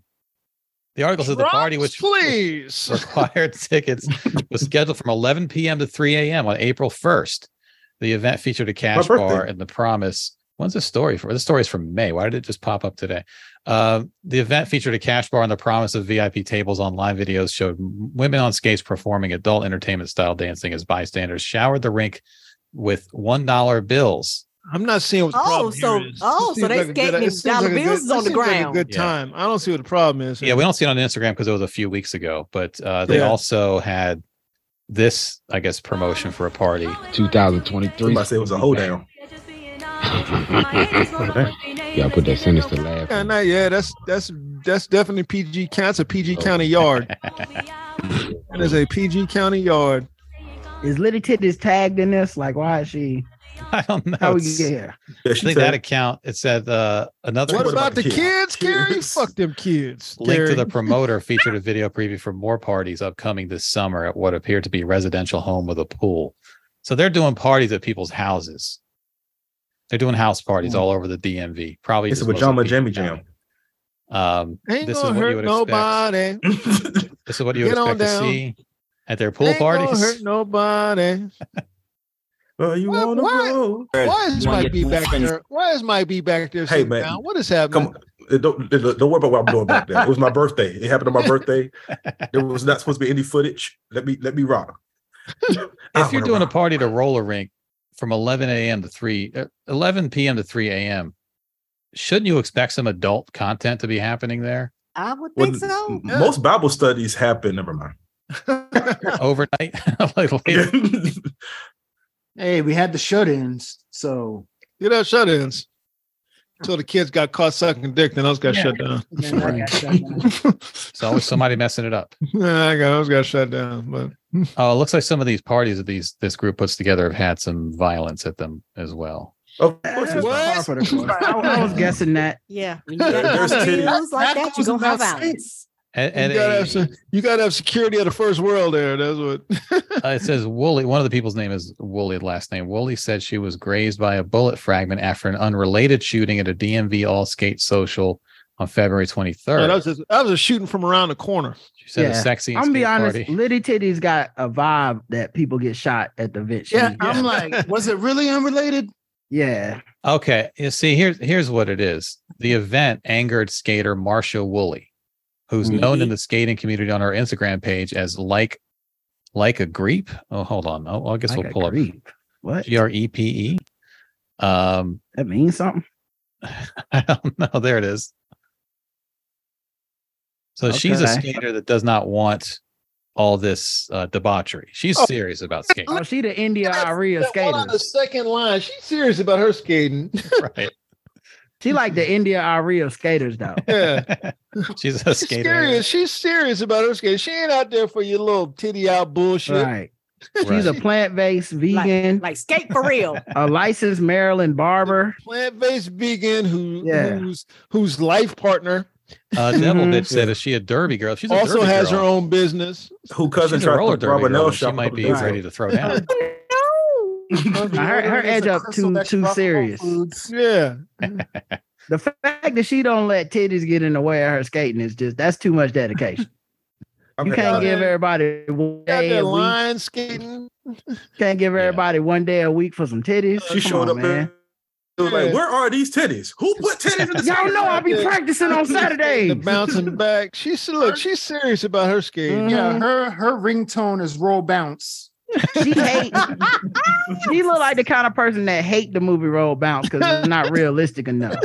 Speaker 3: the article said the party,
Speaker 4: Drums,
Speaker 3: which
Speaker 4: please.
Speaker 3: required tickets, was scheduled from 11 p.m. to 3 a.m. on April 1st. The event featured a cash
Speaker 2: birthday.
Speaker 3: bar and the promise. When's the story for? The story is from May. Why did it just pop up today? Uh, the event featured a cash bar and the promise of VIP tables. Online videos showed m- women on skates performing adult entertainment style dancing as bystanders showered the rink with one dollar bills.
Speaker 4: I'm not seeing what the
Speaker 5: Oh,
Speaker 4: problem
Speaker 5: so-
Speaker 4: here is.
Speaker 5: oh,
Speaker 4: This
Speaker 5: so
Speaker 4: seems
Speaker 5: they
Speaker 4: a
Speaker 5: skating
Speaker 4: good-
Speaker 5: and
Speaker 4: it seems
Speaker 5: dollar
Speaker 4: a good-
Speaker 5: bills is
Speaker 4: this
Speaker 5: on the
Speaker 4: seems like a
Speaker 5: ground.
Speaker 4: good
Speaker 3: Yeah.
Speaker 4: time. I don't see what the problem is.
Speaker 3: Yeah, we don't see it on Instagram because it was a few weeks ago, but uh, they
Speaker 4: Yeah.
Speaker 3: also had this, I guess, promotion for a party.
Speaker 12: 2023.
Speaker 2: Somebody said it was a hold down.
Speaker 12: Y'all put that sinister laugh.
Speaker 4: Yeah, nah, yeah, that's that's that's definitely PG. That's a PG
Speaker 3: Oh.
Speaker 4: County yard. that is a PG County yard.
Speaker 6: Is Liddy Titties tagged in this? Like, why is she?
Speaker 3: I don't know.
Speaker 6: How we
Speaker 3: It's-
Speaker 6: get here?
Speaker 3: I
Speaker 2: she
Speaker 3: think
Speaker 2: said-
Speaker 3: that account it said uh, another.
Speaker 4: What about the kids, Gary? Fuck them kids.
Speaker 3: Link to
Speaker 4: Gary.
Speaker 3: the promoter featured a video preview for more parties upcoming this summer at what appeared to be a residential home with a pool. So they're doing parties at people's houses. They're doing house parties
Speaker 4: Hmm.
Speaker 3: all over the DMV. Probably
Speaker 2: It's a
Speaker 3: just mostly
Speaker 2: pajama
Speaker 3: people
Speaker 2: jammy
Speaker 3: down.
Speaker 2: jam.
Speaker 3: Um,
Speaker 4: Ain't
Speaker 3: this is
Speaker 4: gonna
Speaker 3: what you
Speaker 4: hurt
Speaker 3: would expect.
Speaker 4: nobody.
Speaker 3: This is what you would
Speaker 4: Get on
Speaker 3: expect to
Speaker 4: down.
Speaker 3: see at their pool
Speaker 4: Ain't gonna hurt
Speaker 3: parties.
Speaker 4: nobody.
Speaker 2: Well, "Oh, you
Speaker 4: Why-
Speaker 2: on the
Speaker 4: why-
Speaker 2: road.
Speaker 4: Why is
Speaker 2: When
Speaker 4: Mike
Speaker 2: you
Speaker 4: B
Speaker 2: do
Speaker 4: back
Speaker 2: things-
Speaker 4: there? Why is Mike B back there?
Speaker 2: Hey,
Speaker 4: sitting
Speaker 2: man.
Speaker 4: down? What is
Speaker 2: Come
Speaker 4: happening?
Speaker 2: on. Uh, Don't, uh, don't worry about what I'm doing back there. It was my birthday. It happened on my birthday. There was not supposed to be any footage. Let me let me rock.
Speaker 3: If you're
Speaker 2: wanna
Speaker 3: doing a
Speaker 2: rock.
Speaker 3: party to roller rink from 11 a.m. to 3, uh, 11 p.m. to 3 a.m., shouldn't you expect some adult content to be happening there
Speaker 5: I would
Speaker 2: Well,
Speaker 5: think so.
Speaker 2: m- Most Bible studies happen. Never mind.
Speaker 3: overnight? like later
Speaker 7: Hey, we had the shut-ins, so
Speaker 4: You know, shut ins. Until the kids got caught sucking dick, then those got shut down.
Speaker 7: then I got shut down.
Speaker 3: It's always somebody messing it up.
Speaker 4: I got those got shut down. But
Speaker 3: Oh, it looks like some of these parties that these this group puts together have had some violence at them as well.
Speaker 2: Of course,
Speaker 6: That's
Speaker 2: it's-
Speaker 6: par for the course. I, I was guessing that.
Speaker 5: Yeah. When you
Speaker 2: There-
Speaker 5: got
Speaker 2: there's
Speaker 5: those
Speaker 2: titties.
Speaker 5: bills like
Speaker 7: That
Speaker 5: that, you're
Speaker 7: goes
Speaker 5: going to have
Speaker 7: without
Speaker 5: violence.
Speaker 3: And,
Speaker 4: you, gotta have, se- you gotta have security of the first world there. That's what.
Speaker 3: uh, it says Wooly. One of the people's name is Wooly. Last name Wooly said she was grazed by a bullet fragment after an unrelated shooting at a DMV All Skate Social on February 23rd.
Speaker 4: No, Oh, that was just, that was a shooting from around the corner.
Speaker 3: she said a
Speaker 6: Yeah.
Speaker 3: sexy.
Speaker 6: I'm
Speaker 3: and
Speaker 6: gonna be
Speaker 3: skate
Speaker 6: honest.
Speaker 3: party.
Speaker 6: Liddy Titties got a vibe that people get shot at the event.
Speaker 7: yeah,
Speaker 6: yeah.
Speaker 7: I'm like, was it really unrelated?
Speaker 6: yeah.
Speaker 3: Okay, you see, here's here's what it is. The event angered skater Marsha Woolley, who's known in the skating community on her Instagram page as like like a greep. Oh, hold on. Oh, I guess
Speaker 6: Like
Speaker 3: we'll
Speaker 6: a
Speaker 3: pull up
Speaker 6: creep. What?
Speaker 3: G R E P E. Um,
Speaker 6: That means something.
Speaker 3: I don't know. There it is. So she's a
Speaker 6: Okay.
Speaker 3: skater that does not want all this uh, debauchery. She's serious about skating,
Speaker 6: Oh, she the India Aria
Speaker 4: Hold
Speaker 6: skater.
Speaker 4: on the second line. She's serious about her skating.
Speaker 3: right?
Speaker 6: She like the India Aria skaters though.
Speaker 4: yeah.
Speaker 3: She's a
Speaker 4: She's
Speaker 3: skater.
Speaker 4: serious. She's serious about her skating. She ain't out there for your little titty out bullshit.
Speaker 6: Right.
Speaker 3: Right.
Speaker 6: She's a plant-based vegan,
Speaker 5: Like, skate for real.
Speaker 6: a licensed Maryland barber.
Speaker 4: Plant-based vegan who
Speaker 6: Yeah.
Speaker 4: who's whose life partner
Speaker 3: Uh, Devil
Speaker 6: Mhm.
Speaker 3: Bitch said, "Is she a derby girl? If She's a
Speaker 4: also
Speaker 3: derby
Speaker 4: has
Speaker 3: girl,
Speaker 4: her own business.
Speaker 2: who cousin
Speaker 3: She's a
Speaker 2: tried
Speaker 3: roller
Speaker 2: to rob
Speaker 3: derby
Speaker 2: a
Speaker 3: girl.
Speaker 2: nail
Speaker 3: then She
Speaker 2: shop.
Speaker 3: might
Speaker 2: up in
Speaker 3: be
Speaker 2: Israel.
Speaker 3: ready to throw down.
Speaker 6: her- her edge up too- too serious.
Speaker 4: Yeah.
Speaker 6: The fact that she don't let titties get in the way of her skating is just that's too much dedication. You
Speaker 2: Okay. uh,
Speaker 6: can't
Speaker 4: Well,
Speaker 6: give
Speaker 4: then,
Speaker 6: everybody one
Speaker 4: Got
Speaker 6: day
Speaker 4: that
Speaker 6: a week.
Speaker 4: line skating.
Speaker 6: Can't give
Speaker 3: Yeah.
Speaker 6: everybody one day a week for some titties.
Speaker 2: She
Speaker 6: Come
Speaker 2: showed
Speaker 6: on,
Speaker 2: up
Speaker 6: man.
Speaker 2: there. It was
Speaker 4: Yeah.
Speaker 2: like, where are these titties? Who put titties in the
Speaker 6: Y'all know I be practicing on
Speaker 4: The
Speaker 6: Saturdays.
Speaker 4: bouncing back. She's look, she's serious about
Speaker 3: Mm,
Speaker 4: her
Speaker 6: Mm-hmm.
Speaker 4: skating.
Speaker 7: Yeah, her her ringtone is roll bounce.
Speaker 6: She hate. she look like the kind of person that hate the movie Roll Bounce because it's not realistic enough.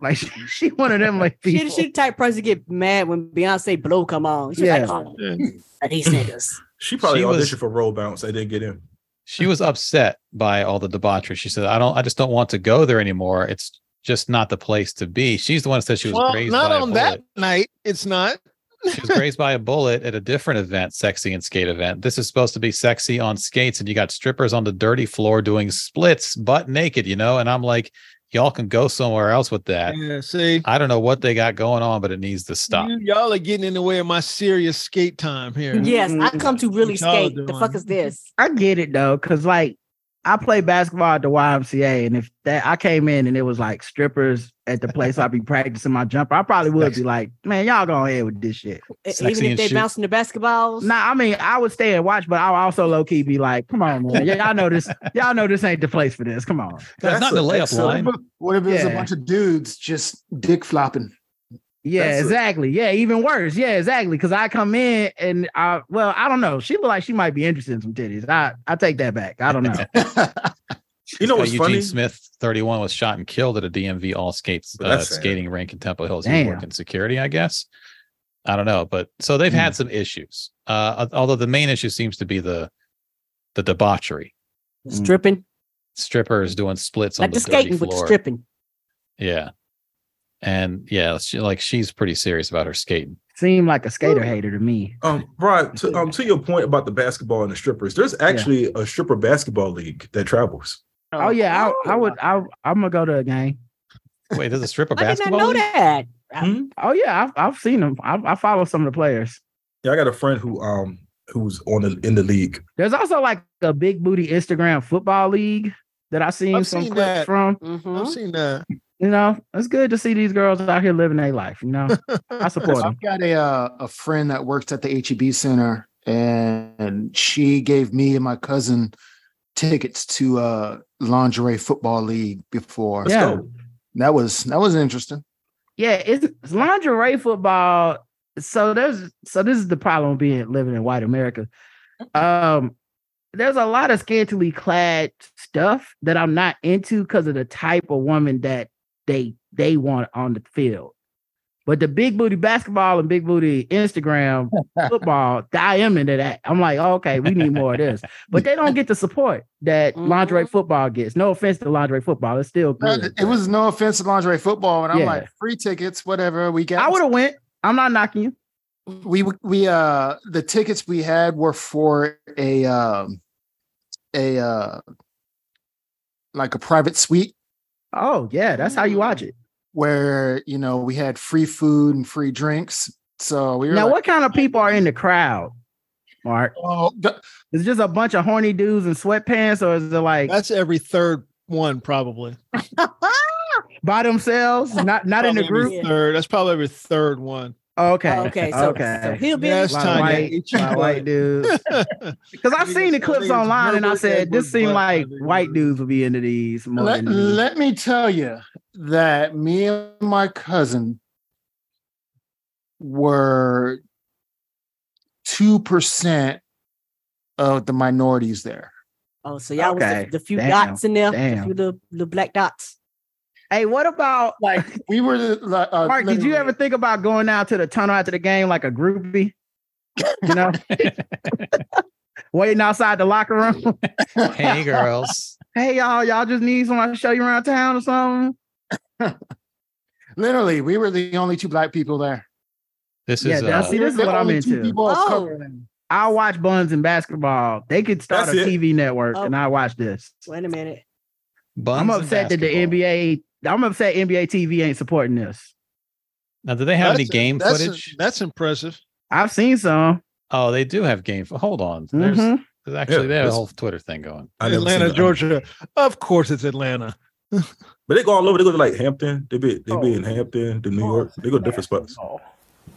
Speaker 6: Like she, she one of them like
Speaker 5: She,
Speaker 6: people.
Speaker 5: she the type person get mad when Beyonce Blow come on. She's
Speaker 6: Yeah.
Speaker 5: like, oh,
Speaker 4: Yeah.
Speaker 5: these niggas.
Speaker 2: She probably
Speaker 3: She
Speaker 2: auditioned
Speaker 3: was-
Speaker 2: for Roll Bounce. They didn't get in.
Speaker 3: She was upset by all the debauchery. She said, "I don't. I just don't want to go there anymore. It's just not the place to be." She's the one that said she was
Speaker 4: well,
Speaker 3: grazed
Speaker 4: not
Speaker 3: by a
Speaker 4: on
Speaker 3: bullet.
Speaker 4: that night. It's not.
Speaker 3: She was grazed by a bullet at a different event, sexy and skate event. This is supposed to be sexy on skates, and you got strippers on the dirty floor doing splits, butt naked, you know. And I'm like, y'all can go somewhere else with that.
Speaker 4: Yeah, see.
Speaker 3: I don't know what they got going on, but it needs to stop.
Speaker 4: You, y'all are getting in the way of my serious skate time here.
Speaker 6: Mm-hmm.
Speaker 5: Yes, I come to really
Speaker 4: What y'all
Speaker 5: skate. The
Speaker 4: doing?
Speaker 5: fuck is this?
Speaker 6: I get it though, because like I play basketball at the YMCA, and if that I came in and it was like strippers at the place I'd be practicing my jumper, I probably would be like, man, y'all go ahead with this shit.
Speaker 3: Sexy
Speaker 5: E, Even if
Speaker 3: and
Speaker 5: they
Speaker 3: shit.
Speaker 5: bouncing the basketballs.
Speaker 6: Nah, I mean, I would stay and watch, but I would also low key be like, come on, man, Y- y'all know this, y'all know this ain't the place for this. Come on,
Speaker 3: That's, not in the
Speaker 2: an
Speaker 3: layup
Speaker 2: excellent-
Speaker 3: line.
Speaker 7: What if it's a
Speaker 6: Yeah.
Speaker 7: bunch of dudes just dick flopping?
Speaker 6: yeah,
Speaker 2: That's a-
Speaker 6: exactly, yeah, even worse, yeah, exactly, because I come in and I, well, I don't know, she look like she might be interested in some titties. I, I take that back. I don't know.
Speaker 2: You know
Speaker 3: Uh,
Speaker 2: what's
Speaker 3: Eugene
Speaker 2: funny?
Speaker 3: Smith, 31, was shot and killed at a DMV all skates
Speaker 2: Well,
Speaker 3: uh,
Speaker 2: that's sad.
Speaker 3: skating rink in Temple Hills. He was
Speaker 6: Damn.
Speaker 3: working security, I guess. I don't know, but so they've
Speaker 5: Hmm.
Speaker 3: had some issues. Uh, al- although the main issue seems to be the the debauchery.
Speaker 5: Stripping.
Speaker 3: strippers doing splits on
Speaker 5: Mm. like
Speaker 3: the,
Speaker 5: the
Speaker 3: dirty
Speaker 5: skating with the
Speaker 3: floor.
Speaker 5: stripping.
Speaker 3: Yeah, and yeah, she, like she's pretty serious about her skating.
Speaker 6: Seemed like a skater hater to me.
Speaker 2: Um, right to, um, to your point about the basketball and the strippers, there's actually a stripper basketball league that travels.
Speaker 6: Oh, yeah, I, I would. I,
Speaker 2: oh.
Speaker 6: I'm gonna go to a game.
Speaker 3: Wait, there's a stripper
Speaker 5: I did not
Speaker 3: basketball?
Speaker 5: know
Speaker 3: league?
Speaker 5: that.
Speaker 6: Oh yeah, I've, I've seen them. I, I follow some of the players.
Speaker 2: Yeah, I got a friend who um who's on the in the league.
Speaker 6: There's also like a big booty Instagram football league that I seen
Speaker 4: I've
Speaker 6: some
Speaker 4: seen
Speaker 6: clips
Speaker 4: that.
Speaker 6: from.
Speaker 4: I've seen that.
Speaker 6: You know, it's good to see these girls out here living their life. You know, I support them.
Speaker 7: I've got a uh, a friend that works at the HEB center, and she gave me and my cousin tickets to uh lingerie football league before.
Speaker 6: Let's Yeah. go.
Speaker 7: that was that was interesting.
Speaker 6: Yeah, it's, it's lingerie football. So there's so this is the problem being living in white America.
Speaker 7: Mm-hmm.
Speaker 6: Um, there's a lot of scantily clad stuff that I'm not into because of the type of woman that they they want on the field. But the big booty basketball and big booty Instagram football, I am into that. I'm like, "Oh, okay, we need more of this. But they don't get the support that lingerie football gets. No offense to lingerie football, it's still
Speaker 7: Uh,
Speaker 6: good.
Speaker 7: Mm-hmm. It was no offense to lingerie football, and I'm
Speaker 6: Yeah.
Speaker 7: like free tickets, whatever we got.
Speaker 6: I would have went. I'm not knocking you.
Speaker 7: we we uh the tickets we had were for a um a uh like a private suite
Speaker 6: Oh yeah, that's how you watch it.
Speaker 7: where you know we had free food and free drinks so we were
Speaker 6: now,
Speaker 7: like,
Speaker 6: what kind of people are in the crowd, Mark?
Speaker 7: oh th-
Speaker 6: Is it just a bunch of horny dudes in sweatpants, or is it like
Speaker 4: That's every third one, probably.
Speaker 6: by themselves, not not in
Speaker 4: Probably
Speaker 6: the
Speaker 4: every
Speaker 6: group?
Speaker 4: Third. That's probably every third one.
Speaker 6: Okay,
Speaker 5: Oh, Okay, so, so
Speaker 6: okay.
Speaker 5: he'll be
Speaker 4: Yes,
Speaker 6: Lot of
Speaker 4: Tanya.
Speaker 6: white,
Speaker 4: H-
Speaker 6: lot of white dudes. Because I've seen the clips online, and I said this seemed like white dudes would be into these more
Speaker 7: let,
Speaker 6: than these.
Speaker 7: let me tell you that me and my cousin were 2% of the minorities there
Speaker 5: Oh, so y'all
Speaker 6: Okay,
Speaker 5: was the, the few
Speaker 6: damn,
Speaker 5: dots in there, the,
Speaker 6: damn.
Speaker 5: few, the the black dots.
Speaker 6: Hey, what about
Speaker 7: like we were the- like uh,
Speaker 6: Mark? Did you
Speaker 7: literally-
Speaker 6: ever think about going out to the tunnel after the game like a groupie? You know, waiting outside the locker room.
Speaker 3: Hey girls,
Speaker 6: hey y'all, y'all just need someone to show you around town or something.
Speaker 7: literally we were the only two black people there
Speaker 3: this
Speaker 6: yeah,
Speaker 3: is
Speaker 6: that's,
Speaker 3: uh,
Speaker 6: see, this is
Speaker 7: The
Speaker 6: what I'm
Speaker 7: only two
Speaker 6: into.
Speaker 7: people of
Speaker 5: Oh.
Speaker 7: color there.
Speaker 6: I'll watch Buns and basketball. They could start
Speaker 2: That's
Speaker 6: a
Speaker 2: it.
Speaker 6: TV network,
Speaker 5: Oh.
Speaker 6: and I watch this.
Speaker 5: Wait a minute.
Speaker 3: buns
Speaker 6: I'm
Speaker 3: and
Speaker 6: upset that the
Speaker 3: basketball.
Speaker 6: NBA. I'm upset NBA TV ain't supporting this.
Speaker 3: Now, do they have any
Speaker 4: That's-
Speaker 3: game
Speaker 4: that's-
Speaker 3: footage?
Speaker 4: that's impressive.
Speaker 6: I've seen some.
Speaker 3: oh, they do have game. fo- Hold on, there's,
Speaker 5: Mm-hmm.
Speaker 6: Mhm.
Speaker 3: there's actually they have a
Speaker 2: that's-
Speaker 3: whole Twitter thing going.
Speaker 2: I never seen
Speaker 4: Atlanta,
Speaker 2: that.
Speaker 4: Georgia. Of course, it's Atlanta.
Speaker 2: But they go all over. They go to like Hampton. They be they be in
Speaker 4: Oh.
Speaker 2: Hampton, to New York. They go to different spots.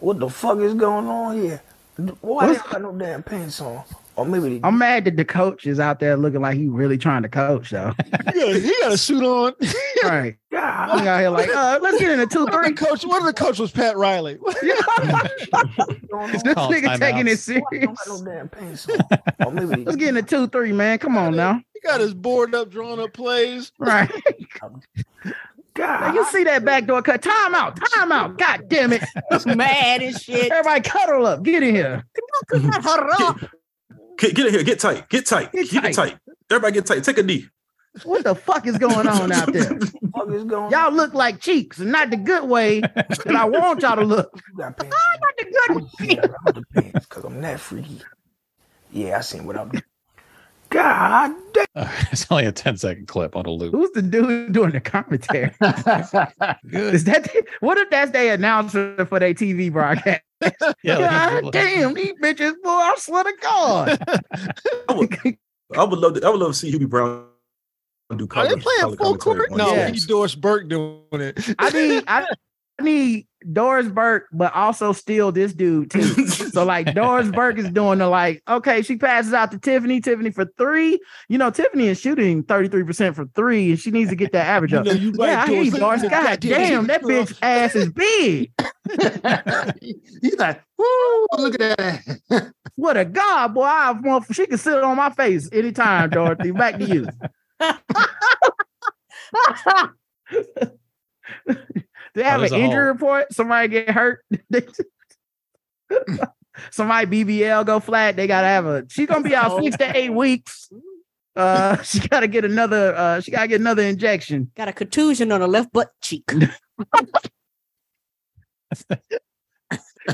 Speaker 13: What the fuck is going on here? Why they don't got no damn pants on? Or maybe they
Speaker 6: I'm mad that the coach is out there looking like he really trying to coach though.
Speaker 4: He got, he got a suit on.
Speaker 6: right?
Speaker 13: God,
Speaker 6: I'm out here like, uh, let's get in a two
Speaker 4: The
Speaker 6: three.
Speaker 4: coach, one of the coach was Pat Riley.
Speaker 13: going
Speaker 6: this
Speaker 13: on?
Speaker 3: Call
Speaker 6: nigga taking
Speaker 3: timeouts.
Speaker 6: it
Speaker 13: Why they don't got
Speaker 6: serious.
Speaker 13: no damn pants on? Or Oh, maybe
Speaker 6: Let's get in a two three, man. Come on now,
Speaker 4: He got his board up, drawing up plays.
Speaker 6: right? Now,
Speaker 13: God.
Speaker 6: you see that backdoor cut? Time out. Time out. God damn it.
Speaker 5: Mad as shit.
Speaker 6: Everybody cuddle up. Get in here.
Speaker 5: Could not huddle up.
Speaker 2: Get, get in here. Get tight. Get tight.
Speaker 6: Get
Speaker 2: Get Keep
Speaker 6: tight.
Speaker 2: it tight. Everybody get tight. Take a knee.
Speaker 6: What the fuck is going on out there?
Speaker 13: the fuck is going on?
Speaker 6: Y'all look like cheeks, and not the good way that I want y'all to look.
Speaker 13: You got pants on. Oh,
Speaker 6: Not the good way.
Speaker 13: Yeah, I'm the pants because I'm that freaky. Yeah, I seen what I'm doing. God damn.
Speaker 3: it's only a 10 second clip on a loop.
Speaker 6: Who's the dude doing the commentary? Is that what if that's their announcer for their TV broadcast?
Speaker 3: Yeah,
Speaker 6: God
Speaker 3: like-
Speaker 6: damn, these bitches, boy! I swear to God.
Speaker 2: I would, I would love to. I would love to see Hubie Brown do
Speaker 4: Are
Speaker 2: color.
Speaker 4: they playing
Speaker 2: color
Speaker 4: full
Speaker 2: commentary
Speaker 4: court?
Speaker 2: on
Speaker 4: No,
Speaker 6: Yeah.
Speaker 4: he
Speaker 2: games.
Speaker 4: Doris Burke doing it.
Speaker 6: I need I, I need Doris Burke, but also still this dude too. So like Doris Burke is doing the like, okay, she passes out to Tiffany, Tiffany for three. You know, Tiffany is shooting 33% for three, and she needs to get that average
Speaker 4: You
Speaker 6: up.
Speaker 4: know, you right,
Speaker 6: yeah, I hear you,
Speaker 4: Doris.
Speaker 6: Doris. God damn, that bitch ass is big.
Speaker 7: He's like, woo, look at that.
Speaker 6: What a god, boy. I want she can sit on my face anytime, Dorothy. Back to you. They have
Speaker 3: there's
Speaker 6: an
Speaker 3: a whole-
Speaker 6: injury report. Somebody get hurt. Somebody BBL go flat. They gotta have a. She's gonna be out six to eight weeks. Uh, she gotta get another. Uh, she gotta get another injection.
Speaker 5: Got a contusion on her left butt cheek.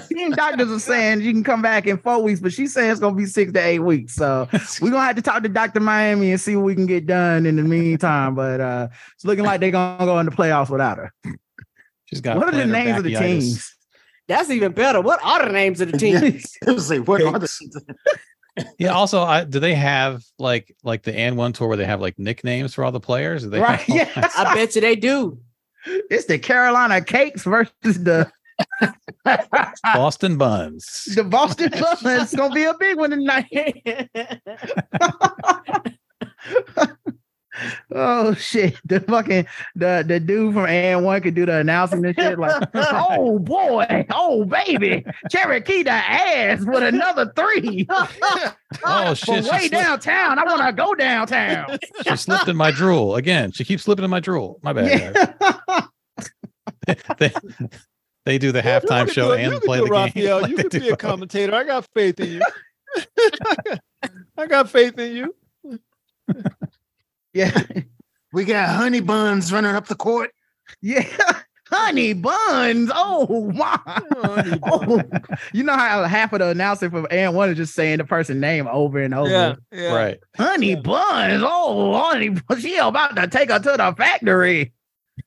Speaker 6: Team doctors are saying you can come back in four weeks, but she's saying it's gonna be six to eight weeks. So we're gonna have to talk to Dr. Miami and see what we can get done in the meantime. But uh, it's looking like they're gonna go in the playoffs without her.
Speaker 3: She's
Speaker 5: got
Speaker 6: what are the
Speaker 5: plantar
Speaker 6: names of the
Speaker 5: fasciitis.
Speaker 6: teams?
Speaker 5: That's even better. What are the names of the teams?
Speaker 7: what are
Speaker 3: Yeah. Also, I, do they have like like the and one tour where they have like nicknames for all the players? Do they
Speaker 6: Right.
Speaker 3: have-
Speaker 6: Yeah. I
Speaker 5: bet you they do.
Speaker 6: It's the Carolina Cakes versus the
Speaker 3: Boston Buns.
Speaker 6: the Boston Buns. It's gonna be a big one tonight. oh shit! The fucking the the dude from and one could do the announcing and shit like, oh boy, oh baby, Cherokee the ass with another three.
Speaker 3: Oh
Speaker 6: But
Speaker 3: shit! She,
Speaker 6: way
Speaker 3: slipped,
Speaker 6: downtown, I want to go downtown.
Speaker 3: she slipped in my drool again. She keeps slipping in my drool. My bad. guys. they, they do the halftime
Speaker 4: could
Speaker 3: show
Speaker 4: do it.
Speaker 3: and
Speaker 4: you could
Speaker 3: play
Speaker 4: do
Speaker 3: the
Speaker 4: it, Raphael.
Speaker 3: game. like
Speaker 4: you
Speaker 3: they
Speaker 4: could
Speaker 3: do.
Speaker 4: be a commentator. I got faith in you. I got faith in you.
Speaker 6: Yeah.
Speaker 7: We got honey buns running up the court.
Speaker 6: Yeah. Honey buns. Oh my. Oh. You know how half of the announcer for and one is just saying the person's name over and over.
Speaker 4: Yeah, yeah.
Speaker 3: Oh, Right.
Speaker 6: Honey buns. Oh, honey buns. She about to take her to the factory.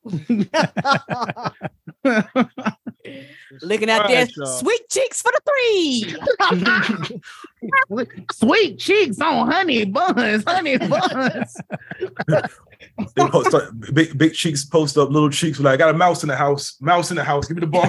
Speaker 5: Looking at
Speaker 6: All
Speaker 5: their
Speaker 6: right, y'all.
Speaker 5: sweet cheeks for the three.
Speaker 6: Sweet cheeks on honey buns. Honey buns.
Speaker 2: They post big, big cheeks post up little cheeks like I got a mouse in the house, mouse in the house, give me the ball.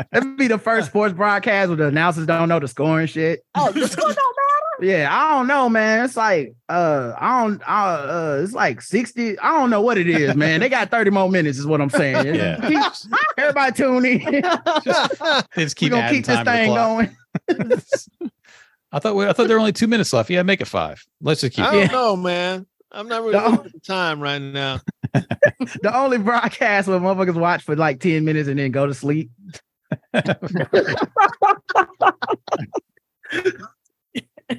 Speaker 6: That'd be the first sports broadcast where the announcers don't know the scoring shit.
Speaker 5: oh, the score don't matter.
Speaker 6: Yeah, I don't know, man. It's like uh I don't I, uh it's like 60. I don't know what it is, man. They got 30 more minutes, is what I'm saying.
Speaker 3: Yeah.
Speaker 6: Everybody tune in.
Speaker 3: They just
Speaker 6: We're
Speaker 3: keep
Speaker 6: gonna
Speaker 3: adding
Speaker 6: keep this
Speaker 3: time to the
Speaker 6: thing
Speaker 3: clock.
Speaker 6: going.
Speaker 3: I thought we, I thought there were only two minutes left. Yeah, make it five. Let's just keep.
Speaker 4: I
Speaker 6: Oh,
Speaker 3: it.
Speaker 4: don't know, man. I'm not really
Speaker 6: No.
Speaker 4: looking at the time right now.
Speaker 6: The only broadcast where motherfuckers watch for like 10 minutes and then go to sleep.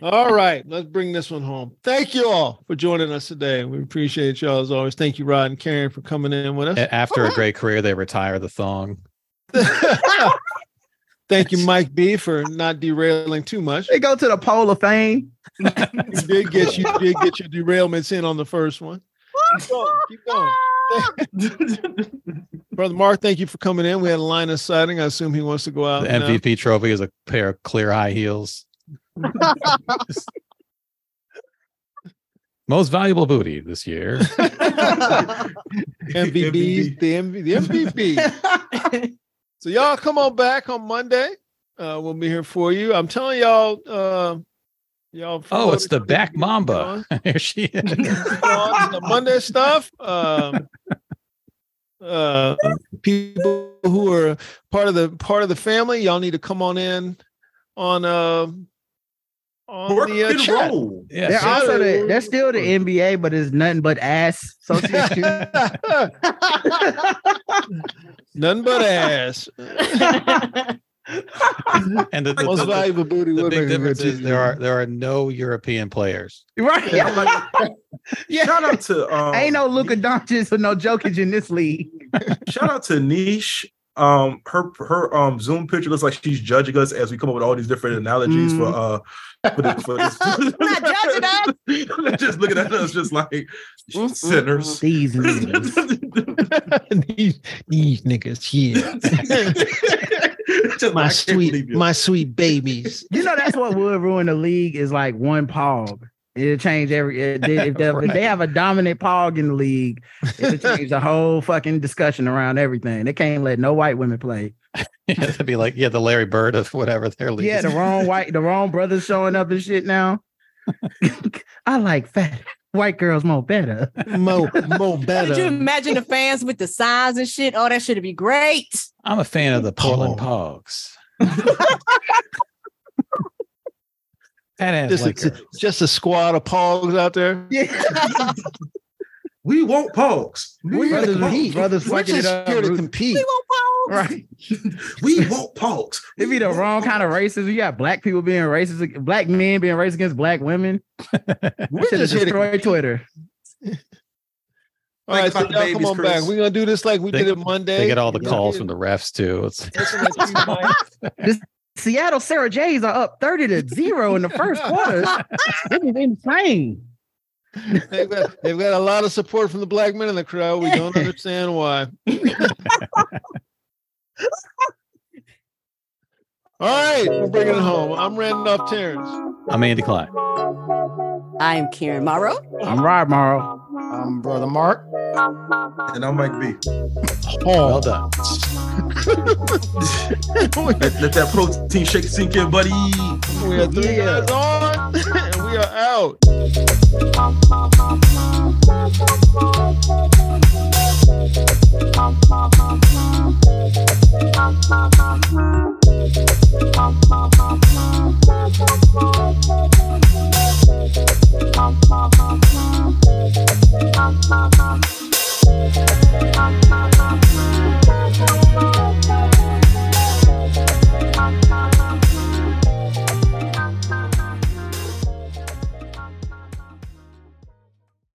Speaker 4: All right, let's bring this one home. Thank you all for joining us today. We appreciate y'all as always. Thank you, Rod and Karen, for coming in with us.
Speaker 3: A- After a great career, they retire the thong.
Speaker 4: Thank you, Mike B, for not derailing too much.
Speaker 6: They go to the pole of fame.
Speaker 4: You did get you did get your derailments in on the first one. Keep going. Keep going. Brother Mark, thank you for coming in. We had a line of sighting. I assume he wants to go out. uh,
Speaker 3: The
Speaker 4: now.
Speaker 3: MVP trophy is a pair of clear high heels. Most valuable booty this year.
Speaker 4: MVBs, the, MV, the MVP. so y'all come on back on Monday. Uh, we'll be here for you. I'm telling y'all, uh, y'all.
Speaker 3: Oh, it's the back mamba. Here she is.
Speaker 4: on the Monday stuff. Um, uh, people who are part of the part of the family, y'all need to come on in on uh, on
Speaker 2: Work
Speaker 4: the uh,
Speaker 2: and
Speaker 4: chat.
Speaker 2: roll.
Speaker 3: Yeah,
Speaker 6: they're
Speaker 3: so-
Speaker 6: also the, they're still the NBA, but it's nothing but ass. So it's just you.
Speaker 4: None but ass.
Speaker 3: and the, the,
Speaker 4: Most
Speaker 3: the-
Speaker 4: valuable booty.
Speaker 3: the
Speaker 4: would make a
Speaker 3: big
Speaker 4: good
Speaker 3: difference is
Speaker 4: TV.
Speaker 3: there are there are no European players.
Speaker 6: right.
Speaker 2: Shout out to um,
Speaker 6: Ain't no Luka Doncic or no Jokic in this league.
Speaker 2: shout out to Niche. Um, her her um Zoom picture looks like she's judging us as we come up with all these different analogies for uh for this. For this.
Speaker 5: Mm. Not judging us.
Speaker 2: just looking at us, just like sinners.
Speaker 6: These niggas.
Speaker 4: these, these niggas here.
Speaker 2: Just
Speaker 4: My
Speaker 2: like, I can't
Speaker 4: sweet,
Speaker 2: believe you.
Speaker 4: my sweet babies.
Speaker 6: You know that's what would ruin the league is like one pog. It'll change every it, they- if, they, if they have a dominant pog in the league, it'll change the whole fucking discussion around everything. They can't let no white women play.
Speaker 3: Yeah, that'd be like yeah, the Larry Bird of whatever their league.
Speaker 6: Yeah,
Speaker 3: is.
Speaker 6: the wrong white, the wrong brothers showing up and shit now. I like fat white girls more better.
Speaker 4: Mo, mo
Speaker 5: Could you
Speaker 4: better.
Speaker 5: imagine the fans with the signs and shit? Oh, that should be great.
Speaker 3: I'm a fan of the Portland Pogs. that ass
Speaker 4: Just
Speaker 3: liquor.
Speaker 4: a, just a squad of pogs out there.
Speaker 6: Yeah,
Speaker 2: we won't pogs.
Speaker 4: We're here to
Speaker 6: brothers,
Speaker 4: compete.
Speaker 6: brothers
Speaker 4: We're
Speaker 6: fucking it
Speaker 4: just
Speaker 6: up.
Speaker 4: here to
Speaker 6: Ruth.
Speaker 4: compete.
Speaker 5: We won't
Speaker 6: Right.
Speaker 2: we want punks.
Speaker 6: It'd be the wrong kind of racism. You got black people being racist, black men being racist against black women. we should
Speaker 4: just here to-
Speaker 6: destroy Twitter.
Speaker 4: All right, so
Speaker 6: about the
Speaker 4: y'all come
Speaker 6: babies,
Speaker 4: on
Speaker 6: Chris.
Speaker 4: back. We're gonna do this like we
Speaker 3: They-
Speaker 4: did it Monday.
Speaker 3: They get all the
Speaker 4: Yeah.
Speaker 3: calls from the refs too. It's,
Speaker 6: The Seattle Sarah Jays are up 30 to zero in the first quarter. this is insane.
Speaker 4: they've, got, they've got a lot of support from the black men in the crowd. We don't understand why. All right, we're bringing it home. I'm Randolph Terrence.
Speaker 3: I'm Andy Klein.
Speaker 5: I am Karen Morrow.
Speaker 6: I'm Rob Morrow. Um,
Speaker 7: I'm Brother Mark.
Speaker 2: And I'm Mike B.
Speaker 3: Well done.
Speaker 2: let, let that protein shake sink in, buddy.
Speaker 4: We are three guys on, and we are out.
Speaker 9: Thank you.